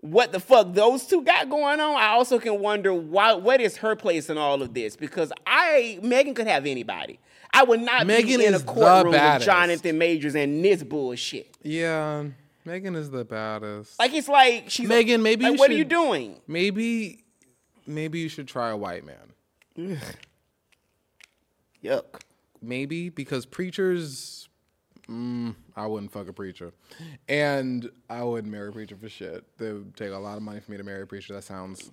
Speaker 2: what the fuck those two got going on, I also can wonder why what is her place in all of this because I Megan could have anybody. I would not
Speaker 1: Megan
Speaker 2: be in a
Speaker 1: is the
Speaker 2: courtroom with
Speaker 1: baddest.
Speaker 2: Jonathan Majors and this bullshit.
Speaker 1: Yeah. Megan is the baddest.
Speaker 2: Like it's like she's
Speaker 1: Megan, maybe
Speaker 2: like,
Speaker 1: you
Speaker 2: what are you
Speaker 1: should-
Speaker 2: doing?
Speaker 1: Maybe, maybe you should try a white man.
Speaker 2: Yuck.
Speaker 1: Maybe because preachers, mm, I wouldn't fuck a preacher, and I wouldn't marry a preacher for shit. They would take a lot of money for me to marry a preacher. That sounds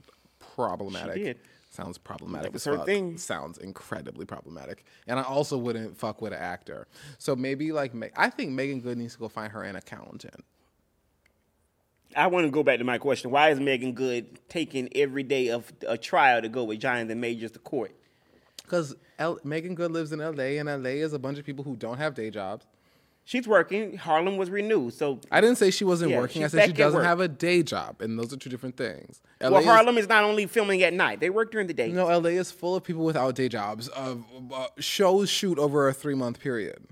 Speaker 1: problematic.
Speaker 2: She did.
Speaker 1: Sounds problematic.
Speaker 2: was
Speaker 1: as
Speaker 2: her
Speaker 1: fuck.
Speaker 2: thing.
Speaker 1: Sounds incredibly problematic. And I also wouldn't fuck with an actor. So maybe like Me- I think Megan Good needs to go find her an accountant.
Speaker 2: I want to go back to my question. Why is Megan Good taking every day of a trial to go with Jonathan Majors to court?
Speaker 1: Because L- Megan Good lives in LA, and LA is a bunch of people who don't have day jobs.
Speaker 2: She's working. Harlem was renewed. So
Speaker 1: I didn't say she wasn't
Speaker 2: Yeah,
Speaker 1: working. I
Speaker 2: she's
Speaker 1: said
Speaker 2: back
Speaker 1: she
Speaker 2: at
Speaker 1: doesn't
Speaker 2: work.
Speaker 1: have a day job, and those are two different things. LA
Speaker 2: well,
Speaker 1: is-
Speaker 2: Harlem is not only filming at night. They work during the day.
Speaker 1: no, LA is full of people without day jobs. Of uh, shows shoot over a three month period.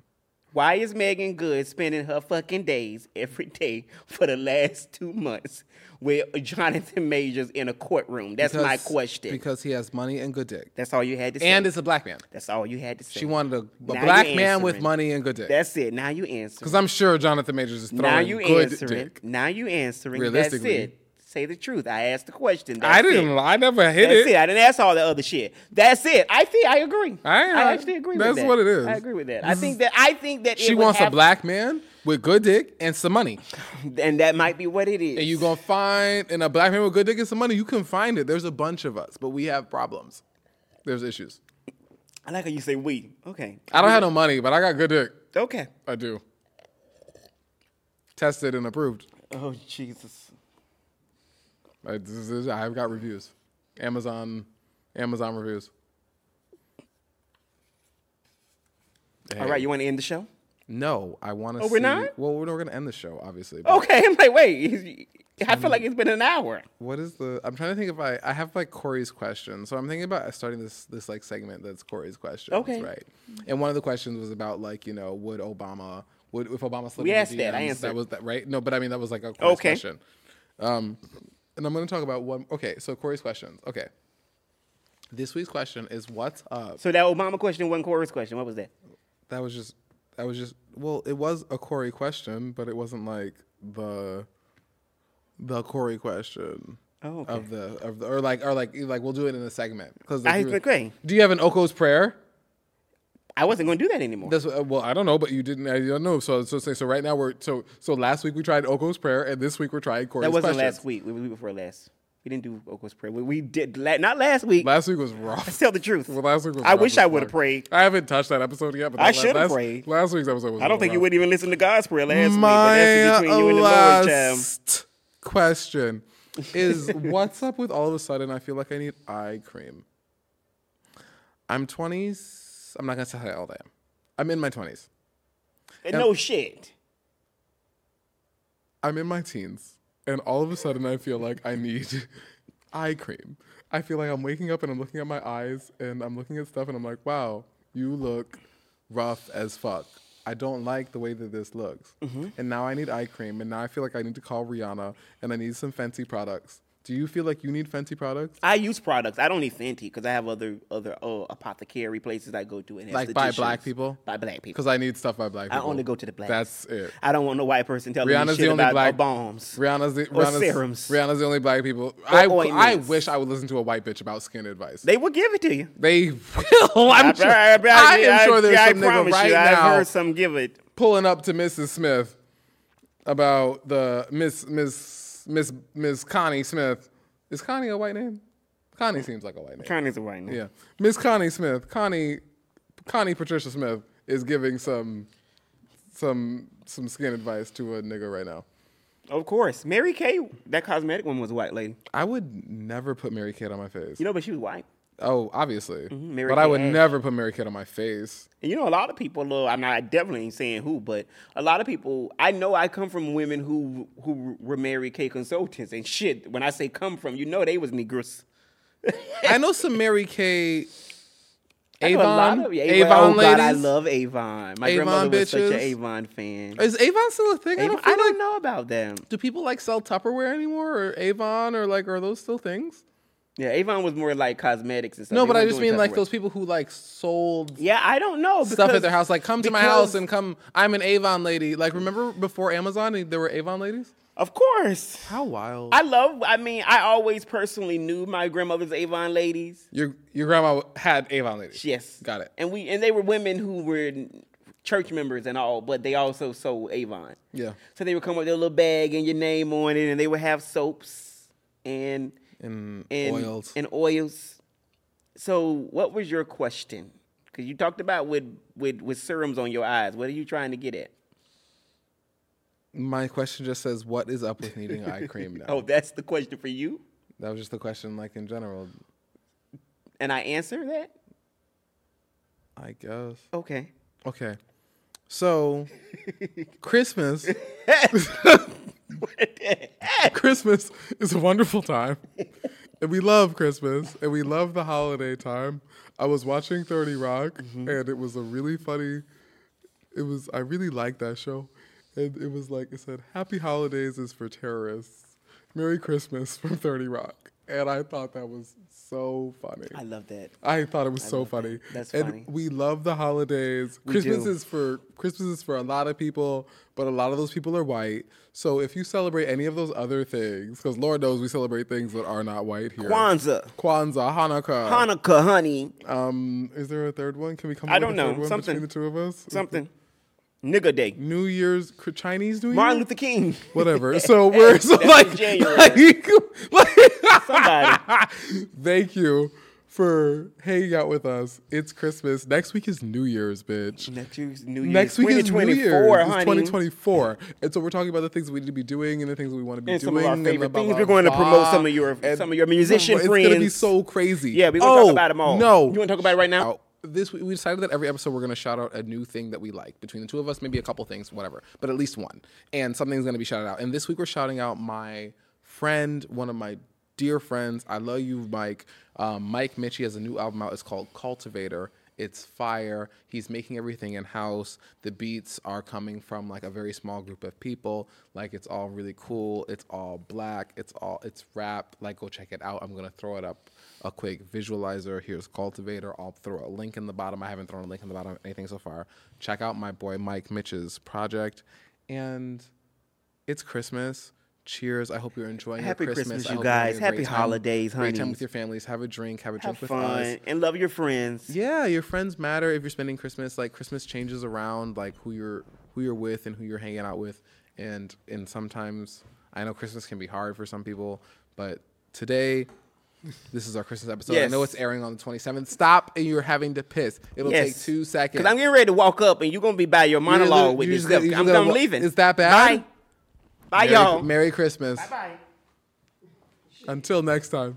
Speaker 2: Why is Megan Good spending her fucking days every day for the last two months with Jonathan Majors in a courtroom? That's my
Speaker 1: Because-
Speaker 2: question.
Speaker 1: Because he has money and good dick,
Speaker 2: That's all you had to say.
Speaker 1: and it's a black man.
Speaker 2: That's all you had to say.
Speaker 1: She wanted a, a
Speaker 2: Now
Speaker 1: black
Speaker 2: you
Speaker 1: man with
Speaker 2: answering.
Speaker 1: money and good dick.
Speaker 2: That's it. Now you answer.
Speaker 1: Because I'm sure Jonathan Majors is throwing
Speaker 2: Now you
Speaker 1: good
Speaker 2: answering.
Speaker 1: dick.
Speaker 2: Now you answering.
Speaker 1: Realistically.
Speaker 2: That's it. Say the truth. I asked the question. That's
Speaker 1: I didn't.
Speaker 2: It.
Speaker 1: I never hit it.
Speaker 2: That's it. I didn't ask all the other shit. That's it. I think I agree.
Speaker 1: I-
Speaker 2: actually agree
Speaker 1: that's
Speaker 2: with that.
Speaker 1: what it is.
Speaker 2: I agree with that. I think that I think that it
Speaker 1: She
Speaker 2: would
Speaker 1: wants a
Speaker 2: have-
Speaker 1: black man with good dick and some money.
Speaker 2: and that might be what it is.
Speaker 1: And you gonna find and a black man with good dick and some money, you can find it. There's a bunch of us, but we have problems. There's issues.
Speaker 2: I like how you say we. Okay.
Speaker 1: I don't have no money, but I got good dick.
Speaker 2: Okay.
Speaker 1: I do. Tested and approved.
Speaker 2: Oh Jesus.
Speaker 1: I, this is- I've got reviews. Amazon, Amazon reviews.
Speaker 2: All right, you want to end the show?
Speaker 1: No, I want to.
Speaker 2: Oh, we're not? Oh,
Speaker 1: Well, we're not gonna end the show, obviously. but
Speaker 2: Okay. I'm like, wait. I feel like it's been an hour.
Speaker 1: What is the? I'm trying to think if I I have like Corey's question. So I'm thinking about starting this this like segment that's Corey's question.
Speaker 2: Okay.
Speaker 1: Right. And one of the questions was about like you know would Obama would if Obama slipped
Speaker 2: We
Speaker 1: into
Speaker 2: asked that, I
Speaker 1: DMs,
Speaker 2: answered.
Speaker 1: that was that right? No, but I mean that was like a Corey's
Speaker 2: Okay.
Speaker 1: question. Um, and I'm going to talk about one. Okay, so Corey's questions. Okay. This week's question is what's up.
Speaker 2: So that Obama question wasn't Corey's question. What was that?
Speaker 1: That was just that was just well, it was a Corey question, but it wasn't like the the Corey question.
Speaker 2: Oh, okay.
Speaker 1: Of the of the or like or like like we'll do it in a segment because
Speaker 2: I agree.
Speaker 1: Do you have an Oko's prayer?
Speaker 2: I wasn't going to do that anymore.
Speaker 1: That's uh, well, I don't know, but you didn't. I don't know. So so say- so right now we're so so last week we tried Oko's prayer and this week we're trying Corey's
Speaker 2: that wasn't
Speaker 1: question.
Speaker 2: last week. We were before last. We didn't do Oko's prayer. We, we did la- not last week.
Speaker 1: Last week was rough.
Speaker 2: Tell the truth.
Speaker 1: Well, last week was
Speaker 2: I
Speaker 1: rough
Speaker 2: wish
Speaker 1: as
Speaker 2: I would have
Speaker 1: fuck.
Speaker 2: prayed.
Speaker 1: I haven't touched that episode yet. But
Speaker 2: I
Speaker 1: that la-
Speaker 2: should've
Speaker 1: last-
Speaker 2: prayed.
Speaker 1: Last week's episode was.
Speaker 2: I don't think you
Speaker 1: rough.
Speaker 2: would even listen to God's prayer last week. But
Speaker 1: My
Speaker 2: that's between you and the Lord, child.
Speaker 1: last question is what's up with all of a sudden I feel like I need eye cream. I'm 20s. I'm not gonna say how old I am. I'm in my 20s.
Speaker 2: No shit.
Speaker 1: I'm in my teens, and all of a sudden I feel like I need eye cream. I feel like I'm waking up and I'm looking at my eyes and I'm looking at stuff and I'm like, wow, you look rough as fuck. I don't like the way that this looks.
Speaker 2: Mm-hmm.
Speaker 1: And now I need eye cream, and now I feel like I need to call Rihanna and I need some fancy products. Do you feel like you need fancy products?
Speaker 2: I use products. I don't need Fenty because I have other other uh, apothecary places I go to. And
Speaker 1: Like by
Speaker 2: estheticians.
Speaker 1: black people?
Speaker 2: By black people.
Speaker 1: Because I need stuff by black
Speaker 2: I
Speaker 1: people.
Speaker 2: only go to the blacks.
Speaker 1: That's it.
Speaker 2: I don't want no white person telling me
Speaker 1: Rihanna's
Speaker 2: shit
Speaker 1: the only
Speaker 2: about
Speaker 1: black
Speaker 2: uh, bombs.
Speaker 1: Rihanna's the
Speaker 2: Or
Speaker 1: Rihanna's,
Speaker 2: serums.
Speaker 1: Rihanna's the only black people. I, I
Speaker 2: ointments.
Speaker 1: wish I would listen to a white bitch about skin advice.
Speaker 2: They will give it to you.
Speaker 1: They will. I'm sure, I, am sure there's
Speaker 2: I
Speaker 1: some nigga
Speaker 2: promise
Speaker 1: right
Speaker 2: you,
Speaker 1: now
Speaker 2: I've heard some give it.
Speaker 1: pulling up to Mrs. Smith about the Miss Miss Miss Miss Connie Smith. Is Connie a white name? Connie seems like a white name.
Speaker 2: Connie's a white now.
Speaker 1: Yeah, Miss Connie Smith. Connie Connie Patricia Smith is giving some some some skin advice to a nigga right now.
Speaker 2: Of course, Mary Kay, that cosmetic woman was a white lady.
Speaker 1: I would never put Mary Kate on my face.
Speaker 2: You know, but she was white.
Speaker 1: oh, obviously.
Speaker 2: Mary
Speaker 1: but I
Speaker 2: Kay
Speaker 1: would
Speaker 2: Ash.
Speaker 1: never put Mary Kate on my face.
Speaker 2: And you know, a lot of people. Love, I'm not definitely ain't saying who, but a lot of people. I know I come from women who who were Mary Kay consultants and shit. When I say come from, you know they was Negroes.
Speaker 1: I know some Mary Kay.
Speaker 2: I know
Speaker 1: Avon,
Speaker 2: a lot of-
Speaker 1: Avon,
Speaker 2: Oh
Speaker 1: ladies.
Speaker 2: God, I love Avon. My
Speaker 1: Avon
Speaker 2: grandmother was such
Speaker 1: bitches.
Speaker 2: an Avon fan.
Speaker 1: Is Avon still a thing? I
Speaker 2: Avon-
Speaker 1: don't, feel
Speaker 2: I don't
Speaker 1: like,
Speaker 2: know about them.
Speaker 1: Do people like sell Tupperware anymore, or Avon, or like are those still things?
Speaker 2: Yeah, Avon was more like cosmetics and stuff.
Speaker 1: No,
Speaker 2: They
Speaker 1: but I
Speaker 2: weren't
Speaker 1: just
Speaker 2: doing
Speaker 1: mean like
Speaker 2: Tupperware.
Speaker 1: those people who like sold
Speaker 2: Yeah, I don't know.
Speaker 1: stuff at
Speaker 2: because-
Speaker 1: their house. Like, come to my
Speaker 2: because-
Speaker 1: house and come. I'm an Avon lady. Like, remember before Amazon, and there were Avon ladies.
Speaker 2: Of course.
Speaker 1: How wild!
Speaker 2: I love, I mean, I always personally knew my grandmother's Avon ladies.
Speaker 1: your your grandma had Avon ladies.
Speaker 2: Yes.
Speaker 1: got it.
Speaker 2: And we and they were women who were church members and all, but they also sold Avon.
Speaker 1: Yeah,
Speaker 2: So they would come with their little bag and your name on it, and they would have soaps and
Speaker 1: and,
Speaker 2: and
Speaker 1: oils.
Speaker 2: and oils. So what was your question? Because you talked about with with with serums on your eyes. What are you trying to get at?
Speaker 1: my question just says, "What is up with needing eye cream now?"
Speaker 2: Oh, that's the question for you.
Speaker 1: That was just the question, like in general.
Speaker 2: And I answer that.
Speaker 1: I guess.
Speaker 2: Okay.
Speaker 1: Okay, so Christmas. Christmas is a wonderful time. And we love Christmas and we love the holiday time. I was watching 30 Rock and it was a really funny it was I really liked that show. And it was like it said happy holidays is for terrorists. Merry Christmas from 30 Rock. And I thought that was so funny.
Speaker 2: I love that.
Speaker 1: I thought it was so
Speaker 2: love that.
Speaker 1: funny.
Speaker 2: That's
Speaker 1: and
Speaker 2: funny.
Speaker 1: We love the holidays. Christmas
Speaker 2: do.
Speaker 1: is for Christmas is for a lot of people, but a lot of those people are white. So if you celebrate any of those other things, because Lord knows we celebrate things that are not white here.
Speaker 2: Kwanzaa.
Speaker 1: Kwanzaa, Hanukkah.
Speaker 2: Hanukkah, honey.
Speaker 1: um, is there a third one? Can we come?
Speaker 2: I
Speaker 1: up
Speaker 2: don't
Speaker 1: with a third
Speaker 2: know.
Speaker 1: one
Speaker 2: Something.
Speaker 1: between the two of us.
Speaker 2: Something. Nigga Day.
Speaker 1: New Year's Cr- Chinese New Year.
Speaker 2: Martin Luther King.
Speaker 1: Whatever. So we're so
Speaker 2: in
Speaker 1: like,
Speaker 2: January.
Speaker 1: like, like
Speaker 2: Somebody.
Speaker 1: Thank you for hanging out with us. It's Christmas. Next week is New Year's, bitch.
Speaker 2: Next week's New Year's.
Speaker 1: Next week is New
Speaker 2: 2024,
Speaker 1: Year's. It's
Speaker 2: honey.
Speaker 1: 2024. And so we're talking about the things we need to be doing and the things we want to be
Speaker 2: And
Speaker 1: doing.
Speaker 2: some of our
Speaker 1: blah,
Speaker 2: favorite
Speaker 1: blah,
Speaker 2: things.
Speaker 1: blah,
Speaker 2: We're going to
Speaker 1: blah.
Speaker 2: promote some of your some of your musician
Speaker 1: it's
Speaker 2: friends.
Speaker 1: gonna be so crazy.
Speaker 2: Yeah, we
Speaker 1: are
Speaker 2: gonna talk about 'em all.
Speaker 1: No,
Speaker 2: You wanna talk about it right now?
Speaker 1: Shout- This we we decided that every episode we're gonna shout out a new thing that we like between the two of us, maybe a couple things, whatever, but at least one, and something's gonna be shouted out. And this week we're shouting out my friend, one of my dear friends. I love you, Mike. Um, Mike Mitchie has a new album out. It's called Cultivator. It's fire. He's making everything in house. The beats are coming from like a very small group of people. Like it's all really cool. It's all black. It's all it's rap. Like go check it out. I'm gonna throw it up a quick visualizer. Here's Cultivator. I'll throw a link in the bottom. I haven't thrown a link in the bottom of anything so far. Check out my boy Mike Mitch's project. And it's Christmas. Cheers. I hope you're enjoying
Speaker 2: Happy
Speaker 1: your Christmas.
Speaker 2: Christmas,
Speaker 1: I
Speaker 2: you
Speaker 1: hope you're having
Speaker 2: guys.
Speaker 1: a great
Speaker 2: Happy
Speaker 1: time-
Speaker 2: holidays,
Speaker 1: Great time
Speaker 2: honeys.
Speaker 1: with your families. Have a drink. Have a
Speaker 2: Have
Speaker 1: drink with
Speaker 2: fun
Speaker 1: us.
Speaker 2: and love your friends.
Speaker 1: Yeah, your friends matter if you're spending Christmas. Like Christmas changes around, like who you're who you're with and who you're hanging out with, and and sometimes I know Christmas can be hard for some people, but today. This is our Christmas episode. I
Speaker 2: Yes.
Speaker 1: know it's airing on the 27th. Stop and you're having to piss. It'll
Speaker 2: Yes.
Speaker 1: take two seconds.
Speaker 2: Because I'm getting ready to walk up and you're going to be by your
Speaker 1: You're
Speaker 2: monologue
Speaker 1: li-
Speaker 2: with
Speaker 1: you're
Speaker 2: this
Speaker 1: just gonna-
Speaker 2: stuff.
Speaker 1: you're
Speaker 2: I'm,
Speaker 1: gonna
Speaker 2: I'm
Speaker 1: wa-
Speaker 2: leaving.
Speaker 1: Is that bad?
Speaker 2: Bye. Bye,
Speaker 1: Merry,
Speaker 2: y'all.
Speaker 1: Merry Christmas.
Speaker 2: Bye.
Speaker 1: Until next time.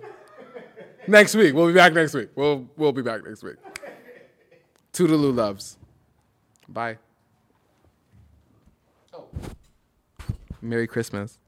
Speaker 1: next week. We'll be back next week. We'll we'll be back next week. Toodaloo loves. Bye. Merry Christmas.